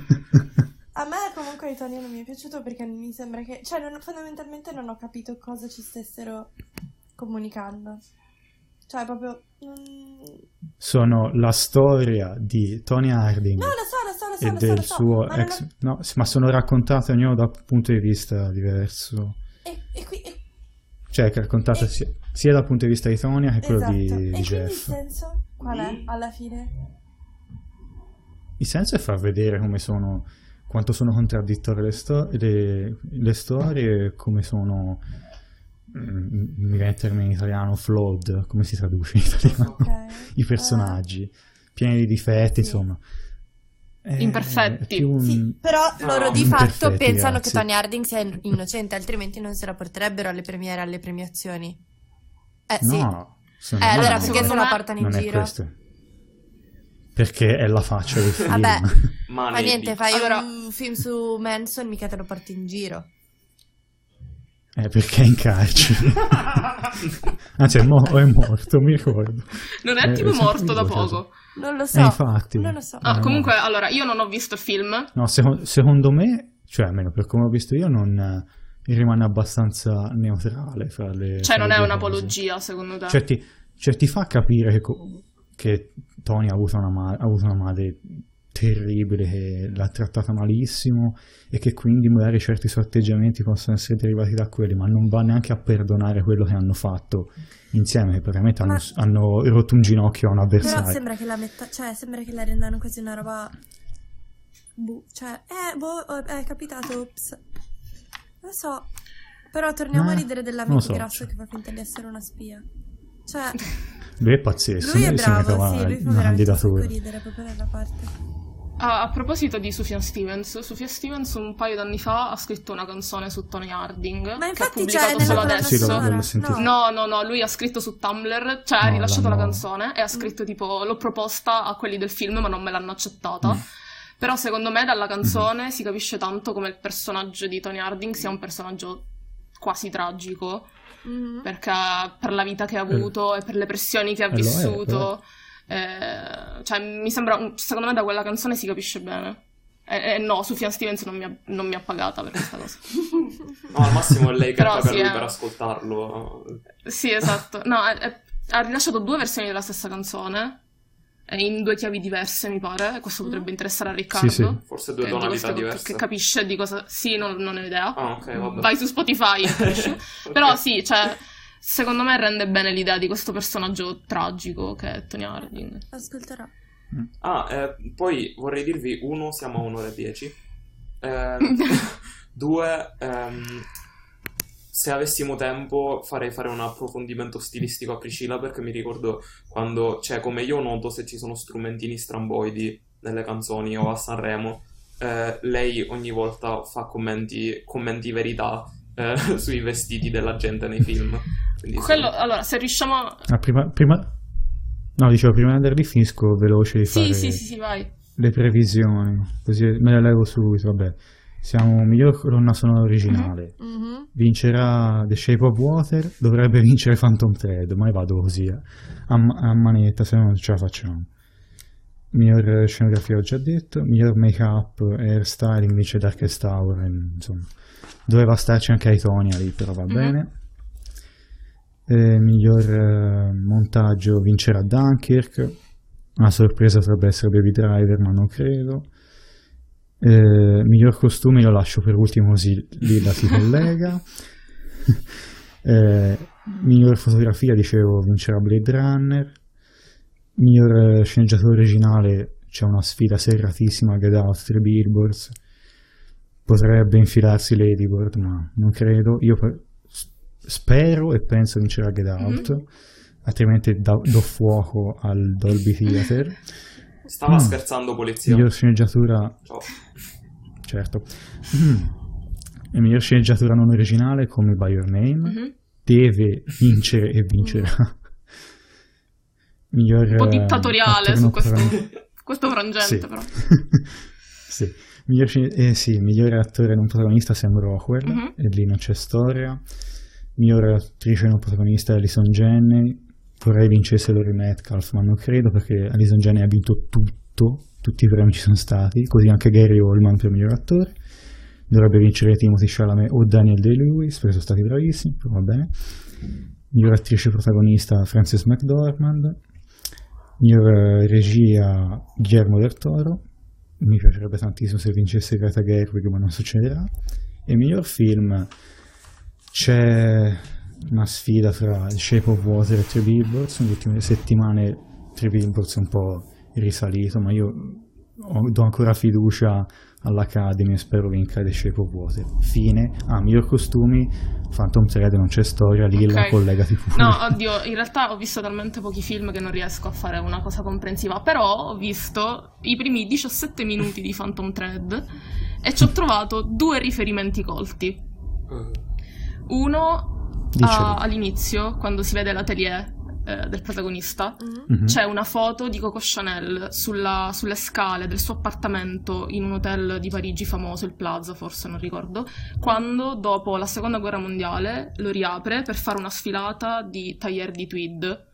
Speaker 6: A me comunque Italia non mi è piaciuto perché mi sembra che... Cioè, non- fondamentalmente non ho capito cosa ci stessero comunicando. Cioè, proprio... mm,
Speaker 3: sono la storia di Tony Harding
Speaker 6: No, lo so, lo so, lo so,
Speaker 3: e
Speaker 6: lo so,
Speaker 3: del
Speaker 6: lo so.
Speaker 3: suo
Speaker 6: ma non ho-
Speaker 3: ex no, sì, ma sono raccontate ognuno da un punto di vista diverso
Speaker 6: E, e qui... e-
Speaker 3: cioè che raccontate
Speaker 6: E-
Speaker 3: sia, sia dal punto di vista di Tonia che quello
Speaker 6: Esatto.
Speaker 3: di,
Speaker 6: e
Speaker 3: di
Speaker 6: quindi il
Speaker 3: Jeff
Speaker 6: senso qual è alla fine?
Speaker 3: il senso è far vedere come sono quanto sono contraddittorie le, sto- le- le storie come sono mm, mi viene il termine in italiano flawed come si traduce in italiano
Speaker 6: Ok. Eh, Ah.
Speaker 3: i personaggi pieni di difetti,
Speaker 6: Sì.
Speaker 3: insomma. Eh,
Speaker 4: Imperfetti.
Speaker 3: è più un-
Speaker 6: Sì, però loro di
Speaker 3: Mm. Imperfetti,
Speaker 6: fatto pensano
Speaker 3: ragazzi.
Speaker 6: che Tony Harding sia innocente, altrimenti non se la porterebbero alle premiere, alle premiazioni. Eh sì.
Speaker 3: No, secondo
Speaker 6: Eh, allora
Speaker 3: me non
Speaker 6: perché
Speaker 3: è-
Speaker 6: se
Speaker 4: secondo
Speaker 6: la
Speaker 4: me
Speaker 6: portano in
Speaker 3: non è
Speaker 6: giro?
Speaker 3: questo. Perché è la faccia del film.
Speaker 6: Vabbè. Ma
Speaker 1: Ma ne-
Speaker 6: niente, fai
Speaker 4: Allora-
Speaker 6: un film su Manson, mica te lo porti in giro.
Speaker 3: Eh, perché è in carcere. Anzi, è, mo- o è morto, mi ricordo.
Speaker 4: Non è
Speaker 3: Eh,
Speaker 4: tipo
Speaker 3: sì,
Speaker 4: morto da
Speaker 3: sì,
Speaker 4: poco.
Speaker 2: Non lo so.
Speaker 3: Eh, infatti.
Speaker 2: Non lo so.
Speaker 4: Ah,
Speaker 3: Eh,
Speaker 4: comunque, allora, io non ho visto il film.
Speaker 3: No, seco- secondo me, cioè almeno per come ho visto io, non eh, rimane abbastanza neutrale fra le... fra
Speaker 4: Cioè, non
Speaker 3: le
Speaker 4: è
Speaker 3: due
Speaker 4: un'apologia, secondo te.
Speaker 3: cose. Cioè ti, cioè, ti fa capire che, co- che Tony ha avuto, una ma- ha avuto una madre terribile, che l'ha trattata malissimo e che quindi magari certi suoi atteggiamenti possono essere derivati da quelli, ma non va neanche a perdonare quello che hanno fatto insieme, che praticamente hanno,
Speaker 2: Ma-
Speaker 3: hanno rotto un ginocchio a un
Speaker 2: Però
Speaker 3: avversario.
Speaker 2: sembra che la metta, cioè sembra che la rendano così una roba boh, cioè eh boh, oh, è capitato, ops. Non lo so. Però torniamo
Speaker 3: Eh,
Speaker 2: a ridere dell'amico
Speaker 3: non lo so,
Speaker 2: grasso
Speaker 3: cioè.
Speaker 2: che fa finta di essere una spia. Cioè,
Speaker 3: Lui è pazzesco,
Speaker 2: lui è
Speaker 3: se ne
Speaker 2: bravo,
Speaker 3: trova
Speaker 2: sì, lui fa
Speaker 3: una
Speaker 2: veramente un sacco
Speaker 3: candidatura.
Speaker 2: ridere proprio nella parte.
Speaker 4: Ah, a proposito di Sufjan Stevens, Sufjan Stevens un paio d'anni fa ha scritto una canzone su Tony Harding.
Speaker 2: Ma
Speaker 4: che ha
Speaker 2: infatti cioè,
Speaker 4: pubblicato
Speaker 2: nella
Speaker 4: solo
Speaker 2: colonna
Speaker 4: adesso.
Speaker 3: Sì, l'ho-
Speaker 2: sonora-
Speaker 3: l'ho sentito.
Speaker 2: no.
Speaker 4: No, no, no, lui ha scritto su Tumblr, cioè ha
Speaker 3: No,
Speaker 4: rilasciato la
Speaker 3: l'hanno-
Speaker 4: canzone e ha scritto tipo l'ho proposta a quelli del film ma non me l'hanno accettata.
Speaker 3: Mm.
Speaker 4: Però secondo me dalla canzone
Speaker 3: Mm-hmm.
Speaker 4: si capisce tanto come il personaggio di Tony Harding sia un personaggio quasi tragico,
Speaker 2: Mhm.
Speaker 4: perché per la vita che ha avuto e per le pressioni che ha
Speaker 3: eh, lo è, lo è.
Speaker 4: vissuto, eh, cioè mi sembra, un- secondo me da quella canzone si capisce bene. E, e no, Sufjan Stevens non mi, ha, non mi ha pagata per questa cosa.
Speaker 1: No, al massimo è lei che
Speaker 4: Però
Speaker 1: paga
Speaker 4: sì,
Speaker 1: lui
Speaker 4: eh.
Speaker 1: per ascoltarlo.
Speaker 4: Sì, esatto. No, è- è- ha rilasciato due versioni della stessa canzone, eh, in due chiavi diverse, mi pare. e Questo potrebbe interessare a Riccardo.
Speaker 3: Sì, sì.
Speaker 1: Forse due
Speaker 4: che è di
Speaker 1: tonalità
Speaker 4: questo Eh, che-
Speaker 1: diverse.
Speaker 4: Che capisce di cosa... Sì, non, non ne ho idea.
Speaker 1: Ah, ok, vabbè.
Speaker 4: Vai su Spotify e capisci.
Speaker 1: Ok.
Speaker 4: Però sì, cioè, secondo me rende bene l'idea di questo personaggio tragico che è Tony Harding.
Speaker 2: Ascolterò.
Speaker 1: Ah, eh, poi vorrei dirvi, uno, siamo a un'ora e dieci. Eh, due, ehm, se avessimo tempo farei fare un approfondimento stilistico a Priscilla perché mi ricordo quando, cioè come io noto se ci sono strumentini stramboidi nelle canzoni o a Sanremo, eh, lei ogni volta fa commenti, commenti verità eh, sui vestiti della gente nei film. Quindi sì.
Speaker 4: Quello, allora, se riusciamo a...
Speaker 3: Ah, prima, prima- No, dicevo, prima di andare lì finisco veloce di fare Eh,
Speaker 4: Sì, sì, sì, sì, vai.
Speaker 3: le previsioni, così me le levo subito, vabbè. Siamo miglior colonna sonora originale,
Speaker 2: Mhm.
Speaker 3: vincerà The Shape of Water, dovrebbe vincere Phantom Thread, ma io vado così a, a ma- a manetta, se no non ce la facciamo. Miglior eh, scenografia ho già detto, miglior make-up, hairstyling vince Darkest Hour, e, insomma. Doveva starci anche Aitonia lì, però va
Speaker 4: Mhm.
Speaker 3: bene. Eh, miglior eh, montaggio vincerà Dunkirk. Una sorpresa potrebbe essere Baby Driver, ma non credo. Eh, miglior costume lo lascio per ultimo così Lilla si collega. Eh, miglior fotografia, dicevo, vincerà Blade Runner. Miglior eh, sceneggiatore originale c'è una sfida serratissima che dà altri Billboards. Potrebbe infilarsi Ladybird, ma non credo. Io per- s- spero e penso vincerà Get
Speaker 4: Mhm.
Speaker 3: Out, altrimenti da- do fuoco al Dolby Theater.
Speaker 1: Stava
Speaker 3: Mm.
Speaker 1: scherzando polizia.
Speaker 3: Miglior sceneggiatura,
Speaker 1: Ciao.
Speaker 3: certo. E miglior sceneggiatura non originale come By Your Name
Speaker 4: Mhm.
Speaker 3: deve vincere e vincerà. Miglior,
Speaker 4: Un po'
Speaker 3: eh,
Speaker 4: dittatoriale su
Speaker 3: attorno
Speaker 4: questo,
Speaker 3: coran-
Speaker 4: questo frangente,
Speaker 3: Sì.
Speaker 4: però.
Speaker 3: sì. Miglior, scen- eh sì, migliore attore non protagonista Sam Rockwell,
Speaker 4: Mhm.
Speaker 3: e lì non c'è storia. Migliore attrice non protagonista Alison Janney, vorrei vincesse Lori Metcalf, ma non credo perché Alison Janney ha vinto tutto, tutti i premi ci sono stati, così anche Gary Oldman per miglior attore. Dovrebbe vincere Timothy Chalamet o Daniel Day-Lewis, perché sono stati bravissimi, però va bene. Miglior attrice protagonista Frances McDormand. Miglior eh, regia Guillermo del Toro. Mi piacerebbe tantissimo se vincesse Greta Gerwig, ma non succederà. E miglior film c'è una sfida fra The Shape of Water e Three Billboards. Nelle ultime settimane Three Billboards è un po' risalito, ma io ho- do ancora fiducia all'Academy e spero vinca The Shape of Water. Fine. Ah, miglior costumi, Phantom Thread, non c'è storia, Lilla,
Speaker 4: Ok.
Speaker 3: collegati pure.
Speaker 4: No, ah, oddio, in realtà ho visto talmente pochi film che non riesco a fare una cosa comprensiva, però ho visto i primi 17 minuti di Phantom Thread e ci ho trovato due riferimenti colti. ah,
Speaker 1: Eh.
Speaker 4: Uno a-
Speaker 3: Dicelo.
Speaker 4: all'inizio, quando si vede l'atelier eh, del protagonista,
Speaker 2: Mm-hmm.
Speaker 6: Mhm.
Speaker 3: Mhm.
Speaker 4: c'è una foto di Coco Chanel sulla- sulle scale del suo appartamento in un hotel di Parigi famoso, il Plaza forse, non ricordo, quando dopo la seconda guerra mondiale lo riapre per fare una sfilata di tailleur di tweed.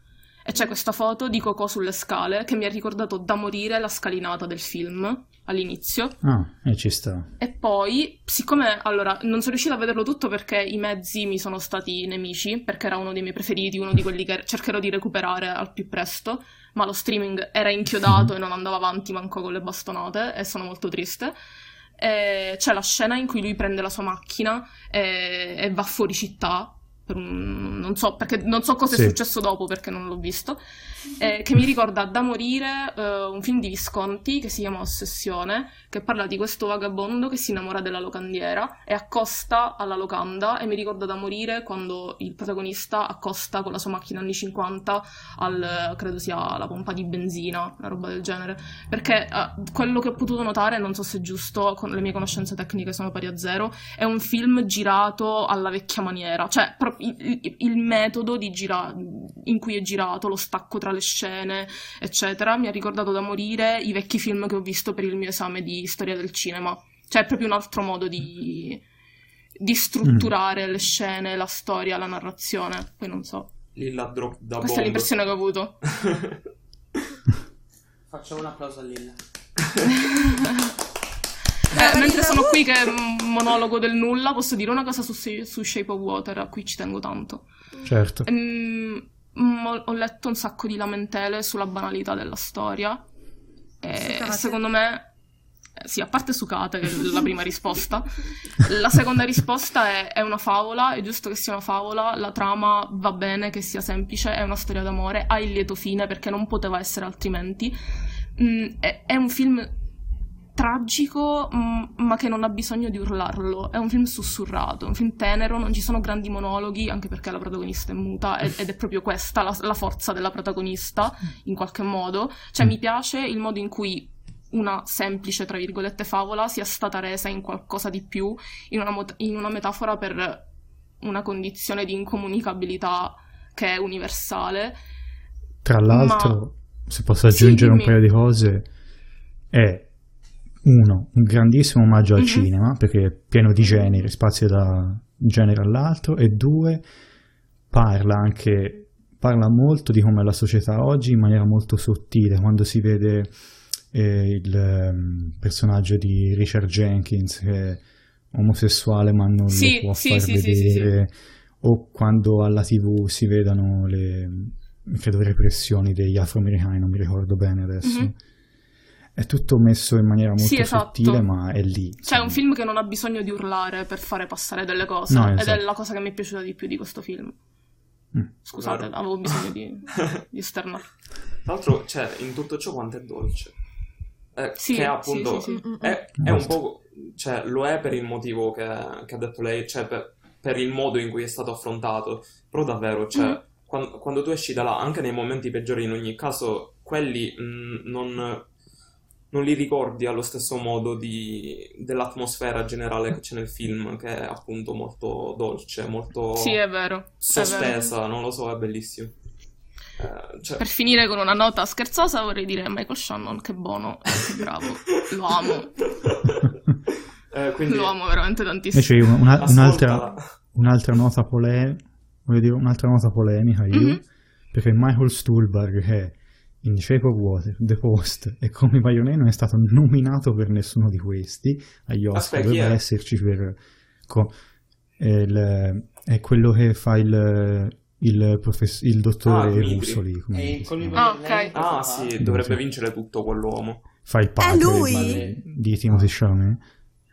Speaker 4: E c'è questa foto di Coco sulle scale che mi ha ricordato da morire la scalinata del film all'inizio.
Speaker 3: Ah, e ci sta.
Speaker 4: E poi, siccome allora non sono riuscita a vederlo tutto perché i mezzi mi sono stati nemici, perché era uno dei miei preferiti, uno di quelli che cercherò di recuperare al più presto, ma lo streaming era inchiodato e non andava avanti manco con le bastonate e sono molto triste. E c'è la scena in cui lui prende la sua macchina e, e va fuori città. per un- non so, perché non so cosa è
Speaker 3: Sì.
Speaker 4: successo dopo perché non l'ho visto. eh, che mi ricorda da morire eh, un film di Visconti che si chiama Ossessione, che parla di questo vagabondo che si innamora della locandiera e accosta alla locanda e mi ricorda da morire quando il protagonista accosta con la sua macchina anni 50 al, credo sia la pompa di benzina, una roba del genere, perché eh, quello che ho potuto notare, non so se è giusto, con le mie conoscenze tecniche sono pari a zero, è un film girato alla vecchia maniera, cioè pro- il, il- il metodo di gira- in cui è girato, lo stacco tra le scene, eccetera, mi ha ricordato da morire i vecchi film che ho visto per il mio esame di storia del cinema. Cioè, è proprio un altro modo di, di strutturare le scene, la storia, la narrazione. Poi non so.
Speaker 1: Lilla drop da
Speaker 4: Questa
Speaker 1: bomb.
Speaker 4: è l'impressione che ho avuto.
Speaker 5: Facciamo un applauso a Lilla.
Speaker 4: Eh, mentre sono qui che è un monologo del nulla, posso dire una cosa su, su Shape of Water, a cui ci tengo tanto.
Speaker 3: Certo.
Speaker 4: Ehm, mm, ho, ho letto un sacco di lamentele sulla banalità della storia. E
Speaker 2: Sucate.
Speaker 4: secondo me, eh, sì, a parte Sucate, che è la prima risposta, la seconda risposta è, è una favola, è giusto che sia una favola, la trama va bene che sia semplice, è una storia d'amore, ha il lieto fine perché non poteva essere altrimenti. Mm, è, è un film tragico, mm, ma che non ha bisogno di urlarlo. È un film sussurrato, è un film tenero, non ci sono grandi monologhi, anche perché la protagonista è muta ed, ed è proprio questa la, la forza della protagonista, in qualche modo. Cioè, mi piace il modo in cui una semplice, tra virgolette, favola sia stata resa in qualcosa di più, in una, mot- in una metafora per una condizione di incomunicabilità che è universale.
Speaker 3: Tra l'altro, se posso
Speaker 4: Sì,
Speaker 3: aggiungere un
Speaker 4: dimmi.
Speaker 3: paio di cose, è uno, un grandissimo omaggio al
Speaker 4: Mhm.
Speaker 3: cinema, perché è pieno di generi, spazio da un genere all'altro, e due, parla anche, parla molto di come è la società oggi in maniera molto sottile, quando si vede eh, il ehm, personaggio di Richard Jenkins che è omosessuale ma non
Speaker 4: Sì,
Speaker 3: lo può
Speaker 4: sì,
Speaker 3: far
Speaker 4: sì, sì, sì, sì.
Speaker 3: vedere, o quando alla tv si vedono le credo, repressioni degli afroamericani, non mi ricordo bene adesso.
Speaker 4: Mhm.
Speaker 3: È tutto messo in maniera molto
Speaker 4: Sì, esatto.
Speaker 3: sottile, ma è lì.
Speaker 4: Cioè,
Speaker 3: insomma.
Speaker 4: è un film che non ha bisogno di urlare per fare passare delle cose.
Speaker 3: No,
Speaker 4: ed è
Speaker 3: esatto.
Speaker 4: la cosa che mi è piaciuta di più di questo film.
Speaker 3: Mm.
Speaker 4: Scusate,
Speaker 1: Vero.
Speaker 4: avevo bisogno di, di esternare.
Speaker 1: Tra l'altro, cioè, in tutto ciò quanto è dolce. Eh,
Speaker 4: Sì,
Speaker 1: che
Speaker 4: sì,
Speaker 1: appunto
Speaker 4: sì, sì.
Speaker 6: Mm, mm, mm.
Speaker 1: È, è un
Speaker 3: Basta.
Speaker 1: po'. Cioè, lo è per il motivo che, che ha detto lei, cioè per, per il modo in cui è stato affrontato. Però davvero, cioè,
Speaker 4: Mhm.
Speaker 1: quan- quando, tu esci da là, anche nei momenti peggiori, in ogni caso, quelli mh, non, non li ricordi allo stesso modo di- dell'atmosfera generale che c'è nel film, che è appunto molto dolce, molto
Speaker 4: Sì, è vero. è vero.
Speaker 1: sospesa, non lo so, è bellissimo. Eh, cioè,
Speaker 4: Per finire con una nota scherzosa, vorrei dire Michael Shannon, che buono, che bravo. Lo amo,
Speaker 1: Eh, quindi,
Speaker 4: lo amo veramente tantissimo.
Speaker 3: Invece io una- Ah, un'altra,
Speaker 1: ascoltala.
Speaker 3: un'altra nota polemica, voglio dire un'altra nota polemica io,
Speaker 1: Mm-hmm.
Speaker 4: Mhm.
Speaker 3: perché Michael Stuhlbarg che è in Shape of Water, The Post e Come Bayonet non è stato nominato per nessuno di questi agli Oscar,
Speaker 1: Aspetta, chi
Speaker 3: doveva
Speaker 1: è?
Speaker 3: esserci per... co- è, il- è quello che fa il, il, profess- il dottore
Speaker 1: Ah, Dimitri.
Speaker 3: russo lì, come
Speaker 5: E
Speaker 3: si
Speaker 5: Eh, con
Speaker 3: chiama?
Speaker 6: Oh.
Speaker 5: il
Speaker 4: Ah, ok.
Speaker 1: Ah, sì, dovrebbe vincere tutto quell'uomo.
Speaker 3: fa il padre
Speaker 6: lui?
Speaker 3: madre di Timothy Chalamet.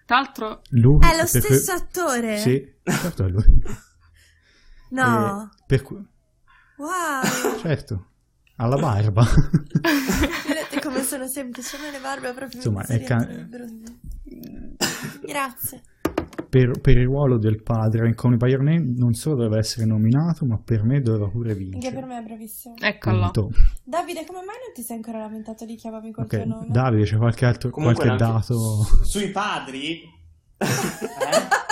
Speaker 4: Tra l'altro,
Speaker 3: Lui,
Speaker 6: È lo
Speaker 3: per-
Speaker 6: stesso attore?
Speaker 3: Sì, certo è lui.
Speaker 6: No.
Speaker 3: Eh, per cui-
Speaker 6: Wow.
Speaker 3: certo, alla barba.
Speaker 6: Vedete come sono semplici, a me le barbe proprio
Speaker 3: Insomma,
Speaker 6: mi
Speaker 3: è ca-
Speaker 6: sorridono brutte. Grazie.
Speaker 3: per, per il ruolo del padre in Connie By Your Name non solo doveva essere nominato, ma per me doveva pure
Speaker 2: Anche
Speaker 3: vincere.
Speaker 2: per me ecco, è bravissimo.
Speaker 4: eccola.
Speaker 3: Punto.
Speaker 2: Davide, come mai non ti sei ancora lamentato di chiamami col
Speaker 3: Ok,
Speaker 2: tuo nome?
Speaker 3: Davide, c'è qualche altro
Speaker 1: Comunque
Speaker 3: qualche
Speaker 1: era anche-
Speaker 3: dato?
Speaker 5: Sui padri? Eh?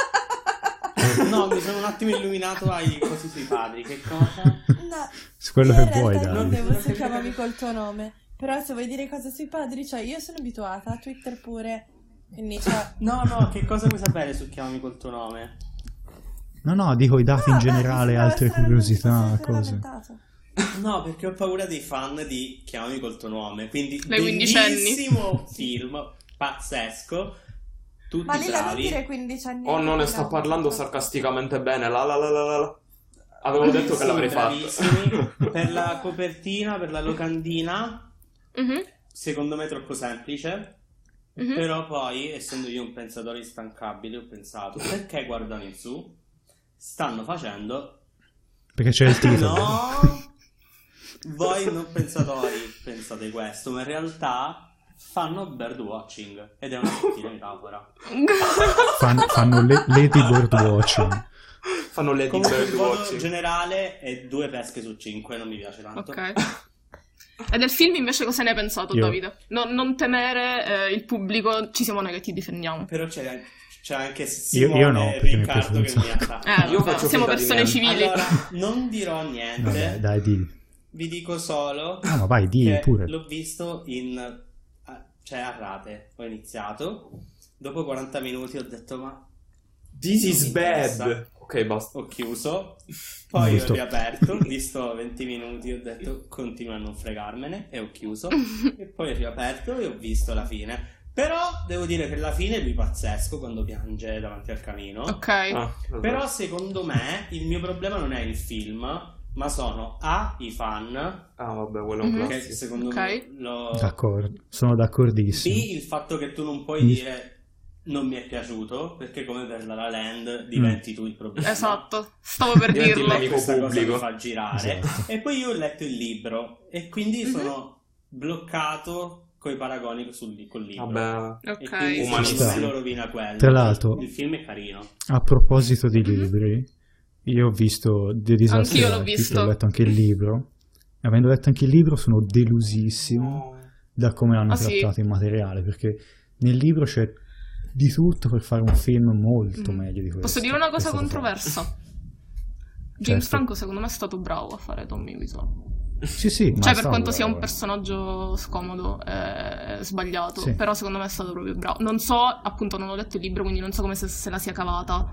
Speaker 5: no, mi sono un attimo illuminato ai cosi sui padri. Che cosa?
Speaker 2: No,
Speaker 3: Su quello
Speaker 2: io in
Speaker 3: che vuoi,
Speaker 2: realtà
Speaker 3: Davide.
Speaker 2: intendevo se chiamami col tuo nome. Però se vuoi dire cose sui padri, cioè io sono abituata a Twitter pure. Quindi, cioè,
Speaker 5: No, no, che cosa vuoi sapere su chiamami col tuo nome?
Speaker 3: No, no, dico i dati Ah, in
Speaker 2: No, beh, mi
Speaker 3: generale,
Speaker 2: sembrava
Speaker 3: altre
Speaker 2: strano, non
Speaker 3: curiosità,
Speaker 2: ti sei
Speaker 3: cose.
Speaker 2: lamentato.
Speaker 5: No, perché ho paura dei fan di Chiamami col tuo nome. Quindi,
Speaker 4: Dai quindicenni.
Speaker 5: bellissimo film, pazzesco. Tutti
Speaker 2: Ma lì da non
Speaker 5: bravi.
Speaker 2: dire 15 anni.
Speaker 1: Oh no, ne sta parlando sarcasticamente bene. La la la la la, la. Avevo detto che
Speaker 5: Sì,
Speaker 1: l'avrei fatto.
Speaker 5: bravissimi. per la copertina, per la locandina, secondo me è troppo semplice.
Speaker 4: Mhm.
Speaker 5: Però poi, essendo io un pensatore instancabile, ho pensato perché guardano in su? Stanno facendo.
Speaker 3: Perché c'è il titolo.
Speaker 5: No! Voi non pensatori pensate questo, ma in realtà fanno birdwatching ed è una sottile metafora.
Speaker 3: Fan- fanno le- Lady Bird Watching.
Speaker 1: Fanno le
Speaker 5: Comunque il
Speaker 1: bird
Speaker 5: voto
Speaker 1: watching.
Speaker 5: generale è due pesche su cinque, non mi piace tanto.
Speaker 4: Ok. E del film invece cosa ne hai pensato,
Speaker 3: Io.
Speaker 4: Davide? No- non temere eh, il pubblico, ci siamo noi che ti difendiamo.
Speaker 5: Però c'è, c'è anche
Speaker 3: Io-
Speaker 5: Simone
Speaker 3: io no,
Speaker 5: e
Speaker 3: perché mi è
Speaker 5: Riccardo che
Speaker 3: piaciuto
Speaker 5: mi
Speaker 3: un sacco.
Speaker 4: Eh,
Speaker 5: attacca.
Speaker 1: Io
Speaker 4: vabbè,
Speaker 1: faccio
Speaker 4: siamo
Speaker 1: finta di
Speaker 4: persone
Speaker 1: niente.
Speaker 4: civili.
Speaker 5: Allora, non dirò niente,
Speaker 3: Vabbè, dai, dillo.
Speaker 5: vi dico solo
Speaker 3: No, ma vai, dillo
Speaker 5: che
Speaker 3: pure.
Speaker 5: l'ho visto in... a- cioè a rate, ho iniziato, dopo 40 minuti ho detto ma
Speaker 1: This is bad. Ok, basta.
Speaker 5: ho chiuso, poi
Speaker 3: Giusto.
Speaker 5: ho riaperto, ho visto 20 minuti, ho detto continua a non fregarmene e ho chiuso, e poi ho riaperto e ho visto la fine. Però devo dire che la fine è lui pazzesco quando piange davanti al camino.
Speaker 4: Ok.
Speaker 1: Ah, vabbè.
Speaker 5: Però secondo me il mio problema non è il film, ma sono A, i fan,
Speaker 1: Ah, vabbè, quello è un
Speaker 4: Mhm.
Speaker 5: che
Speaker 1: classico.
Speaker 5: secondo
Speaker 4: Ok.
Speaker 5: me lo...
Speaker 3: D'accordo, sono
Speaker 5: B,
Speaker 3: d'accordissimo.
Speaker 5: il fatto che tu non puoi
Speaker 3: Mi-
Speaker 5: dire non mi è piaciuto, perché come per la La Land diventi tu il problema.
Speaker 4: Mm. Esatto, stavo per
Speaker 1: Diventi
Speaker 4: dirlo.
Speaker 1: nemico
Speaker 5: Questa cosa
Speaker 1: pubblico.
Speaker 5: mi fa girare.
Speaker 3: Esatto.
Speaker 5: E poi io ho letto il libro e quindi
Speaker 4: Mhm.
Speaker 5: sono bloccato con i paragoni sul, col libro.
Speaker 1: Vabbè.
Speaker 5: E
Speaker 4: Ok.
Speaker 5: quindi
Speaker 1: Umanista.
Speaker 5: secondo me lo rovina quello.
Speaker 3: Tra l'altro-
Speaker 5: Il film è carino.
Speaker 3: A proposito di
Speaker 4: Mhm.
Speaker 3: libri, io ho visto The Disaster
Speaker 4: Anch'io l'ho
Speaker 3: Artist,
Speaker 4: visto.
Speaker 3: ho letto anche il libro. E Avendo letto anche il libro sono delusissimo da come hanno
Speaker 4: Ah, sì?
Speaker 3: trattato il materiale, perché nel libro c'è di tutto per fare un film molto
Speaker 4: Mm.
Speaker 3: meglio di questo.
Speaker 4: Posso dire una
Speaker 3: È
Speaker 4: cosa
Speaker 3: stato
Speaker 4: controversa? James
Speaker 3: Certo.
Speaker 4: Franco secondo me è stato bravo a fare Tommy Wiseau.
Speaker 3: fatto. Sì, sì, ma
Speaker 4: Cioè
Speaker 3: è
Speaker 4: per
Speaker 3: stato
Speaker 4: quanto sia un
Speaker 3: bravo, eh.
Speaker 4: personaggio scomodo, eh, sbagliato,
Speaker 3: Sì.
Speaker 4: però secondo me è stato proprio bravo. Non so, appunto non ho letto il libro, quindi non so come se, se la sia cavata.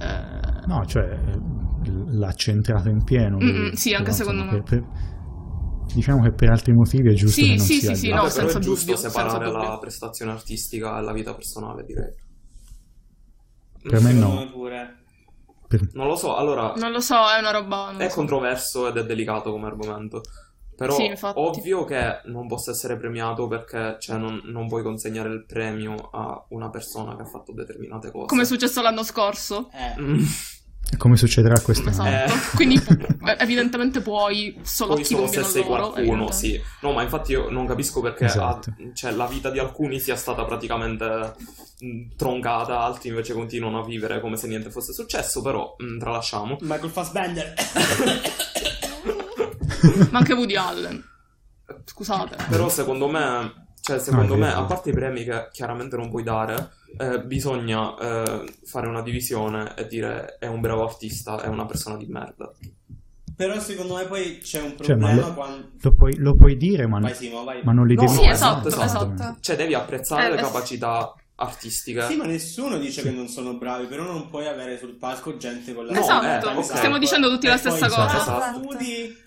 Speaker 4: Eh,
Speaker 3: No, cioè l'ha centrato in pieno.
Speaker 4: Mm,
Speaker 3: lui,
Speaker 4: sì, anche
Speaker 3: però, insomma,
Speaker 4: secondo
Speaker 3: per-
Speaker 4: me.
Speaker 3: per- diciamo che per altri motivi è giusto
Speaker 4: Sì,
Speaker 3: che non
Speaker 4: sì,
Speaker 3: sia
Speaker 4: sì, sì,
Speaker 3: lì.
Speaker 1: Vabbè,
Speaker 4: no,
Speaker 1: però
Speaker 4: senza
Speaker 1: è giusto
Speaker 4: dubbio,
Speaker 1: separare
Speaker 4: senza dubbio.
Speaker 1: la prestazione artistica dalla vita personale, direi.
Speaker 3: Per me
Speaker 5: Secondo
Speaker 3: no.
Speaker 5: me pure.
Speaker 3: Per-
Speaker 1: Non lo so, allora
Speaker 4: Non lo so, è una roba... non
Speaker 1: è
Speaker 4: lo so.
Speaker 1: controverso ed è delicato come argomento. Però
Speaker 4: Sì, infatti.
Speaker 1: ovvio che non possa essere premiato perché cioè, non, non puoi consegnare il premio a una persona che ha fatto determinate cose.
Speaker 4: Come è successo l'anno scorso.
Speaker 5: Eh,
Speaker 1: Mm.
Speaker 3: Come succederà quest'anno?
Speaker 4: Esatto.
Speaker 1: Eh.
Speaker 4: Quindi eh, evidentemente puoi solo
Speaker 1: Poi
Speaker 4: ti
Speaker 1: solo se
Speaker 4: conviene
Speaker 1: sei
Speaker 4: a loro,
Speaker 1: qualcuno,
Speaker 4: evidentemente.
Speaker 1: sì. No, ma infatti io non capisco perché
Speaker 3: Esatto.
Speaker 1: a- cioè, la vita di alcuni sia stata praticamente mh, troncata, altri invece continuano a vivere come se niente fosse successo, però mh, tralasciamo.
Speaker 5: Michael Fassbender.
Speaker 4: Ma anche Woody Allen. Scusate.
Speaker 1: Però secondo me, cioè, secondo
Speaker 3: Ah,
Speaker 1: me,
Speaker 3: sì, sì.
Speaker 1: a parte i premi che chiaramente non puoi dare, eh, bisogna eh, fare una divisione e dire è un bravo artista, è una persona di merda.
Speaker 5: Però secondo me poi c'è un
Speaker 3: Cioè, ma
Speaker 5: problema
Speaker 3: lo-
Speaker 5: quando...
Speaker 3: Lo puoi, lo puoi dire, ma,
Speaker 5: Vai Simo, vai.
Speaker 3: ma non li
Speaker 1: No,
Speaker 3: devi
Speaker 1: sì,
Speaker 3: fare,
Speaker 1: esatto,
Speaker 3: secondo me.
Speaker 2: esatto.
Speaker 1: Cioè, devi apprezzare
Speaker 4: Eh,
Speaker 1: le
Speaker 4: eh,
Speaker 1: capacità artistiche.
Speaker 5: Sì, ma nessuno dice che non sono bravi, però non puoi avere sul palco gente con la
Speaker 1: No,
Speaker 4: Esatto,
Speaker 1: eh, ok.
Speaker 4: stiamo dicendo tutti la stessa cosa.
Speaker 1: Esatto.
Speaker 5: Studi,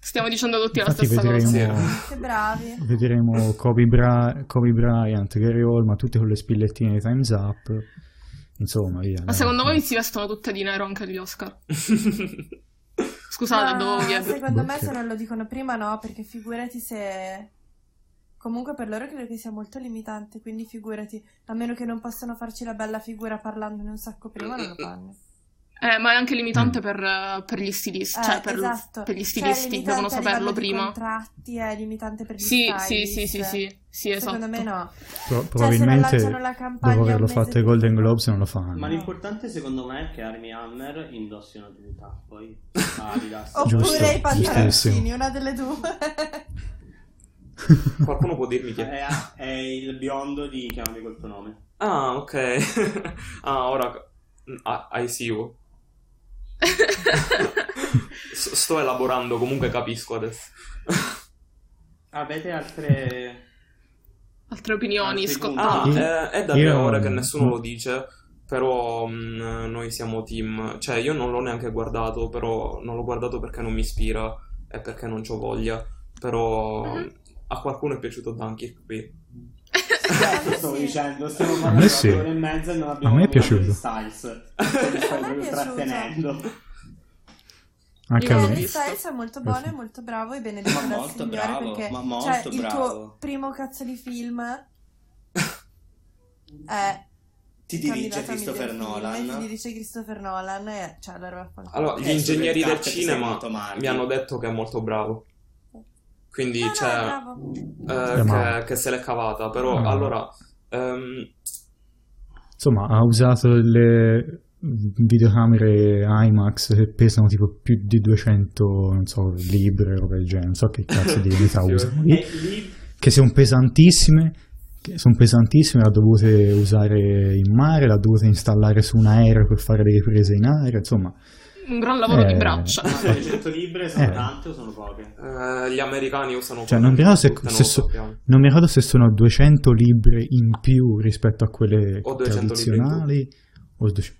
Speaker 4: Stiamo dicendo tutti la
Speaker 3: Infatti
Speaker 4: stessa
Speaker 3: vedremo,
Speaker 4: cosa.
Speaker 2: Che bravi.
Speaker 3: vedremo Kobe, Bra- Kobe Bryant, Gary Holman, tutte con le spillettine di Times Up. Insomma, via.
Speaker 4: Ma
Speaker 3: dai.
Speaker 4: secondo voi si vestono tutte di nero anche gli Oscar? Scusate,
Speaker 2: Ma
Speaker 4: dovevo chiedere.
Speaker 2: secondo me
Speaker 3: Ok.
Speaker 2: se non lo dicono prima no, perché figurati se... Comunque per loro credo che sia molto limitante, quindi figurati, a meno che non possano farci la bella figura parlandone un sacco prima, non lo fanno.
Speaker 4: Eh, ma è anche limitante per, eh, per gli stilisti.
Speaker 2: Eh,
Speaker 4: cioè, per,
Speaker 2: esatto.
Speaker 4: per gli
Speaker 2: Cioè,
Speaker 4: stilisti
Speaker 2: limitante
Speaker 4: devono
Speaker 2: a
Speaker 4: saperlo
Speaker 2: livello di
Speaker 4: prima.
Speaker 2: contratti è limitante per gli
Speaker 4: Sì, sì,
Speaker 2: stylist.
Speaker 4: sì, sì, sì, sì, esatto.
Speaker 2: Secondo me no.
Speaker 3: Pro-
Speaker 2: Cioè, se non
Speaker 3: probabilmente
Speaker 2: lanciano la campagna
Speaker 3: dopo
Speaker 2: un
Speaker 3: averlo
Speaker 2: mese
Speaker 3: fatto ai
Speaker 2: prima-
Speaker 3: Golden Globes non lo
Speaker 5: ma
Speaker 3: fanno.
Speaker 5: l'importante secondo me è che Army Hammer indossi una tuta, poi Adidas.
Speaker 2: Oppure
Speaker 3: Giusto,
Speaker 2: i pantaloncini,
Speaker 3: giustissimo.
Speaker 2: una delle due.
Speaker 1: Qualcuno può dirmi chi è?
Speaker 5: Cioè, È, è il biondo di Chiamami col tuo nome.
Speaker 1: Ah, ok. ah, ora a- I see you. S- sto elaborando, comunque capisco adesso.
Speaker 5: Avete altre...
Speaker 4: Altre opinioni,
Speaker 5: Altri
Speaker 4: scop-
Speaker 5: punti?
Speaker 1: Ah,
Speaker 3: Io-
Speaker 1: eh, è da tre
Speaker 3: io-
Speaker 1: ore che nessuno lo dice, però mh, noi siamo team, cioè io non l'ho neanche guardato, però non l'ho guardato perché non mi ispira e perché non c'ho voglia, però
Speaker 4: Mhm.
Speaker 1: a qualcuno è piaciuto Dunkirk qui.
Speaker 5: Certo, stavo
Speaker 6: Cioè, Sì.
Speaker 5: dicendo, stiamo
Speaker 3: A me
Speaker 5: parlando
Speaker 3: sì.
Speaker 5: di un'ora e mezza e non abbiamo
Speaker 3: A me è
Speaker 5: parlato di
Speaker 3: piaciuto.
Speaker 5: Styles. Cioè, mi stai
Speaker 6: A me è
Speaker 5: proprio
Speaker 6: piaciuto.
Speaker 5: trattenendo.
Speaker 3: Anche
Speaker 4: Io
Speaker 3: a
Speaker 4: l'ho
Speaker 6: Harry
Speaker 3: me.
Speaker 4: visto.
Speaker 6: Styles è molto buono, è molto bravo e benedetto
Speaker 5: Ma
Speaker 6: dal
Speaker 5: molto
Speaker 6: Signore
Speaker 5: bravo,
Speaker 6: perché
Speaker 5: ma
Speaker 6: cioè,
Speaker 5: molto
Speaker 6: il tuo
Speaker 5: bravo.
Speaker 6: primo cazzo di film è
Speaker 5: Ti dirige
Speaker 6: candidato a miglior
Speaker 5: Christopher
Speaker 6: film, e Ti
Speaker 5: Nolan.
Speaker 6: dirige Christopher Nolan e cioè allora vaffanculo.
Speaker 1: Allora, gli
Speaker 5: Eh,
Speaker 1: ingegneri
Speaker 5: sul
Speaker 1: del
Speaker 5: cut ti sei
Speaker 1: cinema
Speaker 5: molto male.
Speaker 1: mi hanno detto che è molto bravo, quindi
Speaker 2: Ah,
Speaker 6: No, no,
Speaker 1: cioè...
Speaker 6: è bravo.
Speaker 1: eh,
Speaker 3: Eh, ma-
Speaker 1: che, che se l'è cavata, però
Speaker 3: Ah.
Speaker 1: allora ehm,
Speaker 3: Insomma, ha usato le videocamere IMAX che pesano tipo più di 200, non so, libre o roba del genere. Non so che cazzo di unità
Speaker 1: Sì,
Speaker 3: usano lì.
Speaker 5: E lì
Speaker 3: che sono pesantissime, che sono pesantissime, l'ha dovute usare in mare, l'ha dovute installare su un aereo per fare delle prese in aereo, insomma,
Speaker 4: un gran lavoro di
Speaker 3: Eh,
Speaker 4: braccia.
Speaker 5: ma 300 libbre sono
Speaker 3: Eh.
Speaker 5: tante o sono poche?
Speaker 1: eh, gli americani usano
Speaker 3: Cioè,
Speaker 1: quelle
Speaker 3: non mi ricordo se-
Speaker 1: tutte, non
Speaker 3: se
Speaker 1: lo
Speaker 3: so-
Speaker 1: sappiamo.
Speaker 3: non mi ricordo se sono 200 libbre in più rispetto a quelle
Speaker 1: O 200 libri in più.
Speaker 3: tradizionali, o 200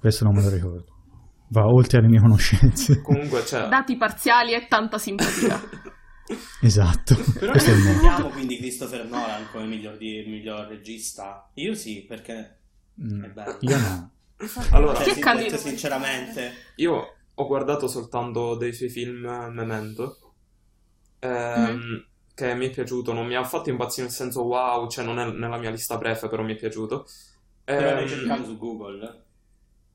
Speaker 3: questo non me lo ricordo, va oltre alle mie conoscenze,
Speaker 1: Comunque, cioè,
Speaker 4: Dati parziali e tanta simpatia.
Speaker 3: esatto,
Speaker 5: Però
Speaker 3: questo è il modo.
Speaker 5: sentiamo quindi Christopher Nolan come miglior, di- miglior regista? Io sì, perché...
Speaker 3: Mm,
Speaker 5: È bello.
Speaker 3: Io no,
Speaker 1: Allora-
Speaker 5: Cioè,
Speaker 4: Chi è
Speaker 5: sì,
Speaker 4: candidato?
Speaker 5: detto sinceramente...
Speaker 1: io ho guardato soltanto dei suoi film eh, Memento, ehm,
Speaker 7: Mhm.
Speaker 1: che mi è piaciuto, non mi ha fatto impazzire nel senso wow, cioè non è nella mia lista breve, però mi è piaciuto.
Speaker 5: Però l'hai
Speaker 1: Ehm,
Speaker 5: cercato su Google?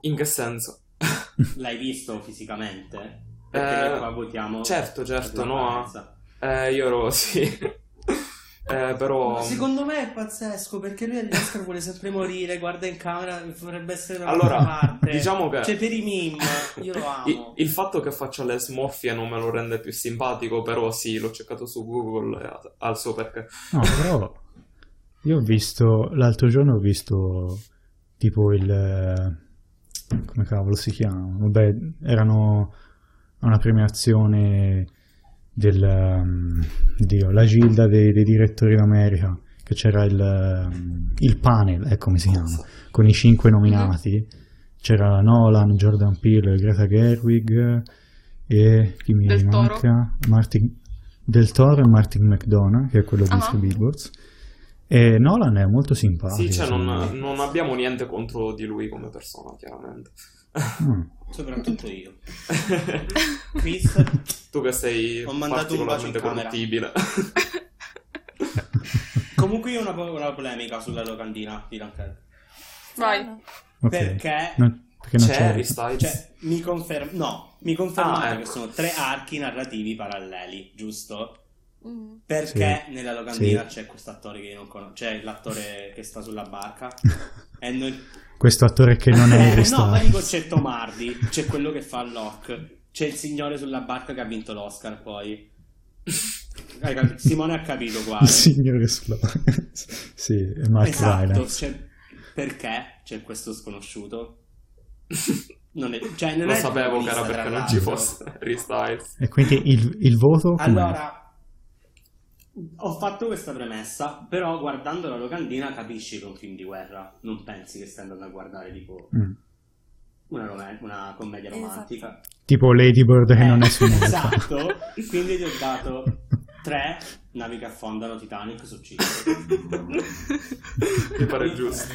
Speaker 1: in che senso?
Speaker 5: L'hai visto fisicamente? Perché
Speaker 1: Eh,
Speaker 5: noi qua votiamo...
Speaker 1: certo, certo,
Speaker 5: per
Speaker 1: no,
Speaker 5: l'apparenza.
Speaker 1: Eh, io ero sì. Eh, però...
Speaker 7: Ma Secondo me è pazzesco perché lui agli Oscar vuole sempre morire, guarda in camera, vorrebbe essere da
Speaker 1: Allora,
Speaker 7: un'altra parte.
Speaker 1: diciamo che...
Speaker 7: Cioè per i meme, io lo
Speaker 1: Il,
Speaker 7: amo.
Speaker 1: il fatto che faccia le smorfie non me lo rende più simpatico, però sì, l'ho cercato su Google e ha- ha il suo perché.
Speaker 3: No, però io ho visto l'altro giorno ho visto tipo il eh, come cavolo si chiama? Vabbè, erano a una premiazione del ehm, Dio, la Gilda dei, dei direttori d'America, che c'era il, ehm, il panel, ecco come si chiama, con i cinque
Speaker 4: Mm-hmm.
Speaker 3: nominati. C'era Nolan, Jordan Peele, Greta Gerwig e chi mi
Speaker 4: Del Toro.
Speaker 3: manca? Martin del Toro e Martin McDonough, che è quello di
Speaker 4: Ah.
Speaker 3: Three Billboards. E Nolan è molto simpatico.
Speaker 1: Sì, cioè non,
Speaker 3: secondo me.
Speaker 1: non abbiamo niente contro di lui come persona, chiaramente.
Speaker 3: Mm.
Speaker 5: Soprattutto io. Chris,
Speaker 1: tu che sei
Speaker 5: Ho mandato un bacio in
Speaker 1: particolarmente corruttibile.
Speaker 5: camera. comunque io ho una, po- una polemica sulla locandina di Dunkirk.
Speaker 4: Vai.
Speaker 6: Strano.
Speaker 3: Ah, Ok.
Speaker 5: Perché...
Speaker 3: Non- perché non
Speaker 1: C'è
Speaker 3: c'è.
Speaker 1: Harry Styles.
Speaker 5: Cioè, mi confermo... No, mi confermate
Speaker 1: Ah, ecco.
Speaker 5: che sono tre archi narrativi paralleli, giusto?
Speaker 6: Mm.
Speaker 5: Perché
Speaker 3: Sì.
Speaker 5: nella locandina
Speaker 3: Sì.
Speaker 5: c'è quest'attore che io non conosco, c'è l'attore che sta sulla barca e noi
Speaker 3: Questo attore che non è Harry
Speaker 5: Eh, no, ma
Speaker 3: Styles.
Speaker 5: dico c'è Tomardi, c'è quello che fa Locke, c'è il signore sulla barca che ha vinto l'Oscar poi. Hai cap- Simone ha capito qua.
Speaker 3: Il signore sulla Sì, è Mark
Speaker 5: esatto,
Speaker 3: Rylance.
Speaker 5: c'è- perché c'è questo sconosciuto? Non è, cioè, non
Speaker 1: Lo
Speaker 5: è il
Speaker 1: sapevo che era
Speaker 5: protagonista,
Speaker 1: perché
Speaker 5: tra
Speaker 1: non ci
Speaker 5: l'altro.
Speaker 1: fosse Harry Styles.
Speaker 3: E quindi il, il voto? com'è?
Speaker 5: Allora, ho fatto questa premessa, però guardando la locandina capisci che è un film di guerra, non pensi che stai andando a guardare tipo
Speaker 3: Mm.
Speaker 5: una, rom- una commedia
Speaker 6: Esatto.
Speaker 5: romantica.
Speaker 3: Tipo Lady Bird che
Speaker 5: Eh,
Speaker 3: non è su nulla.
Speaker 5: Esatto, quindi gli ho dato tre navi che affondano Titanic su cinque.
Speaker 1: Mi pare giusto.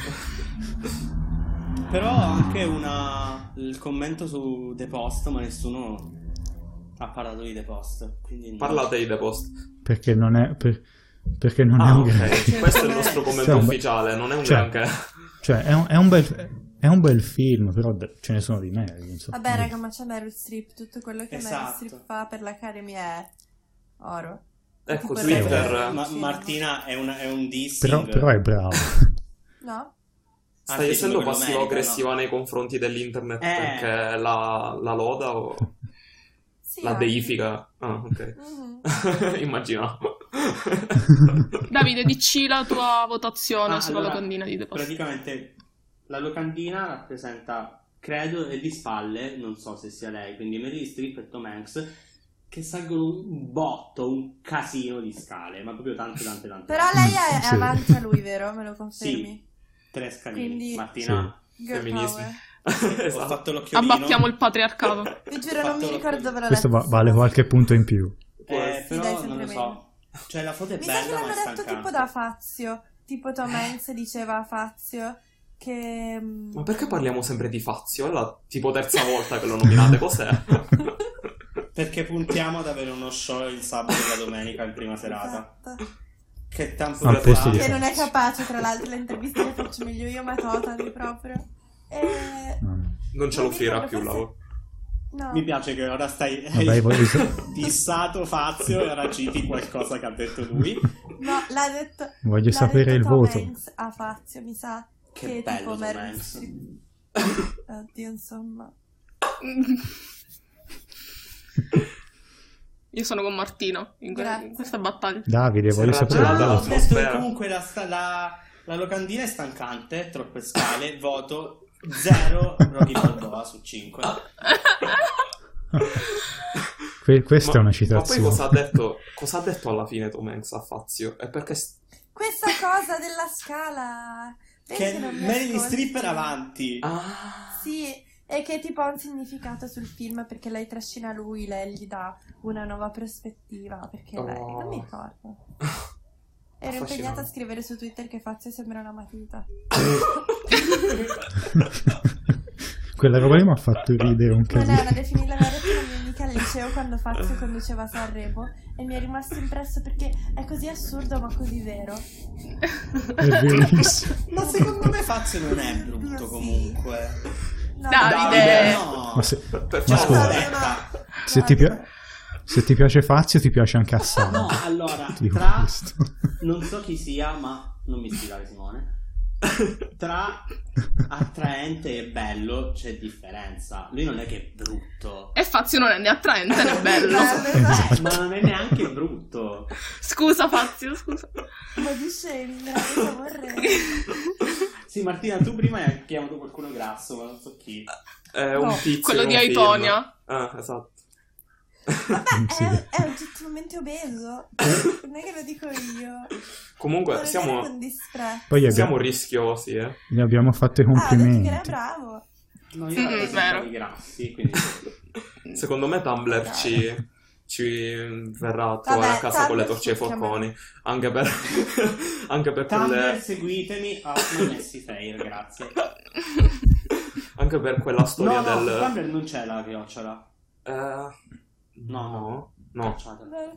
Speaker 5: Però anche una, il commento su The Post, ma nessuno ha parlato di The Post. Quindi no.
Speaker 1: Parlate di The Post.
Speaker 3: Perché non è... per- perché non è
Speaker 1: Ah,
Speaker 3: un
Speaker 1: ok.
Speaker 3: gran-
Speaker 5: Cioè,
Speaker 1: Questo è il nostro commento
Speaker 3: Insomma,
Speaker 1: ufficiale, non è un
Speaker 3: cioè-
Speaker 1: granché.
Speaker 3: Cioè, è un, è un bel... È un bel film, però d- ce ne sono di meriti. insomma.
Speaker 6: Vabbè, raga, ma c'è Meryl Streep, tutto quello che Meryl
Speaker 5: Esatto.
Speaker 6: Streep fa per l'Academy è oro.
Speaker 1: Ecco,
Speaker 6: Tipo
Speaker 1: Twitter
Speaker 6: Red.
Speaker 1: eh,
Speaker 5: Ma- Martina è, una- è un dissing.
Speaker 3: Però, però è bravo.
Speaker 6: No?
Speaker 1: stai
Speaker 5: Anzi,
Speaker 1: essendo
Speaker 5: quello
Speaker 1: passivo-aggressiva nei
Speaker 5: merita,
Speaker 1: confronti dell'internet
Speaker 5: Eh.
Speaker 1: perché la, la loda o
Speaker 6: Sì,
Speaker 2: eh.
Speaker 1: la
Speaker 6: anche.
Speaker 1: deifica? Ah, ok.
Speaker 6: Mhm.
Speaker 1: Immaginavo. Esatto.
Speaker 4: Davide, dici la tua votazione
Speaker 5: Ah,
Speaker 4: sulla
Speaker 5: allora, eh,
Speaker 4: locandina di The Post.
Speaker 5: Praticamente la locandina rappresenta, credo, e di spalle, non so se sia lei, quindi Meryl Streep e Tom Hanks, che salgono un botto, un casino di scale, ma proprio tante, tante, tante.
Speaker 2: Però lei è, è
Speaker 3: Sì.
Speaker 2: avanti a lui, vero? Me lo
Speaker 5: Sì,
Speaker 2: confermi?
Speaker 5: tre scalini.
Speaker 2: Quindi-
Speaker 5: Martina,
Speaker 2: Girl
Speaker 1: Femminismo.
Speaker 2: power.
Speaker 1: Esatto.
Speaker 5: ho fatto l'occhiolino.
Speaker 4: Abbattiamo il patriarcato.
Speaker 2: Vi giuro, non mi
Speaker 5: Fatto-
Speaker 2: ricordo dove l'ho
Speaker 3: Questo va-
Speaker 2: letto.
Speaker 3: vale qualche punto in più.
Speaker 5: Eh,
Speaker 2: Sì, dai,
Speaker 5: però
Speaker 2: sempre
Speaker 5: non lo so.
Speaker 2: meno.
Speaker 5: Cioè, la foto è
Speaker 2: Mi sa che
Speaker 5: bella, ma
Speaker 2: l'hanno
Speaker 5: è
Speaker 2: detto
Speaker 5: stancante. Eh.
Speaker 2: tipo da Fazio. Tipo Tom Hanks diceva a Fazio che... mm,
Speaker 1: Ma perché parliamo sempre di Fazio? È la tipo terza volta che lo nominate, cos'è?
Speaker 5: Perché puntiamo ad avere uno show il sabato e la domenica in prima serata.
Speaker 2: esatto.
Speaker 5: Che tanto
Speaker 3: Al posto di-
Speaker 2: Che non è capace, tra l'altro, le interviste le faccio meglio io, ma Totali proprio. E...
Speaker 3: No.
Speaker 1: Non ce
Speaker 2: Non
Speaker 1: lo offrirà
Speaker 2: mi ricordo,
Speaker 1: più il
Speaker 2: forse-
Speaker 1: lavoro.
Speaker 2: No.
Speaker 5: Mi piace che ora stai
Speaker 3: Vabbè, poi ris-
Speaker 5: fissato Fazio e ora citi qualcosa che ha detto lui.
Speaker 2: No, l'ha detto.
Speaker 3: Voglio
Speaker 2: l'ha
Speaker 3: sapere
Speaker 2: detto
Speaker 3: il
Speaker 2: Tom
Speaker 3: voto.
Speaker 2: Hanks a Fazio, mi sa.
Speaker 5: Che
Speaker 2: Che,
Speaker 5: bello
Speaker 2: tipo
Speaker 5: Tom
Speaker 2: Meryl
Speaker 5: Hanks.
Speaker 2: Streep. Oddio, insomma.
Speaker 5: eh.
Speaker 4: Io sono con Martino in, que-
Speaker 2: Grazie.
Speaker 4: in questa battaglia.
Speaker 3: Davide,
Speaker 1: Si
Speaker 3: voglio
Speaker 1: era
Speaker 3: sapere
Speaker 5: Ah,
Speaker 1: già-
Speaker 3: il
Speaker 5: ho
Speaker 3: voto.
Speaker 1: l'atmosfera.
Speaker 5: detto che comunque la, sta- la- la locandina è stancante, troppe scale, voto 0, Rocky Balboa su 5.
Speaker 3: Que- questa
Speaker 1: Ma-
Speaker 3: è una
Speaker 1: Ma poi
Speaker 3: citazione.
Speaker 1: cosa ha detto, cosa ha detto alla fine Tom Hanks a Fazio? È perché s-
Speaker 2: Questa cosa della scala. vedi
Speaker 5: Che
Speaker 2: non mi
Speaker 5: Meryl
Speaker 2: ascolti?
Speaker 5: Streep era avanti.
Speaker 1: Ah,
Speaker 2: Sì, e che tipo ha un significato sul film perché lei trascina lui, lei gli dà una nuova prospettiva. Perché lei.
Speaker 1: Oh.
Speaker 2: Non mi ricordo. Ero
Speaker 1: Affascinante.
Speaker 2: impegnata a scrivere su Twitter che Fazio sembra una matita.
Speaker 3: Quella roba lì mi ha fatto ridere un
Speaker 2: Quella è
Speaker 3: casino.
Speaker 2: una definita la mia mia amica al liceo quando Fazio conduceva a Sanremo e mi è rimasto impresso perché è così assurdo ma così vero.
Speaker 3: È verissimo.
Speaker 5: Ma secondo me Fazio non è brutto
Speaker 2: Sì. Ah,
Speaker 5: comunque.
Speaker 2: No,
Speaker 4: Davide.
Speaker 5: No.
Speaker 3: Ma se,
Speaker 1: perciò-
Speaker 3: Ma scusa.
Speaker 1: eh,
Speaker 3: se ti pia- se ti piace Fazio, ti piace anche Assad.
Speaker 5: No, allora,
Speaker 3: Ti dico
Speaker 5: tra...
Speaker 3: questo.
Speaker 5: Non so chi sia, ma non mi ispirare Simone. Tra attraente e bello c'è differenza. Lui non è che è brutto. Eh,
Speaker 4: E Fazio non è né attraente né bello.
Speaker 3: Esatto.
Speaker 5: Ma non è neanche brutto.
Speaker 4: Scusa Fazio, scusa.
Speaker 2: Body shaming, cosa vorrei.
Speaker 5: Sì, Martina, tu prima hai chiamato qualcuno grasso, ma non so chi.
Speaker 1: è un
Speaker 2: No,
Speaker 1: tizio.
Speaker 4: Quello
Speaker 1: in
Speaker 4: di
Speaker 1: un film.
Speaker 4: Aitonia.
Speaker 1: Ah, esatto.
Speaker 2: Vabbè,
Speaker 3: Sì.
Speaker 2: è, è oggettivamente obeso. Non è che lo dico io.
Speaker 1: Comunque,
Speaker 2: Lo dico
Speaker 1: siamo,
Speaker 2: con disprezzo.
Speaker 3: Poi gli
Speaker 1: siamo
Speaker 3: abbiamo,
Speaker 1: rischiosi, eh.
Speaker 3: gli abbiamo fatto i
Speaker 2: Ah, ho detto che era
Speaker 3: complimenti.
Speaker 2: bravo.
Speaker 5: No, io
Speaker 4: Mm, vero.
Speaker 5: ho i grassi, quindi...
Speaker 2: Mm.
Speaker 1: Secondo me Tumblr ci, ci verrà a trovare
Speaker 2: Vabbè,
Speaker 1: a casa con le
Speaker 2: Tumblr
Speaker 1: torce e i
Speaker 2: succhiamo.
Speaker 1: forconi. Anche per, anche per
Speaker 5: Tumblr,
Speaker 1: quelle-
Speaker 5: seguitemi a Messi Fair, grazie.
Speaker 1: anche per quella
Speaker 5: No,
Speaker 1: storia
Speaker 5: no,
Speaker 1: del.
Speaker 5: su Tumblr non c'è la chiocciola.
Speaker 1: Eh, no,
Speaker 5: no.
Speaker 1: no, no,
Speaker 5: Cacciatela.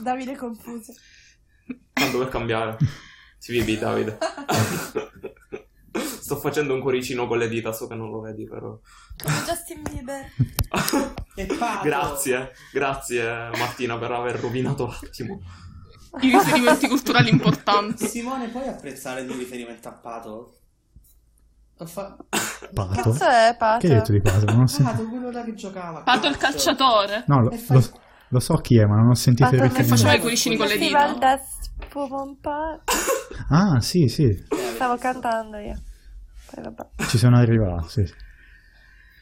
Speaker 2: Davide è confuso.
Speaker 1: tanto per cambiare. TVB Davide. Sto facendo un cuoricino con le dita, so che non lo vedi, però.
Speaker 2: Come Justin Bieber.
Speaker 5: E Pato!
Speaker 1: Grazie, grazie Martina per aver rovinato l'attimo.
Speaker 4: I riferimenti culturali importanti.
Speaker 5: Simone, puoi apprezzare il mio riferimento a Pato? Ho fa-
Speaker 3: Pato.
Speaker 2: è
Speaker 3: Che hai detto di
Speaker 2: cioè.
Speaker 3: Pato?
Speaker 2: Ah,
Speaker 3: Non ho sentito.
Speaker 5: Pato, quello là Ah, che giocava.
Speaker 4: Pato il calciatore.
Speaker 3: No, lo,
Speaker 5: E fai-
Speaker 3: lo- lo so chi è, ma non ho sentito il
Speaker 2: Pato
Speaker 4: Che
Speaker 3: riferimento.
Speaker 4: faceva i cuoricini con le dita.
Speaker 2: Valdez Pompa.
Speaker 3: Ah, sì, sì,
Speaker 2: Stavo cantando io. Poi vabbè.
Speaker 3: ci sono arrivato. Sì.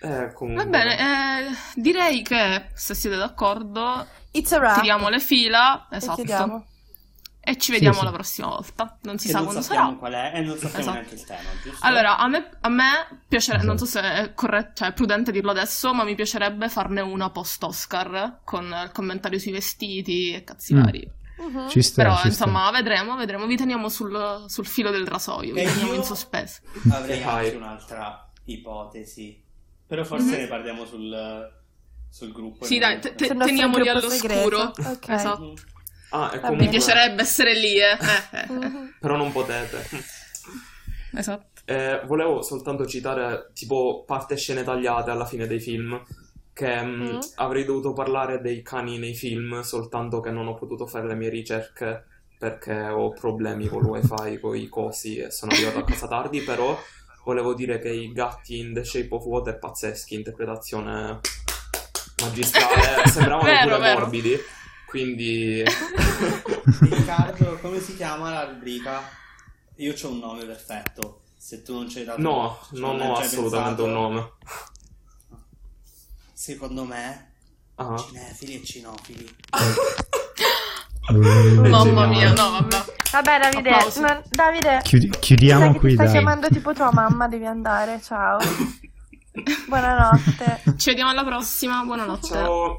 Speaker 1: Eh, comunque.
Speaker 4: Va bene, eh, direi che se siete d'accordo
Speaker 2: It's a wrap.
Speaker 4: tiriamo le fila.
Speaker 2: Esatto. E
Speaker 4: Esatto.
Speaker 2: chiudiamo.
Speaker 4: E ci vediamo
Speaker 3: sì.
Speaker 4: la prossima volta. Non si
Speaker 5: Che
Speaker 4: sa
Speaker 5: non
Speaker 4: quando
Speaker 5: sappiamo
Speaker 4: sarà.
Speaker 5: qual è e non sappiamo
Speaker 4: Esatto.
Speaker 5: neanche il tema, giusto?
Speaker 4: Allora, a me, a me piacerebbe, non so
Speaker 5: Esatto.
Speaker 4: se è corretto, cioè è prudente dirlo adesso, ma mi piacerebbe farne una post-Oscar con il commentario sui vestiti e cazzi
Speaker 3: Mm.
Speaker 4: vari.
Speaker 2: Mhm.
Speaker 3: Ci sta,
Speaker 4: Però
Speaker 3: ci sta.
Speaker 4: insomma, vedremo, vedremo. Vi teniamo sul, sul filo del rasoio, vi
Speaker 5: E
Speaker 4: teniamo
Speaker 5: io-
Speaker 4: in sospeso.
Speaker 5: avrei
Speaker 1: Che
Speaker 5: anche
Speaker 1: hype.
Speaker 5: un'altra ipotesi. Però forse
Speaker 4: Mhm.
Speaker 5: ne parliamo sul, sul gruppo.
Speaker 4: Sì,
Speaker 5: e
Speaker 4: dai,
Speaker 5: non-
Speaker 4: te- te-
Speaker 2: Sul nostro
Speaker 4: teniamoli
Speaker 2: gruppo
Speaker 4: all'oscuro.
Speaker 2: segreto. Ok.
Speaker 4: Esatto.
Speaker 5: Mm.
Speaker 1: Ah, e
Speaker 2: Mi
Speaker 4: Mi
Speaker 1: comunque-
Speaker 4: piacerebbe essere lì, eh. Eh, eh, eh.
Speaker 2: Mhm.
Speaker 1: Però non potete.
Speaker 4: Esatto.
Speaker 1: Eh, volevo soltanto citare tipo parte scene tagliate alla fine dei film, che mh,
Speaker 2: Mm.
Speaker 1: avrei dovuto parlare dei cani nei film, soltanto che non ho potuto fare le mie ricerche perché ho problemi con il wifi, con i cosi e sono arrivato a casa tardi, però volevo dire che i gatti in The Shape of Water pazzeschi, interpretazione magistrale, sembravano
Speaker 4: Vero,
Speaker 1: pure
Speaker 4: vero.
Speaker 1: morbidi, quindi
Speaker 5: Riccardo, come si chiama la rubrica? Io ho un nome perfetto. Se tu non c'hai dato...
Speaker 1: No,
Speaker 5: se
Speaker 1: non
Speaker 5: hai
Speaker 1: ho
Speaker 5: già
Speaker 1: assolutamente
Speaker 5: pensato,
Speaker 1: un nome.
Speaker 5: Secondo me,
Speaker 1: Ah.
Speaker 5: cinefili e cinofili.
Speaker 4: Mamma mia, no, vabbè.
Speaker 2: Vabbè, Davide,
Speaker 4: Applausi.
Speaker 2: no, Davide,
Speaker 3: Chiudi-
Speaker 2: sai
Speaker 3: chiudiamo
Speaker 2: che ti
Speaker 3: qui,
Speaker 2: sta
Speaker 3: dai.
Speaker 2: chiamando tipo tua mamma, devi andare, ciao. Buonanotte.
Speaker 4: Ci vediamo alla prossima, buonanotte.
Speaker 1: Ciao.